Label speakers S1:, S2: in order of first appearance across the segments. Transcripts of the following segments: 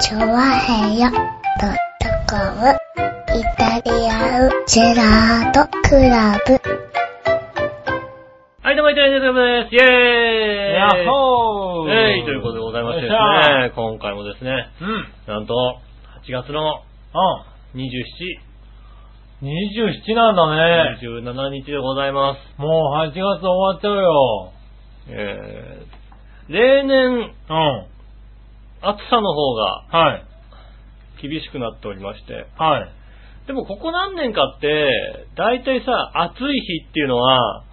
S1: チョワヘヨドットコム。イタリアンジェラートクラブ。
S2: はい、どうも、イタリアンジェラートクラブです。イェーイ
S3: やっほー
S2: えいということでございましてですね、今回もですね、
S3: うん。うん。
S2: なんと、8月の27、
S3: 27なんだね。
S2: 27日でございます。
S3: もう8月終わっちゃうよ。
S2: えー、例年、
S3: うん。
S2: 暑さの方が
S3: はい。
S2: 厳しくなっておりまして、
S3: はい。
S2: でもここ何年かって、大体さ、暑い日っていうのは、
S3: う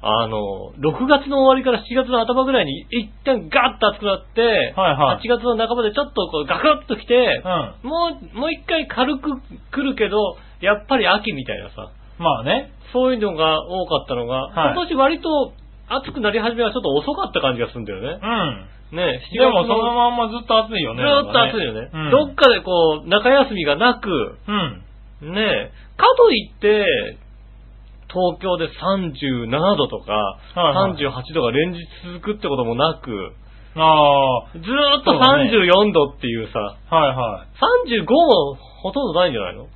S2: あの、6月の終わりから7月の頭ぐらいに一旦ガッと暑くなって、
S3: はいは
S2: 8
S3: い
S2: 月の半ばでちょっとこうガクッと来て、
S3: ん。うん。
S2: もう、もう一回軽く来るけど、やっぱり秋みたいなさ、
S3: まあね。
S2: そういうのが多かったのが、
S3: はい
S2: 今年割と暑くなり始めはちょっと遅かった感じがするんだよね。
S3: うん。
S2: ねえ、7月
S3: でもそのまんまずっと暑いよ
S2: ず
S3: ね。
S2: ーっと暑いよね。
S3: うん。
S2: どっかでこう、中休みがなく、
S3: うん。
S2: ねえ、かといって、東京で37度とか、
S3: はいはい
S2: 38度が連日続くってこともなく、
S3: あ
S2: ずーっと
S3: そうだね
S2: 34度っていうさ、
S3: あ、はいはい。
S2: 35もほとんどないんじゃないの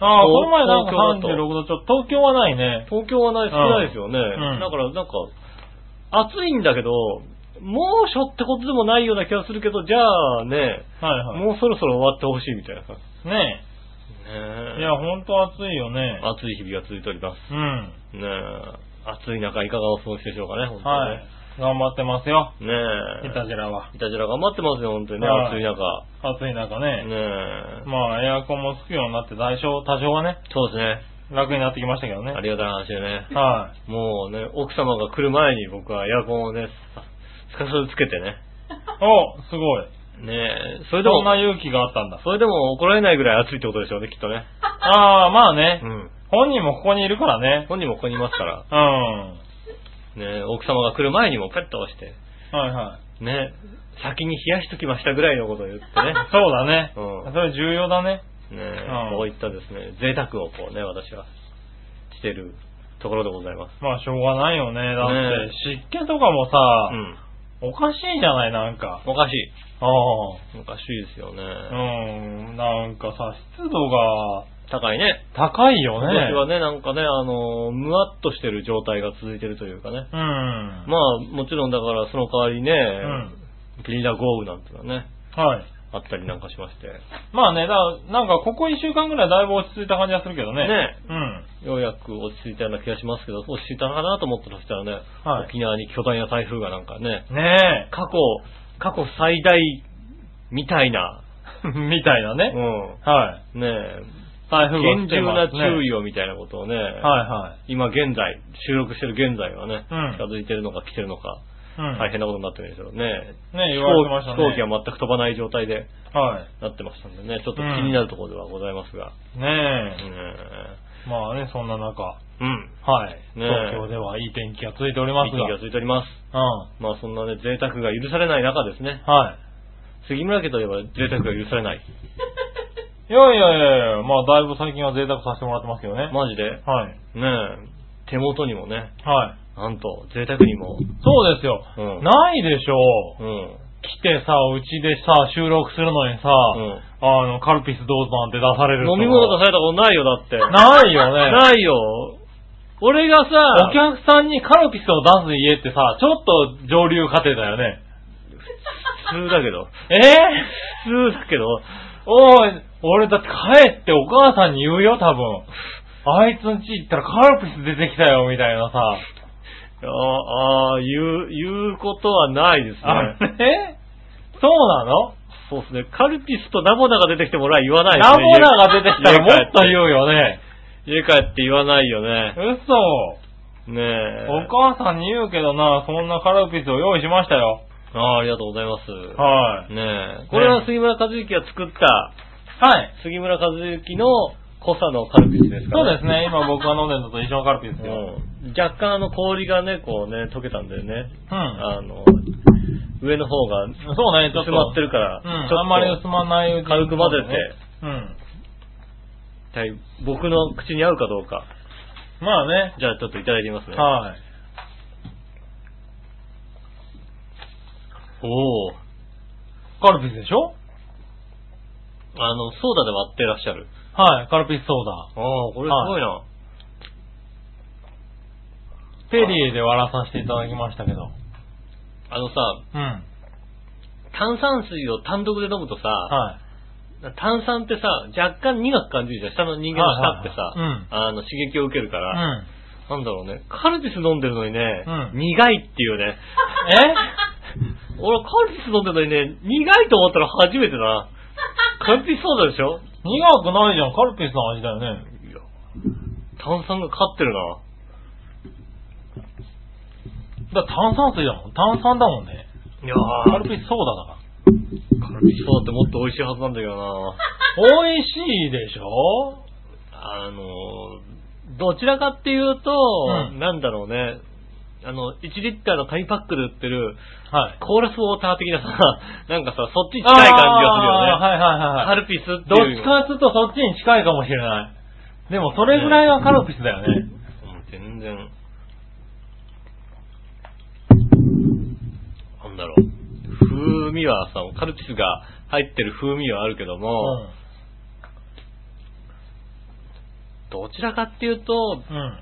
S3: ああ、
S2: 東
S3: この前なんか
S2: 東京だと
S3: 36度ちょっと、東京はないね。
S2: 東京はない、少ないですよね。
S3: うん
S2: だからなんか、暑いんだけど、猛暑ってことでもないような気がするけど、じゃあね、
S3: はいはい。
S2: もうそろそろ終わってほしいみたいなさ。ね
S3: ねえ。いや、ほんと暑いよね。
S2: 暑い日々が続いております。
S3: う
S2: ね
S3: ん。
S2: え暑い中いかがお過ごしでしょうかね、本当
S3: はい。頑張ってますよ。
S2: にね。
S3: い
S2: ね
S3: たじらは。
S2: え。いたじら頑張ってますよ、本当にね、
S3: はい
S2: 暑い中。
S3: 暑い中
S2: ね
S3: ね。
S2: え。
S3: まあ、エアコンもつくようになって、多少、多少はね、
S2: そうですね。
S3: 楽になってきましたけどね。
S2: ありがたい話でね。
S3: はい。
S2: もうね、奥様が来る前に僕はエアコンをね、すかさずつけてね。
S3: お、すごい。
S2: ねえ、そ
S3: そ
S2: れでも。
S3: んな勇気があった んだ。
S2: それでも怒られないぐらい暑いってことでしょうね、きっとね。
S3: ああ、まあね
S2: う。ん。
S3: 本人もここにいるからね。
S2: 本人もここにいますから、
S3: うん。
S2: ね、奥様が来る前にもペッと押して、
S3: はいはい。
S2: ね、先に冷やしときましたぐらいのことを 言ってね。
S3: そうだね。
S2: うん
S3: それ重要だね。
S2: ね
S3: うん
S2: そういったですね、贅沢をこうね、私はしてるところでございます。
S3: まあ、しょうがないよね。だ
S2: ね
S3: って、湿気とかもさ、
S2: うん。
S3: おかしいじゃない、なんか。
S2: おかしい。
S3: ああ。
S2: おかしいですよね。
S3: うん。なんかさ、湿度が
S2: 高いね。
S3: 高いよ
S2: 今
S3: ね
S2: 年。はね、なんかね、あのー、むわっとしてる状態が続いてるというかね。
S3: うん。
S2: まあ、もちろんだから、その代わりね、ゲリラ豪雨なんてのはね、
S3: はい。
S2: あったりなんかしまして。
S3: まあね、だからなんかここ一週間ぐらいだいぶ落ち着いた感じがするけどね。
S2: ね
S3: うん。
S2: ようやく落ち着いたような気がしますけど、落ち着いたのかなと思ってましたらね、
S3: はい
S2: 沖縄に巨大な台風がなんかね、
S3: ね
S2: 過去、過去最大みたいな、
S3: え。みたいな
S2: う
S3: ね。
S2: ん、
S3: はい。
S2: ね
S3: 台
S2: え、
S3: 風が
S2: 厳
S3: 来て
S2: 重な
S3: ます、ね。
S2: 注意をみたいなことをね、
S3: はいはい。
S2: 今現在、収録してる現在はね、
S3: うん
S2: 近づいてるのか来てるのか、
S3: うん。
S2: 大変なことになってるんでしょうね。
S3: ね
S2: 飛
S3: 言
S2: 行
S3: われてましたね。
S2: 飛行機は全く飛ばない状態で
S3: は
S2: なってましたんでね、ちょっと気
S3: うん
S2: になるところではございますが、
S3: い。ね
S2: ね
S3: え。まあね、そんな中。は
S2: えうん、ねえ
S3: い。東京ではいい天気が続いておりま
S2: いい
S3: す
S2: 気
S3: が。
S2: がついております。
S3: う
S2: まあそんなね、贅沢が許されない中ですね。
S3: ん。はい。
S2: 杉村家といえば贅沢が許されない。
S3: いやいやいやいや、まあだいぶ最近は贅沢させてもらってますけどね。
S2: マジでね
S3: はい。
S2: え、手元にもね、
S3: はい。
S2: なんと、贅沢にも、
S3: そうですよ。
S2: うん
S3: ないでしょう。
S2: うん。
S3: 来てさ、うちでさ、収録するのにさ、
S2: ん
S3: あの、カルピスどうぞなんて出されると
S2: 飲み物出されたことないよ、だって。
S3: ないよね。
S2: ないよ。俺が
S3: お
S2: さ、
S3: 客さんにカルピスを出す家ってさ、ちょっと上流家庭だよね。
S2: 普通だけど、
S3: え
S2: 普通だけど、
S3: ー、おい、俺だって帰ってお母さんに言うよ、多分。あいつんち行ったらカルピス出てきたよ、みたいなさ。
S2: ああ、言う、言うことはないです
S3: あ
S2: ね。
S3: れそうなの
S2: そうですね。カルピスとナボナが出てきてもらえ言わない
S3: ナボナが出てきたらもっと言う
S2: う。
S3: よね。
S2: 家帰って言わないよね。
S3: 嘘。
S2: ねえ。
S3: お母さんに言うけどな、そんなカルピスを用意しましたよ。
S2: ああ、ありがとうございます。
S3: はい。
S2: ねえ。これは杉村和之が作った、
S3: はい。
S2: 杉村和之の濃さのカルピスですか
S3: そう
S2: ら
S3: ですね。今僕が飲んでるのと一緒のカルピスですよ。
S2: うん若干あの氷がね、こうね、溶けたんだよね。
S3: うん。
S2: あの、上の方が
S3: そうね、ちょっ
S2: 薄
S3: と。
S2: まってるから、
S3: う
S2: ちょっ
S3: ん。
S2: と
S3: あんまり薄まないうちに
S2: 軽く混ぜて、
S3: うん。
S2: はい僕の口に合うかどうか。
S3: まあね。
S2: じゃあちょっといただいてみますね。
S3: はい。
S2: おお。
S3: カルピスでしょ
S2: あの、ソーダで割ってらっしゃる。
S3: はい、カルピスソーダ。
S2: ああ、これすごいな。
S3: ペリーで割らさせていただきましたけど。
S2: あのさ、
S3: うん。
S2: 炭酸水を単独で飲むとさ、
S3: はい。
S2: 炭酸ってさ、若干苦く感じるじゃん。下の人間の舌ってさ、
S3: はいはいはいう
S2: あ
S3: ん
S2: の、刺激を受けるか
S3: う
S2: ら、
S3: ん。
S2: なんだろうね。カルピス飲んでるのにね、
S3: うん
S2: 苦いっていうね。
S3: え
S2: 俺、カルピス飲んでるのにね、苦いと思ったら初めてだな。カルピスソーダでしょ
S3: 苦くないじゃん。カルピスの味だよね。
S2: いや、炭酸が勝ってるな。
S3: だから炭酸水だもん。炭酸だもんね。
S2: いや
S3: カ
S2: ー、
S3: ルピスソーダだか
S2: カルピスソーダってもっと美味しいはずなんだけどな。
S3: ら。美味しいでしょ
S2: あのー、どちらかっていうと、
S3: うん
S2: なんだろうね、あの、1リッターの紙パックで売ってる、
S3: はい。
S2: コーラスウォーター的なさ、なんかさ、そっちに近い感じがするよね。
S3: あーはいはいはいは
S2: カ
S3: い。
S2: ルピスって
S3: ど
S2: いうより
S3: っち
S2: も。
S3: かっつうとそっちに近いかもしれない。でもそれぐらいはカルピスだよね。
S2: うん全然。なんだろう。風味はさ、カルピスが入ってる風味はあるけど
S3: う
S2: も、どちらかっていうと、
S3: ん。うん。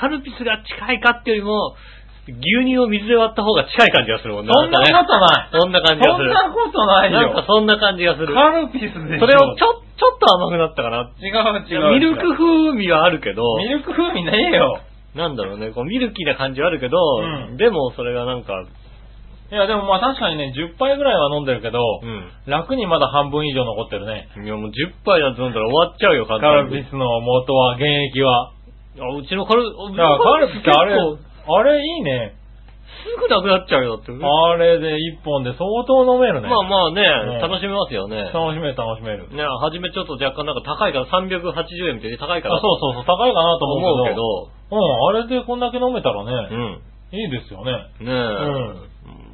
S2: カルピスが近いかっていうよりも、牛乳を水で割った方が近い感じがするもんね。
S3: そんなこと
S2: なんかね
S3: ない。
S2: そんな
S3: そ
S2: 感
S3: ん
S2: じがする。
S3: なことない
S2: なんか
S3: よ。
S2: そんな感じがする。
S3: カルピスでしょ。
S2: それをちょ、ちょっと甘くなったかな。
S3: 違う違う。
S2: ミルク風味はあるけど、
S3: ミルク風味ねえよ。
S2: なんだろうね、こうミルキーな感じはあるけど、
S3: うん
S2: でもそれがなんか、
S3: いや、でもまあ確かにね、10杯ぐらいは飲んでるけど、
S2: う
S3: 楽にまだ半分以上残ってるね。
S2: ん。いやもう10杯なんて飲んだら終わっちゃうよ、
S3: カ
S2: 簡単
S3: ル
S2: に。
S3: ピスの元は、現役は。
S2: あ、うちのカル、うち
S3: だか
S2: の
S3: らカルピスってあれ、
S2: 結構
S3: あれいいね。
S2: すぐなくなっちゃうよ、だって。
S3: あれで1本で相当飲めるね。
S2: まあまあね、
S3: うん
S2: 楽しめますよね。
S3: 楽しめる楽しめる。
S2: ね、はじめちょっと若干なんか高いから、380円みたいに高い
S3: あ
S2: から。
S3: そうそうそう、高いかな
S2: と
S3: と思
S2: 思う
S3: うけ
S2: け
S3: ど。
S2: ど。
S3: うん、あれでこんだけ飲めたら
S2: う
S3: ね、
S2: ん。
S3: いいですよね。
S2: ねえ、うん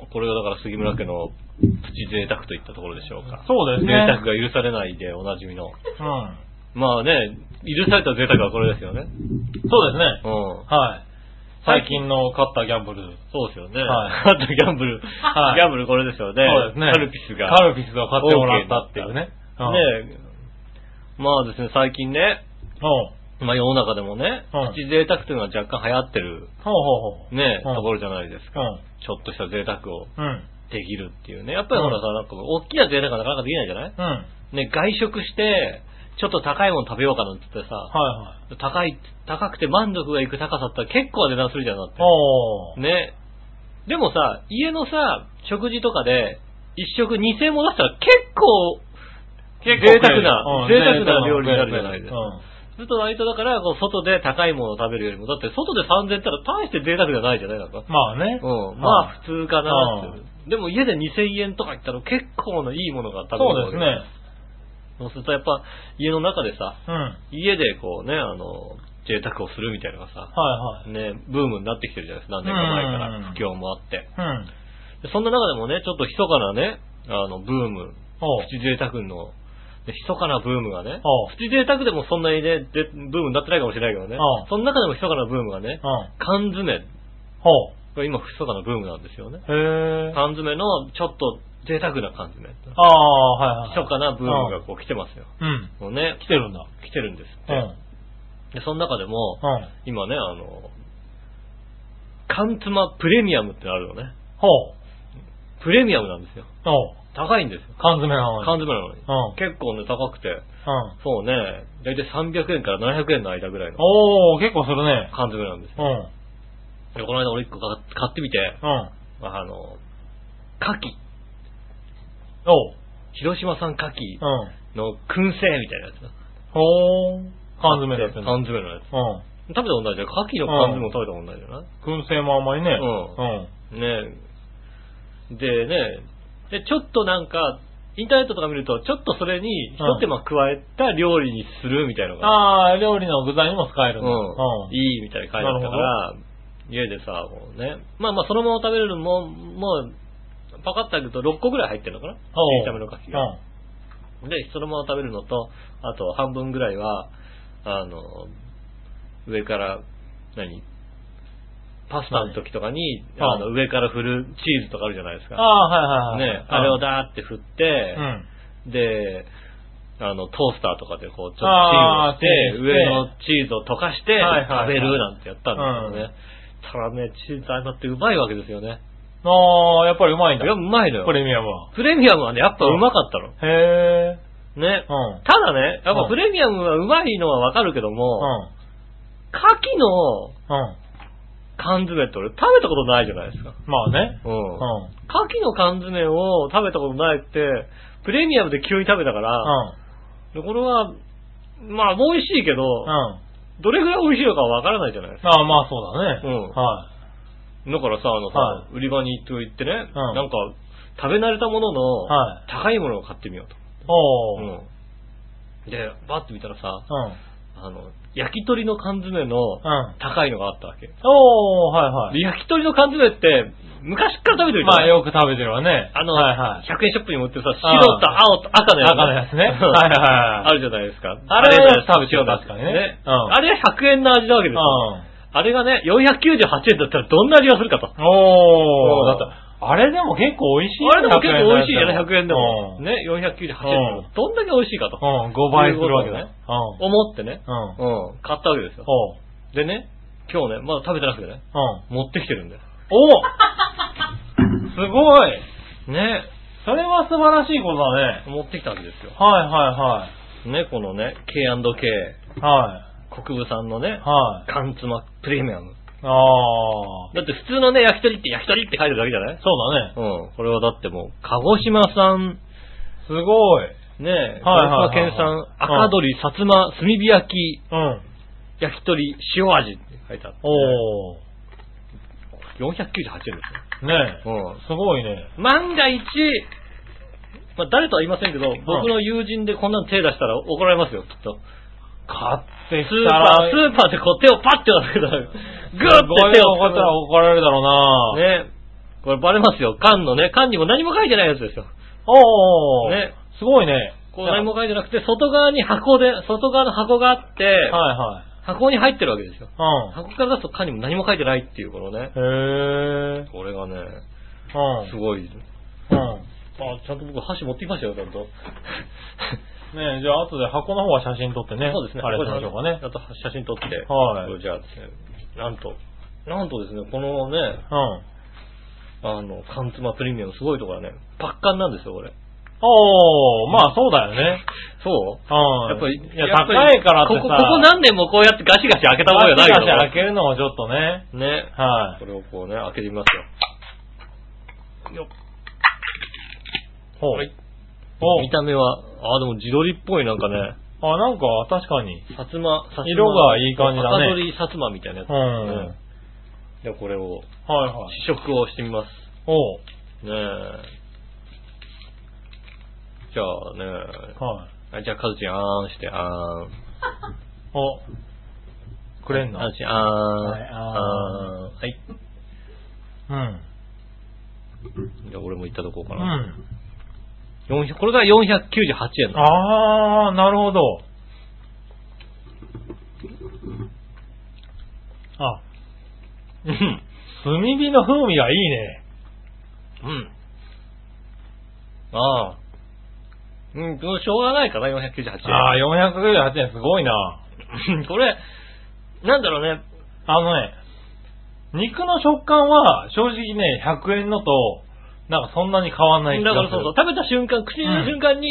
S2: これがだから杉村家のプチ贅沢といったところでしょうか。
S3: そうです
S2: 贅
S3: ね。
S2: 沢が許されないでおなじみの。
S3: うん。
S2: まあね、許された贅沢はこれですよね。うん。
S3: そうですね。はい。最近の勝ったギャンブル。
S2: そうですよね。
S3: はい
S2: あとギャンブル、
S3: はい
S2: ギャンブルこれですよね。
S3: そうですね。
S2: カルピスが。
S3: カルピスを買ってもらったっていうね。うん
S2: ねえまあですね、最近ね、
S3: うん。
S2: まあ世の中でもね、
S3: うん
S2: プチ贅沢というのは若干流行ってる
S3: ほうほうほう。
S2: ね、
S3: うん
S2: ところじゃないですか。
S3: うん。
S2: ちょっとした贅沢を
S3: うん。
S2: できるっていうね。やっぱりほらさ、なんか大きな贅沢はなかなかできないじゃない
S3: うん。はい
S2: ね、外食して、ちょっと高いもの食べようかなんて言ってさ、
S3: はい。
S2: 高い、高くて満足がいく高さだったら結構な値段するじゃん、だっ
S3: お
S2: て。
S3: ー。
S2: ね。でもさ、家のさ、食事とかで、一食2000円も出したら結構、
S3: 結構
S2: 贅沢な、
S3: うん
S2: 贅沢な料理になるじゃないです
S3: う
S2: か。
S3: ん。
S2: ずっと割とだから、こう、外で高いものを食べるよりも、だって外で3000円ったら大して贅沢じゃないじゃないなんか。
S3: まあね。
S2: うん。まあ
S3: あ、
S2: 普通かなっていう。でも家で2000円とか言ったら結構ないいものが食べれる
S3: そう
S2: わ
S3: で
S2: け
S3: すね。
S2: そうするとやっぱ家の中でさ、
S3: うん。はい
S2: 家でこうね、あの、贅沢をするみたいなのがさ、
S3: はい。
S2: ね、ブームになってきてるじゃないですか。何年か前から
S3: うん
S2: 不況もあって。
S3: うん。
S2: でそんな中でもね、ちょっと密かなね、あの、ブーム、
S3: おう。
S2: プチ贅沢の、で密かなブームがね
S3: おう、
S2: プチ贅沢でもそんなにね、でブームになってないかもしれないけどね
S3: おう、
S2: その中でも密かなブームがね、
S3: うん。
S2: 缶詰、
S3: ほ
S2: これ今密かなブームなんですよね。
S3: う。へえ。
S2: 缶詰のちょっと贅沢な缶詰。密
S3: ああ、はいはい。
S2: かなブームがこう来てますよ。
S3: うん。
S2: もうね、
S3: 来てるんだ。
S2: 来てるんですって
S3: うん。うん。
S2: で、その中でも、今ね、あの、缶つまプレミアムってのあるのね。
S3: ほう。
S2: プレミアムなんですよ。
S3: おう。
S2: 高いんですよ。
S3: 缶詰なのに。
S2: 缶詰なのに。
S3: うん
S2: 結構ね、高くて。
S3: うん。
S2: そうね、だいたい300円から700円の間ぐらいの
S3: おー、結構するね。
S2: 缶詰なんですよ
S3: うん。うん。
S2: でこの間俺1個買買ってみて、あの、牡蠣、
S3: おう。
S2: 広島産牡蠣
S3: うん。
S2: の燻製みたいなやつだ。
S3: ほー。缶詰だってんだ
S2: 缶詰のやつ。
S3: うん。
S2: 食べたことないじゃん。牡蠣の缶詰も食べたことないじゃない
S3: 燻製もあんまりね。。
S2: うんねえ。でね、で、ちょっとなんか、インターネットとか見ると、ちょっとそれに一手間加えた料理にするみたいなのが、
S3: ああ、料理の具材にも使えるんだ。
S2: うん、
S3: う
S2: いいみたいに書いてあったから、家でさ、こうね、まあまあそのまま食べれるもん、もう、パカッと開くと6個ぐらい入ってるのかな
S3: おう
S2: 炒めの牡蠣
S3: ん。
S2: が。で、そのまま食べるのと、あと半分ぐらいは、あの、上から、何パスタの時とかに、
S3: うん
S2: あの、上から振るチーズとかあるじゃないですか。
S3: ああ、はいはいはい。
S2: ね、あれを。だーって振って
S3: う、ん。
S2: で、あの、トースターとかでこう、ちょっとチンを
S3: あー
S2: して、
S3: チンして
S2: 上のチーズを溶かして
S3: はいはいは
S2: 食
S3: い
S2: べるなんてやったんだけど
S3: う
S2: ね。たらね、チーズ相まってうまいわけですよね。
S3: ああ、やっぱりうまいん
S2: い
S3: だ。
S2: や、うまいのよ。
S3: プレミアムは。
S2: プレミアムはね、やっぱうまかったの。
S3: へえ。
S2: ね
S3: う。ん。
S2: ただね、やっ
S3: う
S2: ぱ
S3: ん
S2: プレミアムはうまいのはわかるけど
S3: う
S2: も、
S3: ん。
S2: 牡蠣の
S3: うん。
S2: 缶詰って俺食べたことないじゃないですか。
S3: まあね。
S2: う
S3: うんん。。
S2: 牡蠣の缶詰を食べたことないって、プレミアムで急に食べたから、
S3: う
S2: でこれは、まあ美味しいけど、
S3: ん。うん。
S2: どれぐらい美味しいのかわからないじゃないですか。
S3: ああ、まあそうだね。
S2: うん
S3: は
S2: だからさ、あのさ、
S3: は
S2: 売り場に行って行ってね、
S3: ん
S2: なんか、食べ慣れたものの、
S3: は
S2: 高いものを買ってみようと。
S3: い。おー。うん。
S2: うんで、バッて見たらさ、
S3: うん。
S2: あの、焼き鳥の缶詰の高いのがあったわけ。
S3: おー、はいはい。
S2: で焼き鳥の缶詰って、昔から食べてるじゃ
S3: ま
S2: な
S3: あ
S2: い
S3: よく食べてるわね。
S2: あの、
S3: はいはい。
S2: 100円ショップに持ってるさ、白
S3: あ
S2: と青
S3: ー
S2: と赤のやつ。
S3: 赤のやつねはい
S2: あ
S3: はいはい
S2: るじゃないですか。
S3: あれはよく食べて
S2: 塩
S3: る
S2: のやつ
S3: 確かにねうん
S2: あれは100円の味なわけですよ。あれがね、498円だったらどんな味がするかと。
S3: うん。お
S2: うん
S3: ー。だって、あれでも結構美味しいよ
S2: あれでも結構美味しいじゃない、100円でも。
S3: うん
S2: ね、498円でも
S3: う。
S2: どんだけ美味しいかと。
S3: うん、5倍するわけだ
S2: とい
S3: よ
S2: う。
S3: うん。
S2: 思ってね。
S3: うん。
S2: うん。買ったわけですよ。
S3: おう。
S2: でね、今日ね、まだ食べてなくてね、
S3: うん。
S2: 持ってきてるんだよ。
S3: おすごい
S2: ね。
S3: それは素晴らしいことだね。
S2: 持ってきたわけですよ。
S3: はいは
S2: ね、このね、K&K、
S3: いはい。は
S2: 国分さんのね
S3: い。、はい。
S2: 缶詰プレミアム。
S3: あー。
S2: だって普通のね、焼き鳥って焼き鳥って書いてるだけじゃない
S3: そうだね。
S2: うん。これはだってもう、鹿児島産、
S3: すごい。
S2: ね、
S3: は
S2: 鹿児島
S3: いはいはい
S2: 県産、赤鶏、薩摩、炭火焼き、
S3: うん。
S2: 焼き鳥、塩味って書いてあって、
S3: おー。
S2: 498円ですよ。
S3: ねえ。
S2: う
S3: すごいね。
S2: ん。万が一、まあ、誰とは言いませんけど、僕の友人でこんなの手出したら怒られますよ、きっと。
S3: 買って
S2: ス
S3: き
S2: ー
S3: た
S2: パ
S3: ら、
S2: ー、スーパーでこう手をパッて出すけど、グ
S3: ご
S2: ッ
S3: い
S2: て手
S3: 怒ったら
S2: を。
S3: 怒られるだろうな
S2: ね。これバレますよ。缶のね、缶にも何も書いてないやつですよ。
S3: おー。
S2: ね
S3: すごいね。
S2: こう何も書いてなくて、外側に箱で、外側の箱があって、
S3: はいはい。
S2: 箱に入ってるわけですよ。
S3: う
S2: 箱から出すと缶にも何も書いてないっていう、このね。
S3: ん。へえ。
S2: これがね、
S3: うん。
S2: すごい。
S3: うん。
S2: あ、ちゃんと僕箸持ってきましたよ、ちゃんと。
S3: ねえ、じゃあ後で箱の方は写真撮ってね。
S2: そうですね。
S3: あれしましょうかね。
S2: あと写真撮って。
S3: はい
S2: これじゃあですね、なんと、なんとですね、このね、
S3: うん。
S2: あの、缶詰プレミアムすごいところはね、パッカンなんですよ、これ。
S3: おー、まあそうだよね。
S2: そう
S3: うん。
S2: やっぱり、
S3: いや、
S2: っぱり
S3: 高いからってさ、
S2: ここ、ここ何年もこうやってガシガシ開けたもんじゃない
S3: ガ
S2: か
S3: シガシ開
S2: ら。
S3: けるのもちょっとね。
S2: ね。
S3: は
S2: これをこうね、開けてみますよ。よっ
S3: い。ほう。
S2: はい
S3: お
S2: 見た目は、あ、でも自撮りっぽいなんかね、
S3: あ、なんか確かに。
S2: 薩摩、薩摩
S3: 色がいい感じだね
S2: 赤鳥薩摩みたいなやつ、
S3: う
S2: ね
S3: ん。はい
S2: じゃあこれを、
S3: はい。
S2: 試食をしてみます。
S3: おう。
S2: ねえ。じゃあね
S3: は
S2: あ
S3: い。
S2: じゃあ、カズチン、あーんして、あーん。
S3: お。くれんの
S2: カ
S3: う
S2: ズチン、あーん。
S3: はいあ
S2: あーんはい。
S3: ん。
S2: じゃあ、俺も行ったとこう
S3: う
S2: かな。
S3: ん。
S2: 400これが498円だ。
S3: あー、なるほど。 あ、
S2: うん。
S3: 炭火の風味がいいね。
S2: うん。ああ。うん、これしょうがないかな、498円。
S3: ああ、498円すごいな。
S2: これ、なんだろうね。
S3: あのね、肉の食感は正直ね、100円のと、なんかそんなに変わんない気
S2: だか
S3: が
S2: ら
S3: す
S2: そうそう
S3: る。、
S2: 食べた瞬間、口に入れた瞬間に、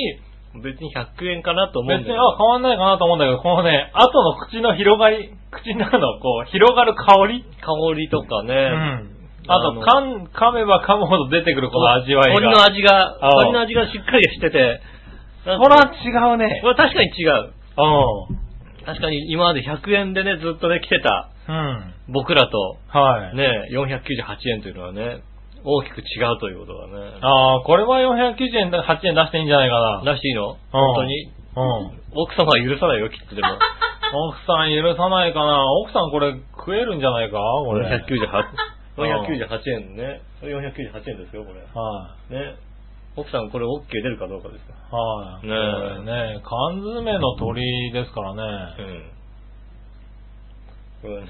S2: 別に100円かなと思うんだ
S3: 別
S2: け
S3: に、
S2: ど。
S3: あ、変わんないかなと思うんだけど、このね、後の口の広がり、口の中のこう、広がる香り
S2: 香りとかね。
S3: うん。
S2: あ
S3: あ
S2: の
S3: と、噛ん、噛めば噛むほど出てくるこの味わい
S2: 鶏の
S3: が。
S2: 味が、
S3: ああ
S2: 鶏の味がしっかりしてて。
S3: そ
S2: なんかね
S3: ら違うね
S2: こ。れは確かに違う。
S3: う
S2: 確かに今まで100円でね、ずっとね、来てた
S3: ん。うん。
S2: 僕らと、
S3: はい。
S2: ね、498円というのはね、大きく違うということだね。
S3: ああ、これは490円、8円出していいんじゃないかな。
S2: らしいの本当に
S3: うん。
S2: 奥様は許さないよ、きっと でも。
S3: 奥さん許さないかな。奥さんこれ食えるんじゃないかこれ。
S2: 498 498円ね。これ498円ですよ、これ。
S3: は
S2: ね。奥さん、これ OK 出るかどうかですよ。
S3: い。はい。
S2: ねえ
S3: これね缶詰の鳥ですから
S2: う
S3: ね。
S2: ん。これ、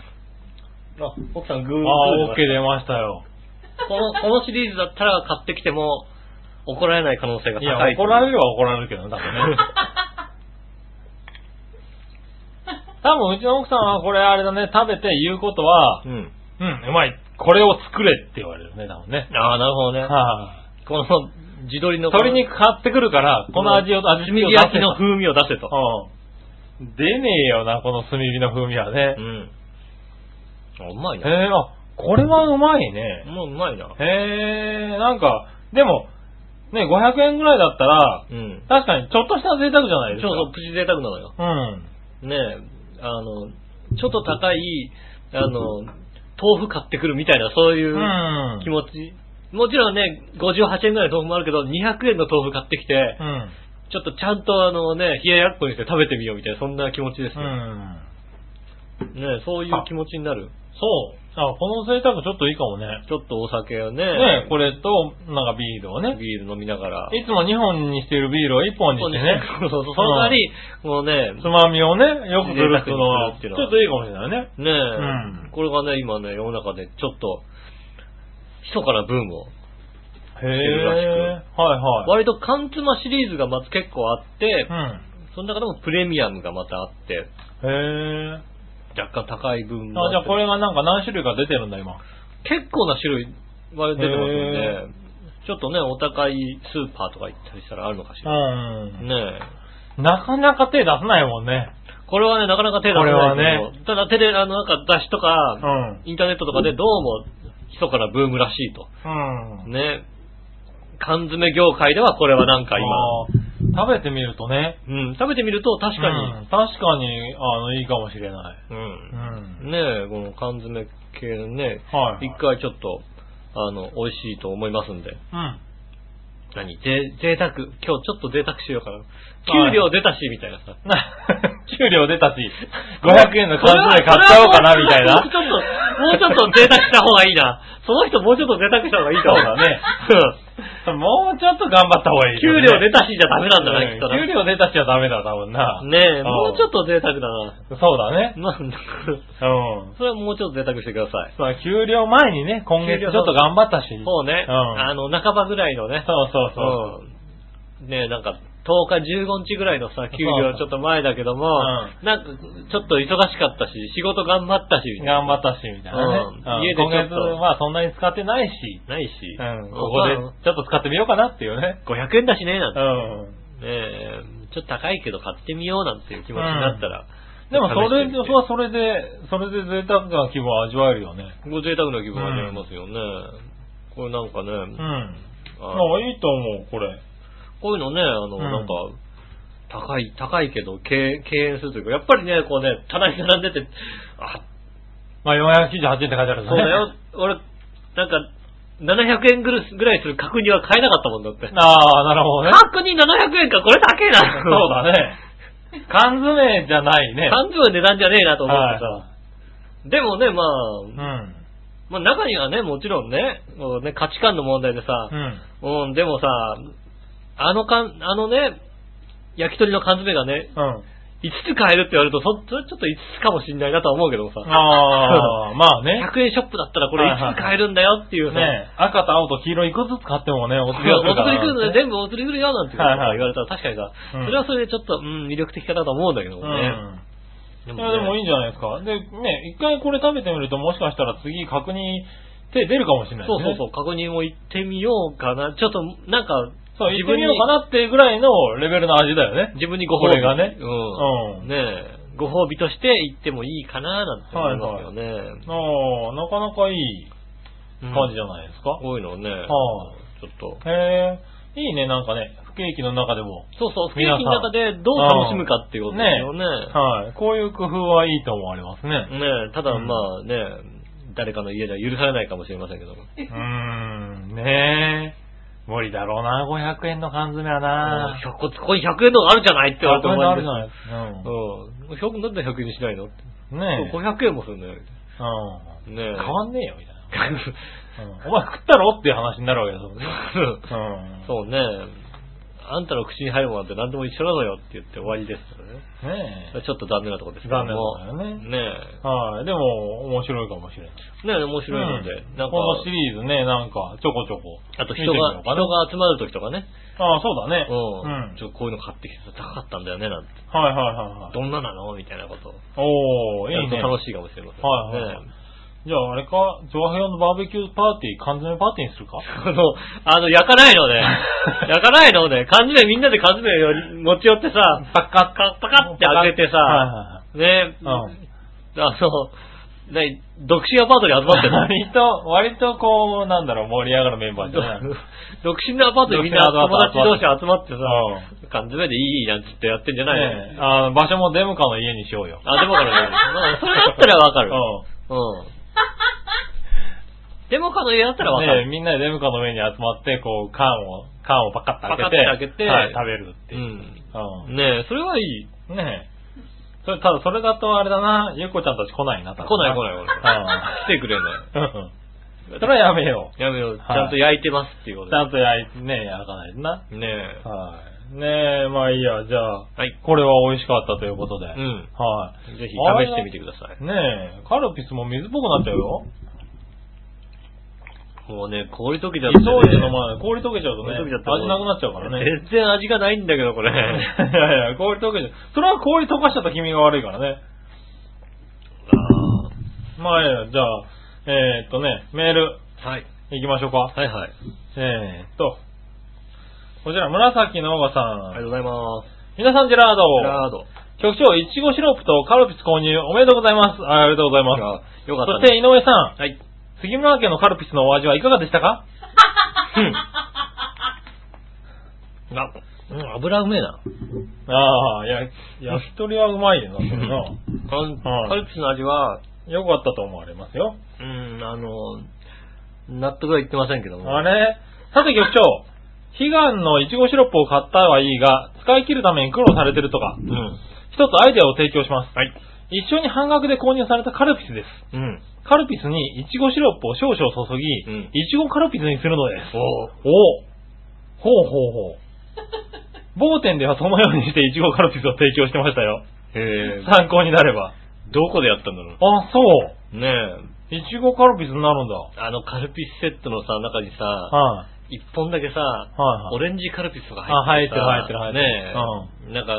S2: あ、奥さん、グー
S3: ああ、
S2: グー
S3: OK 出ましたよ。
S2: この、このシリーズだったら買ってきても、怒られない可能性が
S3: い
S2: 高い
S3: や、怒 られるは怒られるけどね、多分ね。多分うちの奥さんはこれあれだね、食べて言うことは、
S2: うん。
S3: うん、うまい。これを作れって言われるね、多分ね。
S2: ああ、なるほどね。
S3: は
S2: この自撮り
S3: い
S2: の
S3: 鶏肉買ってくるから、この味を、味
S2: 炭
S3: 見を出
S2: 焼
S3: せ
S2: きの
S3: と
S2: 風味を出せと。
S3: うん。出ねえよな、この炭火の風味はね
S2: う。ん。あうまい
S3: へ
S2: な。
S3: え、あ、これはうまいね。
S2: もううまいな。
S3: へえ、なんか、でも、ね、500円ぐらいだったら、
S2: うん。
S3: 確かにちょっとした贅沢じゃな
S2: そう
S3: いですか。
S2: そう、プチ贅沢なのよ。
S3: うん。。
S2: ねえ、あの、ちょっと高い、あの、豆腐買ってくるみたいな、そういううん気持ち。もちろんね、58円ぐらいの豆腐もあるけど、200円の豆腐買ってきて
S3: う、ん。
S2: ちょっとちゃんとあのね、冷ややっこにして食べてみようみたいな、そんな気持ちです
S3: う
S2: ね。
S3: ん。
S2: ねえそういう気持ちになる。
S3: そう。あ、この贅沢ちょっといいかもね。
S2: ちょっとお酒をね、
S3: ね、これと、なんかビールをね。
S2: ビール飲みながら。
S3: いつも2本にしているビールを1本にしてね。
S2: そうそうそう、その代わり、もうね、
S3: つまみをね、よくするっていうのは、
S2: 贅沢にするって
S3: ち
S2: いうのは
S3: ょっといいかもしれないね。
S2: ねえ、
S3: うん
S2: これがね、今ね、世の中でちょっと、密かなブームを。
S3: へ
S2: るらしく
S3: え。はいはい。
S2: 割と缶詰シリーズがまず結構あって
S3: う、ん。
S2: その中でもプレミアムがまたあって、
S3: へえ。
S2: 若干高い部分も
S3: あ、じ
S2: あ
S3: ゃあ
S2: って
S3: これがなんか何種類か出てるんだ、今。
S2: 結構な種類は出てますんで、
S3: へ
S2: ちょっとね、お高いスーパーとか行ったりしたらあるのかしら。
S3: う
S2: ねえ。
S3: ん。なかなか手出さないもんね。
S2: これはね、なかなか手出せないけど、ただ手で、あの、なんか雑誌と
S3: う
S2: か、
S3: ん。
S2: インターネットとかでどうも、密かなブームらしいと。
S3: うん。
S2: ね缶詰業界ではこれはなんか今、
S3: あー食べてみるとね。
S2: うん、食べてみると確かに、
S3: うん確かに、あの、いいかもしれない。
S2: うん
S3: う。ん。
S2: ねえ、この缶詰系のね、
S3: はい。
S2: 一回ちょっと、あの、美味しいと思いますんで。
S3: うん。
S2: 何ぜ贅沢。今日ちょっと贅沢しようか
S3: は
S2: な。
S3: い
S2: 給料出たし、みたいな さ。
S3: な、給料出たし、500円の缶詰買っちゃおうかな、みたい
S2: もう
S3: な。
S2: ちょっと、もうちょっと贅沢した方がいいな。その人もうちょっと贅沢した方がいいと思う
S3: そうだね。
S2: うん
S3: もうちょっと頑張った方がいい
S2: 給
S3: よね、
S2: 料出たしじゃダメなんだな、きっとな
S3: うん給料出たしじゃダメだ、多分な。
S2: ねえ、
S3: ん
S2: もうちょっと贅沢だな。
S3: そうだね。
S2: まあ、
S3: うん。
S2: それはもうちょっと贅沢してください。
S3: そう、給料前にね、今月ちょっと頑張ったし。
S2: そうね。
S3: うん
S2: あの、半ばぐらいのね。
S3: そうそうそう。
S2: うん。ねえ、なんか、10日、15日ぐらいのさ、給
S3: そう
S2: 料
S3: そう
S2: ちょっと前だけども、
S3: う
S2: なんか、ちょっと忙しかったし、仕事頑張ったし、みたいな。
S3: 頑張ったし、みたいなね。
S2: うん
S3: うん
S2: 家でちょ
S3: 今
S2: っと
S3: 月はそんなに使ってないし、
S2: ないし、
S3: うん、ここでちょっと使ってみようかなっていうね。
S2: まあ500円だしね、なん
S3: う
S2: て。ね
S3: ん。
S2: え、ちょっと高いけど買ってみようなんていう気持ちになったら。
S3: でもそれ
S2: 試し
S3: で、
S2: てみて
S3: はそれで、それで贅沢な気分を味わえるよね。
S2: ご贅沢な気分が出ますよね。これなんかね、
S3: うん。
S2: あの
S3: あ、いいと思う、これ。
S2: こういうのね、あの、
S3: ん
S2: なんか、高い、高いけど、敬敬遠するというか、やっぱりね、こうね、棚に並んでて、あ、
S3: まあ、498円って書いてある
S2: そうだよ。、俺、なんか、700円ぐるぐらいする角煮は買えなかったもんだって。
S3: ああ、なるほどね。
S2: 角煮700円か、これ高えな。
S3: そ うだね。缶詰じゃないね。
S2: 半分は値段じゃねえなと思って
S3: は
S2: さ。でもね、まあ、
S3: うん。
S2: まあ中にはね、もちろんね、もうね価値観の問題でさ
S3: う、ん。
S2: うん、でもさ、あのかん、あのね、焼き鳥の缶詰がね、
S3: うん。
S2: 5つ買えるって言われると、そそれちょっと5つかもしんないなとは思うけどもさ、
S3: ああ、まあね。
S2: 100円ショップだったらこれ
S3: はいはい
S2: 5つ買えるんだよっていうさ、
S3: ね赤と青と黄色いくつ買ってもね、お
S2: お
S3: 釣
S2: 釣
S3: り
S2: り
S3: が来るから
S2: 来るので全部お釣り来るよなんて言
S3: はいはい
S2: われたら確かにさ、
S3: うん
S2: それはそれでちょっと、うん、魅力的かなと思うんだけどもね。
S3: うん。いや、でもいい
S2: い
S3: んじゃないですか。で、ね、一回これ食べてみると、もしかしたら次、確認、手出るかもしれない
S2: そう
S3: ね。
S2: そうそう、確認を行ってみようかな。ちょっと、なんか、
S3: そう。
S2: 自
S3: 自
S2: 分
S3: 分
S2: に
S3: ようかなっていうぐらいのレベルの味だよね。
S2: 自分にご褒美
S3: これがね
S2: うん。
S3: うん
S2: ねえご褒美として行ってもいいかななんて思いますよね。
S3: ああ、なかなかいい
S2: うん
S3: 感じじゃないですか。
S2: こういうのをね、ちょ
S3: は
S2: っと。
S3: へえ、いいね、なんかね、不景気の中でも。
S2: そうそう、不景気
S3: 皆さん
S2: の中でどう楽しむかっていうことですよね。
S3: はい。こういう工夫はいいと思われま すね。
S2: ねえただ
S3: うん
S2: まあね、誰かの家では許されないかもしれませんけども。
S3: うーん、ねえ。無理だろうな、500円の缶詰はな。
S2: ひょここに100円のがあるじゃないって言われて
S3: 100円
S2: も
S3: のあ
S2: ら
S3: るじゃ
S2: い
S3: ないですか。
S2: うん。100なんで100円にしないのって。
S3: うん。ねえ。
S2: 500円もするんだよ。
S3: う
S2: ねえ
S3: ん。変わんねえよ、みたい な。うんお前食ったろっていう話になるわけですよ。うん。
S2: そうね。あんたの口に入るものって何でも一緒なのよって言って終わりですからね。
S3: ねえ。
S2: ちょっと残念なとこですけども。
S3: 残念なとこ
S2: ね
S3: はい。でも、面白いかもしれない。
S2: え。ねえ、面白いので。な
S3: うん
S2: んか、
S3: このシリーズね、なんか、ちょこちょこ。
S2: あと
S3: 見て
S2: 人
S3: みよ
S2: が、
S3: う
S2: 人
S3: かな
S2: が集まるときとかね。
S3: ああ、そうだね。
S2: うん。
S3: うん
S2: ちょっとこういうの買ってきて高かったんだよね、なんて。
S3: はいはいはいはい。
S2: どんななのみたいなことを。
S3: おおいい
S2: や
S3: ね。
S2: ると楽しいかもしれません。
S3: はいはいはい
S2: ね
S3: じゃああれか、上辺用のバーベキューパーティー、缶詰パーティーにするか
S2: あの、 あの、焼かないのね。焼かないのね。缶詰みんなで缶詰より持ち寄ってさ、パカッパカッって開けて
S3: はい
S2: さ、ね、
S3: はいはい。うん。
S2: あの、何、独身アパートに集まってるの
S3: 割と、割とこう、なんだろう、盛り上がるメンバーじゃ ない。うん。
S2: 独身のアパートにみんな友達同士集まってさ、
S3: ね
S2: 缶詰でいいなんつってやってんじゃない
S3: え
S2: の
S3: あの場所もデムカの家にしようよ。
S2: あ、でもから ね。まあそれだったらわかる。うん。でもかの家だったらわか
S3: ねえ
S2: る。
S3: みんなでデムカの上に集まって、こう、缶を、缶をパカッと開け
S2: パカッ
S3: て、
S2: と開けて
S3: はい、食べるって
S2: う
S3: いう。
S2: ん。
S3: うん。
S2: ねえ、それはいい。
S3: ねえ。それ、ただそれだとあれだな、ゆっこちゃんたち来ないな、
S2: 来
S3: 来
S2: ない来ない来ない。来てくれない。
S3: うん。 それはやめよ
S2: やめよう。ち
S3: はい
S2: ゃんと焼いてますっていうこ
S3: う。
S2: と
S3: ちゃんとやい、ねえ、やらかないとな。
S2: で。ねえ。
S3: はい。ねえ、まあいいや、じゃ
S2: は
S3: あ、
S2: い。
S3: これは美味しかったということで。
S2: うん。
S3: は
S2: ぜひ試してみてくださ
S3: い。ねえ、カルピスも水っぽくなっちゃうよ。
S2: い。もうね、氷溶けちゃ
S3: 急
S2: っ
S3: い
S2: て、ね。
S3: で飲まない。氷溶けちゃうとね、
S2: 氷溶けちゃってもう
S3: 味なくなっちゃうからね。
S2: 全然味がないんだけど、こ れ。
S3: いやいや、氷溶けちゃう。それは氷溶かしちゃった君が悪いからね。まあいいや、じゃあ、えー、っとね、メール、
S2: はい。
S3: 行きましょうか。
S2: はいはい。
S3: えー、っと、こちら、紫のおばさ
S2: ありがと
S3: ん。
S2: うございます。
S3: 皆さん、ジェラー
S2: ジェラ
S3: ド。
S2: ード。
S3: 局長、いちごシロップとカルピス購入おめでとうございます。あありがとうございます。
S2: あよか
S3: そ
S2: っ
S3: したて、
S2: ね。
S3: 井上さん。
S2: はい。
S3: 杉村家のカルピスのお味はいかがでしたか
S2: あ、うん、油うめえな。
S3: ああ、や、焼き鳥はうまいよな、それ な。
S2: カル
S3: はい
S2: カルピスの味は、
S3: よかったと思われますよ。
S2: うん、あの、納得はいってませんけども。
S3: あれさて局長、悲願のいちごシロップを買ったはいいが、使い切るために苦労されてるとか、
S2: うん。
S3: 一つアイデアを提供します。
S2: はい。
S3: 一緒に半額で購入されたカルピスです。
S2: うん。
S3: カルピスにいちごシロップを少々注ぎ、
S2: うん
S3: いちごカルピスにするのです。
S2: おー
S3: おほうほうほ う。某店ではそのようにしていちごカルピスを提供してましたよ。
S2: へえ。
S3: 参考になれば。
S2: どこでやったんだろう
S3: あ、そう。
S2: ね
S3: いちごカルピスになるんだ。
S2: え。あの、カルピスセットのさ、中にさ、
S3: はい。
S2: 一本だけさ、
S3: はい
S2: オレンジカルピスとか
S3: あ、
S2: 入
S3: 入
S2: っ
S3: って
S2: る
S3: てる
S2: さ
S3: 入ってる入ってる。
S2: ねえ、なんか、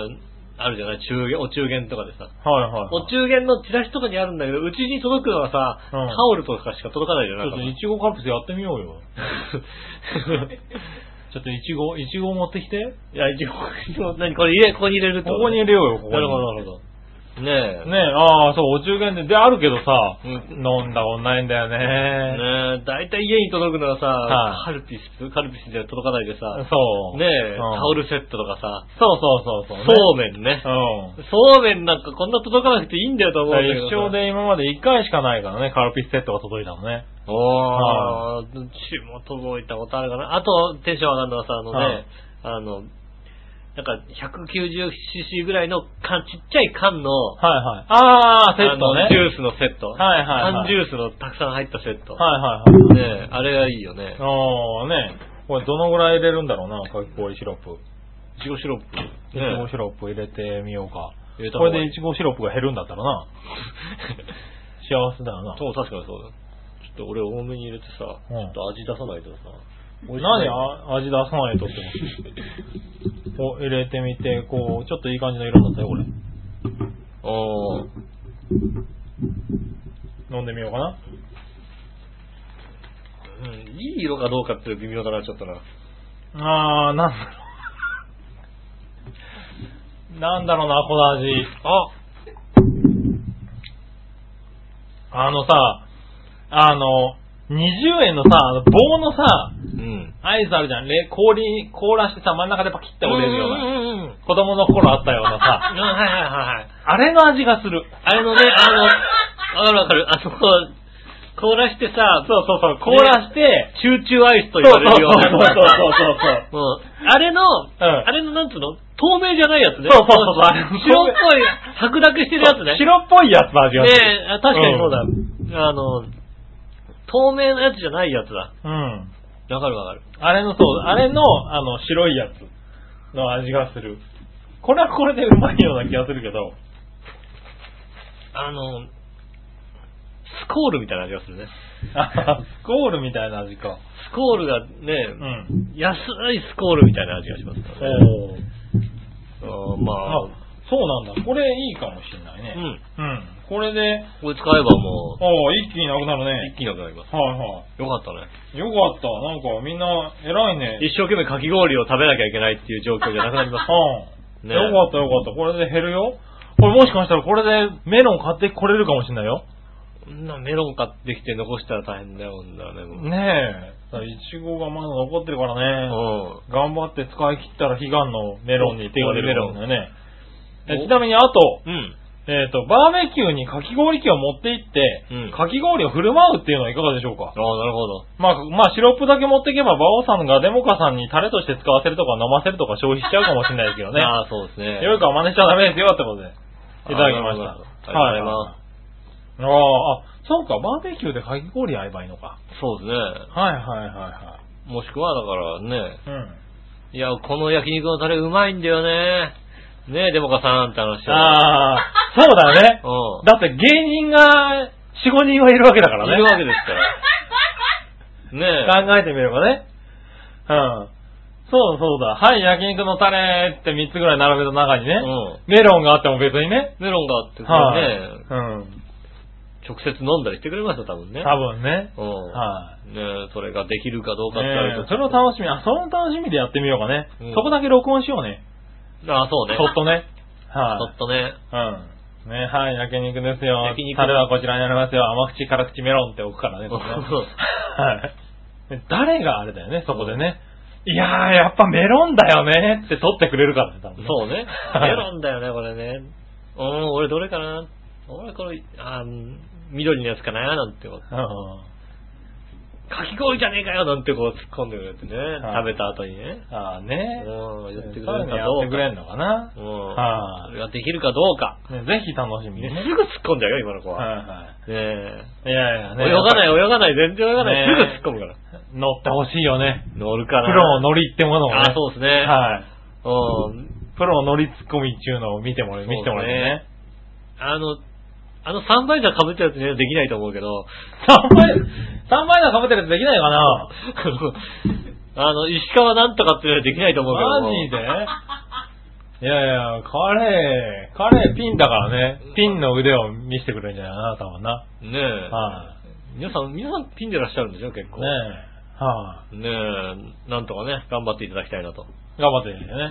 S2: あるじゃない中元、お中元とかでさ。
S3: うん。はいはい。
S2: お中元のチラシとかにあるんだけど、うちに届くのはさ、
S3: うん
S2: タオルとかしか届かないじゃ
S3: ちょっと
S2: ない
S3: いちごカルピスやってみよ うよ。ちょっといちご、いちご持ってきて。
S2: いや、いちご、何これ入れ、ここに入れる。
S3: ことこに入れようよ、ここに。
S2: なるほど、なるほど。ねえ。
S3: ねえ、ああ、そう、お中元で、で、あるけどさ、
S2: うん
S3: 飲んだことないんだよね。
S2: ねえ、大体家に届くのはさ、
S3: は
S2: カ
S3: い
S2: ルピス、カルピスじゃ届かないでさ、
S3: そう。
S2: ねえ、
S3: うん
S2: タオルセットとかさ、
S3: そうそうそうそう。
S2: そうめんね。
S3: う。
S2: そうめんなんかこんな届かなくていいんだよと
S3: う
S2: 思う
S3: ん。
S2: ん
S3: だか
S2: だけど
S3: ら一
S2: さ。
S3: 生で今まで一回しかないからね、カルピスセットが届いたのね。
S2: おー、うちも届いたことあるかな。あと、テンション上がるのはさ、あのね、
S3: はい
S2: あの、なんか 190cc ぐらいの缶、ちっちゃい缶の、
S3: はいはい。ああ、セット
S2: あの
S3: ね。
S2: ジュースのセット。
S3: はいはいはい
S2: 缶ジュースのたくさん入ったセット。
S3: はいはいはい。
S2: ねえあれがいいよね。
S3: ああ、ねこれどのぐらい入れるんだろうな、かき氷シロップ。
S2: いちごシロップ。
S3: いちごシロップ入れてみようか。
S2: 入れた
S3: こ
S2: 方がいい
S3: れ でいちごシロップが減るんだったらな。幸せだよな。
S2: そう、確かにそうだ。ちょっと俺多めに入れてさ、
S3: うん
S2: ちょっと味出さないとさ。
S3: 何あ味出さないとって。を入れてみて、こう、ちょっといい感じの色だったよ、これ。
S2: おー。
S3: 飲んでみようかな。
S2: うん、いい色かどうかって微妙だな、ちょっとな。
S3: あー、なんだろう。 なんだろうな、この味。ああのさ、あの、20円のさ、あの棒のさ、
S2: うん。
S3: アイスあるじゃん。れ氷、凍らしてさ、真ん中でパキッて折れるよう
S2: うん
S3: な。
S2: うんうん。
S3: 子供の頃あったような
S2: あ、はい
S3: さ、
S2: はいはいはい。
S3: あれの味がする。
S2: あれのね、あの、わかるわかる。あそこ、凍らしてさ、
S3: そうそうそう、凍らして、
S2: チューチューアイスと
S3: そう
S2: 言
S3: そ
S2: わ
S3: う
S2: れるような。
S3: そうそうそうそう。
S2: もうあれの、あれのなんつうの透明じゃないやつね。
S3: そうそうそうそうあれの透
S2: 白っ
S3: 明
S2: ぽい、白濁してるやつね。
S3: 白っぽいやつの味がす
S2: ね
S3: る。
S2: え、あ確かにそうだ。あの、透明のやつじゃないやつだ。
S3: うん。
S2: わかるわかる。
S3: あれの、そう、あれの、あの、白いやつ。の味がする。これはこれでうまいような気がするけど、
S2: あの、スコールみたいな味がするね。
S3: あスコールみたいな味か。
S2: スコールがね、
S3: うん。
S2: 安いスコールみたいな味がしますからね。あ
S3: おー
S2: ーまあ、
S3: あ、そうなんだ。これいいかもしれないうね。
S2: ん。
S3: うん。これで、
S2: これ使えばも
S3: ああ、一気になくなる
S2: う、
S3: ね。
S2: 一気になくなります。
S3: はいは
S2: よかったね。
S3: い。よかった。なんかみんな偉いね。
S2: 一生懸命かき氷を食べなきゃいけないっていう状況じゃなくなります。
S3: うん。
S2: ね
S3: よかったよかった。これで減るよ。これもしかしたらこれでメロン買ってこれるかもしれないよ。
S2: こんなメロン買ってきて残したら大変だよ、女はね。もう
S3: ねえ。だからイチゴがまだ残ってるからね。
S2: うん。
S3: 頑張って使い切ったら悲願のメロンに手が出るんだよね。
S2: お
S3: えちなみにあと、
S2: うん。
S3: えっ、と、バーベキューにかき氷機を持って行って、
S2: うん
S3: かき氷を振る舞うっていうのはいかがでしょう
S2: あ
S3: か
S2: あ、なるほど。
S3: まあ、まあ、シロップだけ持っていけば、馬王さんがデモカさんにタレとして使わせるとか飲ませるとか消費しちゃうかもしれないですけどね。
S2: ああ、そうですね。
S3: よいか真似しちゃダメですよってことで、いただきま
S2: あな
S3: し
S2: るほ
S3: た。。
S2: どありがとうございます
S3: ああ、あ、そうか、バーベキューでかき氷合えばいいのか。
S2: そうですね。
S3: はいはいは
S2: もしくは、だからね、
S3: いはい。うん。
S2: いや、この焼肉のタレうまいんだよね。ねえ、デモカさんって話を。
S3: ああ、 そうだね。
S2: うん。
S3: だって芸人が4、5人はいるわけだからね。
S2: いるわけですから。ね
S3: 考えてみればね。うん。そうだそうだ。はい、焼肉のタレって3つぐらい並べた中にね
S2: え。。うん。
S3: メロンがあっても別にね。
S2: メロンがあって、こ
S3: は
S2: れ
S3: い、
S2: ね、
S3: うん。
S2: 直接飲んだりしてくれますよ、多分ね。
S3: 多分ね。
S2: うん。
S3: は
S2: ねえそれができるかどう
S3: い。
S2: かってある
S3: ね
S2: と。
S3: それを楽しみ、あ、その楽しみでやってみようかね
S2: うん。
S3: そこだけ録音しようね。
S2: ああ、そうね。
S3: そっとね。
S2: ちょ
S3: は
S2: っとね。
S3: い。うん。ね、はい、焼肉ですよ。
S2: 焼肉
S3: タレはこちらにありますよ。甘口、辛口、メロンって置くからね。ここねはい。で誰があれだよね、そこでね。いやー、やっぱメロンだよねって取ってくれるからね、多分ね
S2: そう ね。
S3: はい
S2: メロンだよね、これね。うん、俺どれかな俺これ、あー緑のやつかななんてこう
S3: うん。
S2: かき氷じゃねえかよなんてこう突っ込んでくれてね。
S3: はい
S2: 食べた後にね。
S3: ああね。
S2: うん、やってく
S3: そう
S2: れる
S3: いうの
S2: か
S3: や
S2: どう
S3: って
S2: か。
S3: くれんのかな。
S2: うん。
S3: はい
S2: それができるかどうか。
S3: ねぜひ楽しみ
S2: す
S3: に
S2: ぐ突
S3: ね。
S2: っ込んじゃうよ、今の子
S3: は
S2: は。
S3: いは
S2: ねえ。
S3: い。いやいやね。
S2: 泳がない、
S3: やっ
S2: 泳がない、全然泳がない。
S3: ねえ
S2: すぐ突っ込むから。
S3: ぱり乗ってほしいよね。
S2: 乗る
S3: プ
S2: かな。
S3: ロの乗りってものをね。
S2: あ、そうですね。
S3: はい。
S2: うん。
S3: プロの乗りツッコミっていうのを見てもら、
S2: そううね
S3: 見せてもらってね。
S2: あの、あの3倍じゃ被ってるやつにはできないと思うけど、
S3: 3倍、三倍の被ってるやつできないかな
S2: あの、石川なんとかっていうのはできないと思うけど。
S3: マジでいやいや、カレー、カレーピンだからね。ピンの腕を見せてくれるんじゃないかな、多分な。
S2: ねえ。
S3: は
S2: 皆さん、皆さんピンでいらっしゃるんでしょ、結
S3: い。
S2: 構。
S3: ねえ。は
S2: ねえ、なんとかね、頑張っていただきたいなと。ね
S3: い。頑張ってるよね。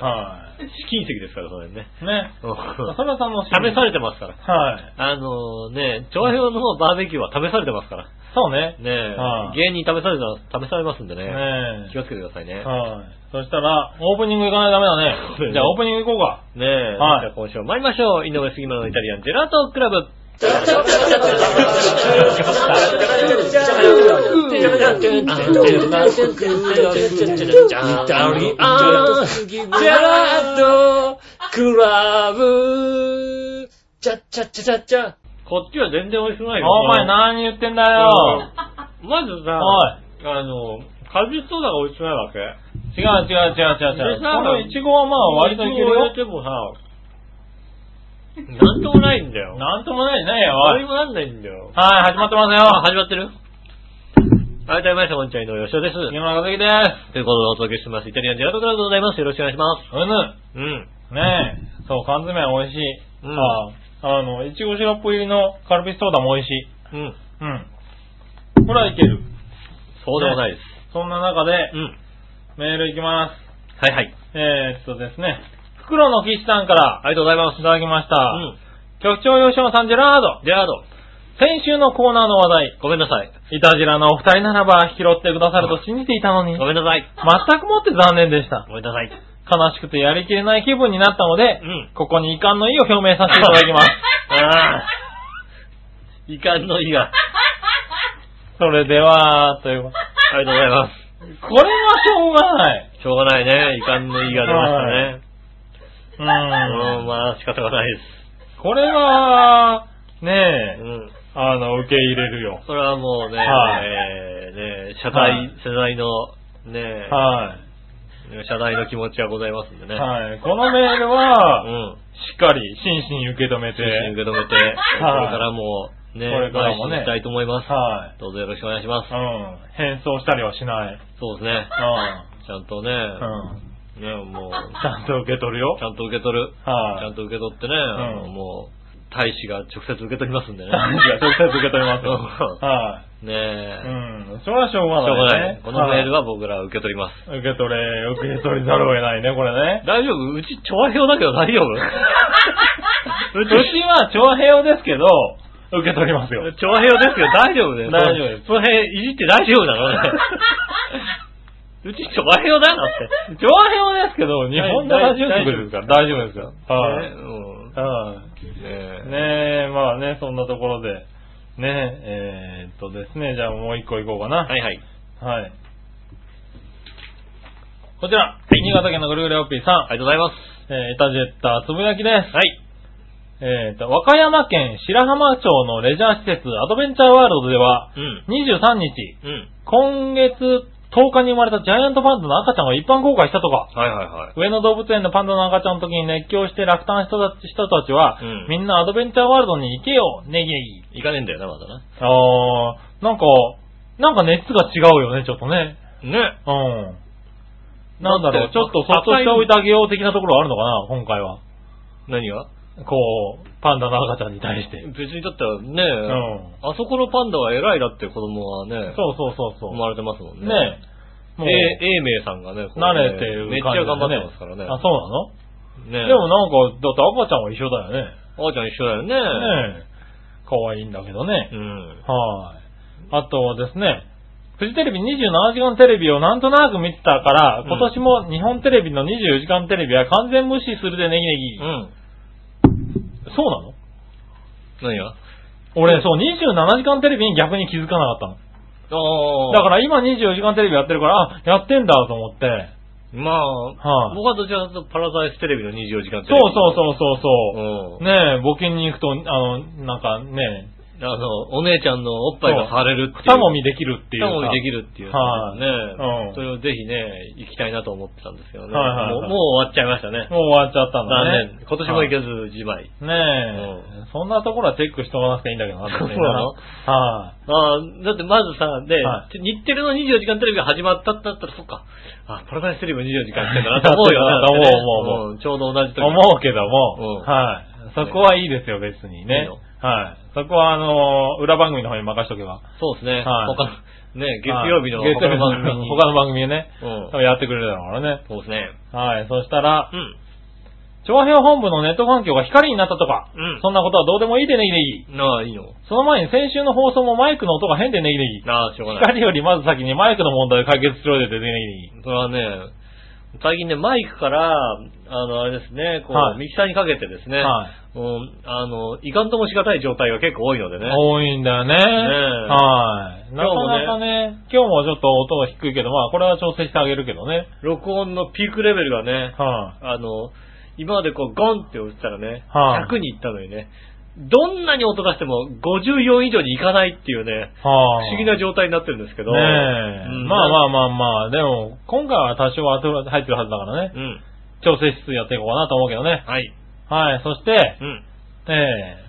S2: え。
S3: は
S2: 試金石ですから、それ ね。
S3: い。ね。
S2: うん
S3: それは楽しみ。
S2: 試されてますから。
S3: はい。
S2: あのね、長編のバーベキューは試されてますから。
S3: そうね。
S2: ねえ
S3: は、い
S2: 芸人試された試されますんでね。
S3: ね
S2: 気をつけてくださいね。
S3: はい。そしたら、オープニング行かないとダメ
S2: そうだ
S3: だ
S2: よね
S3: ね。じゃあ、オープニング行こうか。
S2: ねえ、
S3: はい
S2: じゃあ今週も参りましょう。井上杉村のイタリアンジェラートクラブ。こっちは全然美味しくないよ。
S3: お前何言ってんだよ。
S2: うんまずさ、
S3: はい
S2: あの、果実ソーダが美味しくないわけ。
S3: 違う違う違う違う違う。
S2: で
S3: こ
S2: さ
S3: のイチゴはまあ割といける
S2: こうやっ
S3: よ。
S2: てもさ、なんともないんだよ。
S3: なんともないね、お
S2: 何
S3: い。
S2: もなんないんだよ。
S3: はい、始まってます
S2: あ、
S3: よ。
S2: 始まってるはい、どうも皆さんこんにちは、井上芳雄です。
S3: 杉村和樹です。
S2: ということでお届けしてます。イタリアンジェラートクラブでございます。よろしくお願いしま
S3: うぬ。
S2: す。うん。
S3: ねえ。そう、缶詰美味しい。
S2: うん
S3: ああの、イチゴシロップ入りのカルピスソーダも美味しい。
S2: うん。
S3: うん。これはいける。
S2: そうでもないです。
S3: そんな中で、
S2: うん。
S3: メールいきます。
S2: はいはい。
S3: えー、っとですね、袋の岸さんから、ありがとうございます。いただきました。
S2: うん。
S3: 局長吉野さん、ジェラード。
S2: ジェラード、
S3: 先週のコーナーの話題、
S2: ごめんなさい。
S3: いたじらのお二人ならば拾ってくださると信じていたのに、
S2: ご
S3: 全
S2: めんなさい。
S3: くもって残念でした。
S2: ごめんなさい。
S3: 悲しくてやりきれない気分になったので、
S2: うん
S3: ここに遺憾の意を表明させていただき ます。
S2: ああ。遺憾の意が。
S3: それでは、というこ
S2: ありがとうございま
S3: れはしょうがない。
S2: す。しょうがないね。遺憾の意が出ましたね。
S3: う
S2: うん、
S3: ん。
S2: まあ仕方がないです。
S3: これは、
S2: う
S3: ねえ、
S2: ん。
S3: あの、受け入れるよ。
S2: それはもうね、
S3: はい
S2: えーね、社
S3: はい
S2: 会、世代の、ね、
S3: はい。
S2: 謝罪の気持ちはございますんでね。
S3: はい。このメール
S2: う
S3: は、
S2: ん。
S3: しっかり真摯に受け止めて、
S2: 真摯に受け止めて、これからもね、
S3: これからもね
S2: 愛していきたいと思います。
S3: は
S2: どうぞよろしくお願いします。
S3: うん。変装したりはしない。
S2: そうですね。ちゃんとね、
S3: うん。うん。
S2: ね、もう、
S3: ちゃんと受け取るよ
S2: ち。ゃんと受け取る。
S3: はい
S2: ちゃんと受け取ってね、あの
S3: うん
S2: もう、大使が直接受け取りますんでね。
S3: 大使が直接受け取りますよ
S2: うん
S3: は
S2: ね
S3: い。
S2: え
S3: う。ん。それはしょう
S2: しょうが
S3: がな
S2: ないい
S3: ね。。
S2: このメール
S3: は
S2: は僕ら受け取ります。
S3: い。受け取れ、受け取りざるを得ないね、これね。
S2: 大丈夫うち、調和表だけど大丈 夫
S3: うちは長平ですけど、受け取りますよ。
S2: 調和表ですけど大丈夫だよ。
S3: 大丈夫です
S2: その辺いじって大丈夫 なのね。うち調和表だなって。
S3: 長平ですけど、日本のラジオ局ですから大丈夫ですよ。はい。
S2: ねうん
S3: はい。
S2: ねえ
S3: ねえ、まあね、そんなところで。ねえ、えーっとですね、じゃあもう一個いこうかな。
S2: はいはい。
S3: はい。こちら、新潟県のぐるぐるおっぴーさん。
S2: ありがとうございます。
S3: えーエタジェッターつぶやきです。
S2: はい。
S3: えーと、和歌山県白浜町のレジャー施設アドベンチャーワールドでは、
S2: うん。
S3: 23日、
S2: うん。
S3: 今月10日に生まれたジャイアントパンダの赤ちゃんを一般公開したとか、
S2: はいはいはい。
S3: 上野動物園のパンダの赤ちゃんの時に熱狂して落胆したたち人たちは、
S2: うん
S3: みんなアドベンチャーワールドに行けよ、ネギネギ。
S2: 行かねえんだよな、まだな。
S3: あー、なんか、なんか熱が違うよね、ちょっとね。
S2: ね。
S3: うん。なんだ
S2: だっ
S3: ろう、
S2: て
S3: ちょっとそっとしておいてあげよう的なところあるのかな、今回は。
S2: 何が
S3: こう、パンダの赤ちゃんに対して。
S2: 別にだったらね、
S3: うん
S2: あそこのパンダは偉いだって子供はね、
S3: そうそうそうそう。
S2: 生まれてますもんね。
S3: ねえ。もう、
S2: え、英明さんがね、こうね
S3: 慣れてる
S2: めっちゃ
S3: 感じ、ね。
S2: 頑張ってますからね。
S3: あ、そう
S2: ね
S3: な
S2: え
S3: のでもなんか、だって赤ちゃんは一緒だよね。
S2: あーちゃん一緒だよね。
S3: ねえ。可愛いんだけどね。
S2: うん。
S3: はい。あとはですね、フジテレビ27時間テレビをなんとなく見てたから、
S2: うん
S3: 今年も日本テレビの24時間テレビは完全無視するでネギネギ。
S2: うん。
S3: そうなの
S2: 何が
S3: 俺、そう、27時間テレビに逆に気づかなかっ
S2: あ
S3: たの。
S2: あ。
S3: だから今24時間テレビやってるから、あ、やってんだと思って。
S2: ら、まあ、
S3: はい
S2: 僕はどちらかというとパラダイステレビの24時間テレビ。
S3: そうそうそうそう
S2: う。う
S3: そう。
S2: ん。
S3: ねえ、募金に行くと、あの、なんかね、
S2: あの、お姉ちゃんのおっぱいが腫れるっていう。
S3: 二もみできるってい
S2: 二
S3: う
S2: もみ
S3: か。
S2: できるっていう。
S3: はい
S2: ね
S3: うん
S2: それをぜひね、行きたいなと思ってたんですけどね。
S3: はいはいは
S2: もうも
S3: い
S2: う終わっちゃいましたね。
S3: もう終わっちゃったんだね。
S2: 残念。今年も行けず、自前。
S3: ねえ、そんなところはチェックしとかなくていいんだけどな、
S2: そうなの
S3: は
S2: ああ、
S3: い、
S2: だってまずさ、で、
S3: は
S2: 日テレの24時間テレビが始まったってなったら、そっか、あ、パラダイステレビの24時間ってんだなと思うよ
S3: 思う
S2: だってね
S3: 思う思
S2: んちょうど同じ時。
S3: 思うけども、
S2: うん
S3: はい、そこはいいですよ、別に
S2: いい
S3: ね
S2: の。
S3: はい、そこは、あのー裏番組の方に任しとけば。
S2: そうですね。
S3: はい
S2: 他の、ね、月曜日の
S3: はい月
S2: 他の
S3: 曜日
S2: 番組に。
S3: 他の番組をね、
S2: うん
S3: 多。分やってくれるだろうからね。
S2: そうですね。
S3: はい、そしたら
S2: う、ん。
S3: 長編本部のネット環境が光になったとか、
S2: うん
S3: そんなことはどうでもいいでネギネギ。
S2: なあ、いいの。
S3: その前に先週の放送もマイクの音が変でネギネギ。
S2: なあ、しょうがない。
S3: 光よりまず先にマイクの問題を解決しろよでネギネギ。
S2: それはね、最近ね、マイクから、あの、あれですね、こう、
S3: はい
S2: ミキサーにかけてですね、
S3: はい
S2: うん、あの、いかんともしがたい状態が結構多いのでね。
S3: 多いんだよね。
S2: え
S3: はい。
S2: 今日
S3: なか
S2: もね
S3: なかね、今日もちょっと音が低いけど、まあこれは調整してあげるけどね。
S2: 録音のピークレベルがね、
S3: は
S2: あの、今までこう、ゴンって打ったらね、
S3: はい
S2: 100に行ったのにね、どんなに音出しても54以上に行かないっていうね、
S3: い。は
S2: 不
S3: い。
S2: 思議な状態になってるんですけど。
S3: ねえ、
S2: うん
S3: まあまあまあまあ、でも、今回は多少は入ってるはずだからね。
S2: うん。
S3: 調整室やっていこうかなと思うけどね。
S2: はい。
S3: はい。そして
S2: う、ん。
S3: え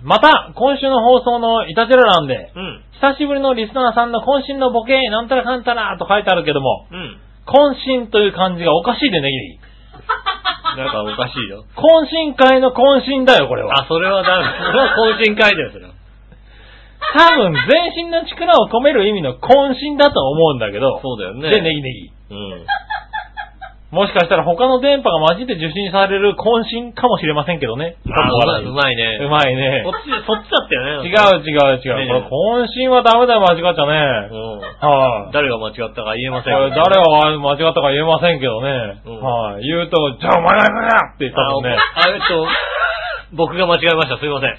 S3: えまた、今週の放送のイタジェラ欄で、
S2: うん。
S3: 久しぶりのリスナーさんの渾身のボケ、なんたらかんたらと書いてあるけども、
S2: うん。
S3: 渾身という漢字がおかしいでね、ギリ。
S2: なんかおかしいよ。
S3: 懇親会の懇親だよ、これは。
S2: あ、それはダメ。それは懇親会ですよ。
S3: 多分、全身の力を込める意味の渾身だと思うんだけど、
S2: そうだよね。
S3: で、ネギネギ。
S2: うん。
S3: もしかしたら他の電波が混じって受信される渾身かもしれませんけどね。
S2: あーう
S3: うま
S2: まいね。
S3: い。うまいね
S2: こ。っち、そっちだったよね。
S3: 違。う違う違う。こ
S2: ね
S3: れ渾身はダメだよ、間違っちゃね。
S2: う
S3: は
S2: ん。
S3: い。
S2: 誰が間違ったか言えませんけど
S3: 誰
S2: ね。
S3: が間違ったか言えませんけどね。
S2: うん
S3: はい。言うと、じゃあお前が行くなって言ったもんね。
S2: ああえっと、僕が間違えました。すいません。
S3: はい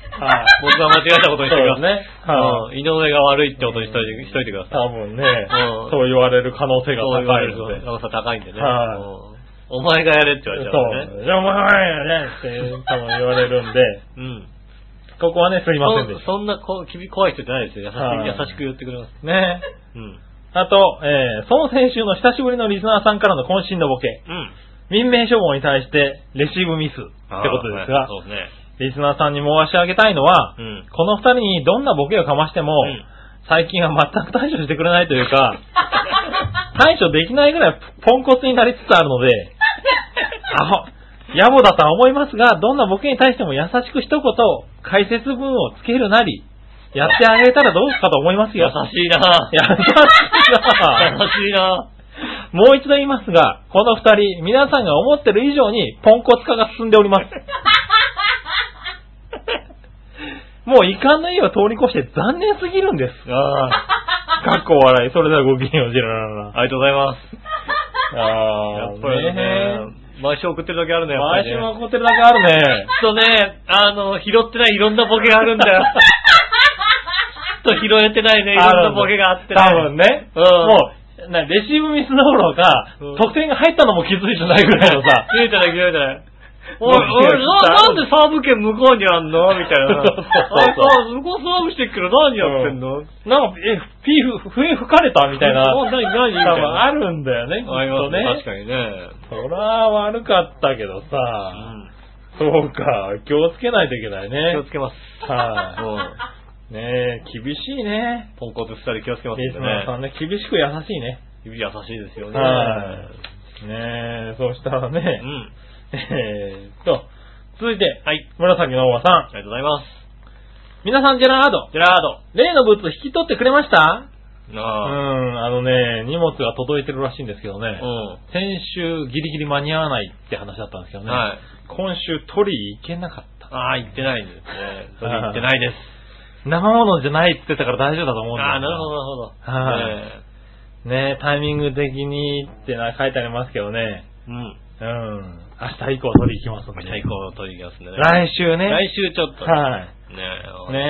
S2: 僕が間違えたことにしてくだ
S3: そう
S2: さい。
S3: ですね。は
S2: うん井上が悪いってことにしといてしといてくだ
S3: い。
S2: さい。
S3: 多分ね
S2: ん、
S3: そう言われる可能性が
S2: そう言わ
S3: 高
S2: れ
S3: い
S2: る
S3: の
S2: と
S3: で。
S2: 高さ高いんでね。
S3: はい
S2: うんお前がやれって言われちゃうからね。
S3: そう。じゃあお前がやれって多分言われるんで。
S2: うん。
S3: ここはね、すいませんでし
S2: そそんなこきび怖い人じゃないですよ。優しく
S3: はい
S2: 優しく言ってくれます。
S3: た。ね。
S2: うん。
S3: あと、えー、その先週の久しぶりのリスナーさんからの渾身のボケ。
S2: うん。
S3: 任命処分に対してレシーブミスってこと
S2: あ
S3: です
S2: ー
S3: が、
S2: そうですね。
S3: リスナーさんに申し上げたいのは、
S2: うん。
S3: この二人にどんなボケをかましても、
S2: うん
S3: 最近は全く対処してくれないというか、対処できないぐらいポンコツになりつつあるので、アホ、野暮だとは思いますが、どんなボケに対しても優しく一言、解説文をつけるなり、やってあげたらどうかと思います
S2: 優
S3: よ。
S2: しいな
S3: 優しいな
S2: 優しいな
S3: もう一度言いますが、この二人、皆さんが思ってる以上にポンコツ化が進んでお ります。もう遺憾の意を通り越して残念すぎるんです。
S2: あ
S3: かっこ笑い。それではごきげんよう、ジェララ
S2: あ、ありがとうございます。や
S3: ラ。あ
S2: っぱりね、毎週送ってるだけあるね、やっぱ
S3: 毎
S2: り、
S3: 週
S2: ね。
S3: も怒ってるだけある
S2: き
S3: ね。
S2: っとね、あの、拾ってないいろんなボケがあるん だよ。きっと拾えてないね、いろんなボケがあってね。
S3: 多分ね。
S2: うん
S3: もう、なレシーブミスどころか
S2: うん、
S3: 得点が入ったのも気づいてないぐらいのさ、
S2: 拾えてない、拾えてない。お
S3: ボ
S2: い、
S3: ケ
S2: お
S3: が
S2: い、な、なんでサーブ券向こうにあんのみたい な。
S3: そうそうそう
S2: あいつ向こうサーブしてっけど何やってんの、
S3: なんか、え、ピーフ、笛吹かれたみたいな。
S2: お何何みたいな
S3: 多分あるんだよね、きっ
S2: ありま
S3: と
S2: すね。
S3: ね
S2: 確。かにね。
S3: そら悪かったけど
S2: う
S3: さ、
S2: ん
S3: そうか、気をつけないといけない
S2: 気を
S3: ね。
S2: つけます。
S3: は
S2: うん
S3: い。ねえ、厳しいね。
S2: ポンコツ二人気をつけますん
S3: リス
S2: で
S3: ナーさ
S2: ね。
S3: んね、厳しく優しいね。
S2: 指優しいですよね。
S3: はねえ、そうしたら
S2: う
S3: ね、
S2: ん。
S3: えーっと、続いて、
S2: はい。
S3: 紫のおばさん
S2: あ。りがとうございます。
S3: 皆さん、ジェラード。
S2: ジェラー
S3: 例のブーツ引き取ってくれました
S2: ド。
S3: う
S2: ああ。
S3: ん、あのね、荷物が届いてるらしいんですけどね。
S2: うん。
S3: 先週ギリギリ間に合わないって話だったんですけどね。
S2: はい。
S3: 今週取り行けなかった。
S2: ああ、行ってないんですね。それ行って ないです。
S3: 生物じゃないって言ってたから大丈夫だと思うんだ
S2: ああ、なるほど、なるほど。
S3: はい
S2: ね
S3: ど。ねタイミング的にってな書いてありますけどね。
S2: えうん。
S3: うん。明日以降取り行きますんで。
S2: 最高の取り行きますんでね。
S3: 来週ね。
S2: 来週ちょっと。
S3: はい。
S2: ねえ。
S3: ね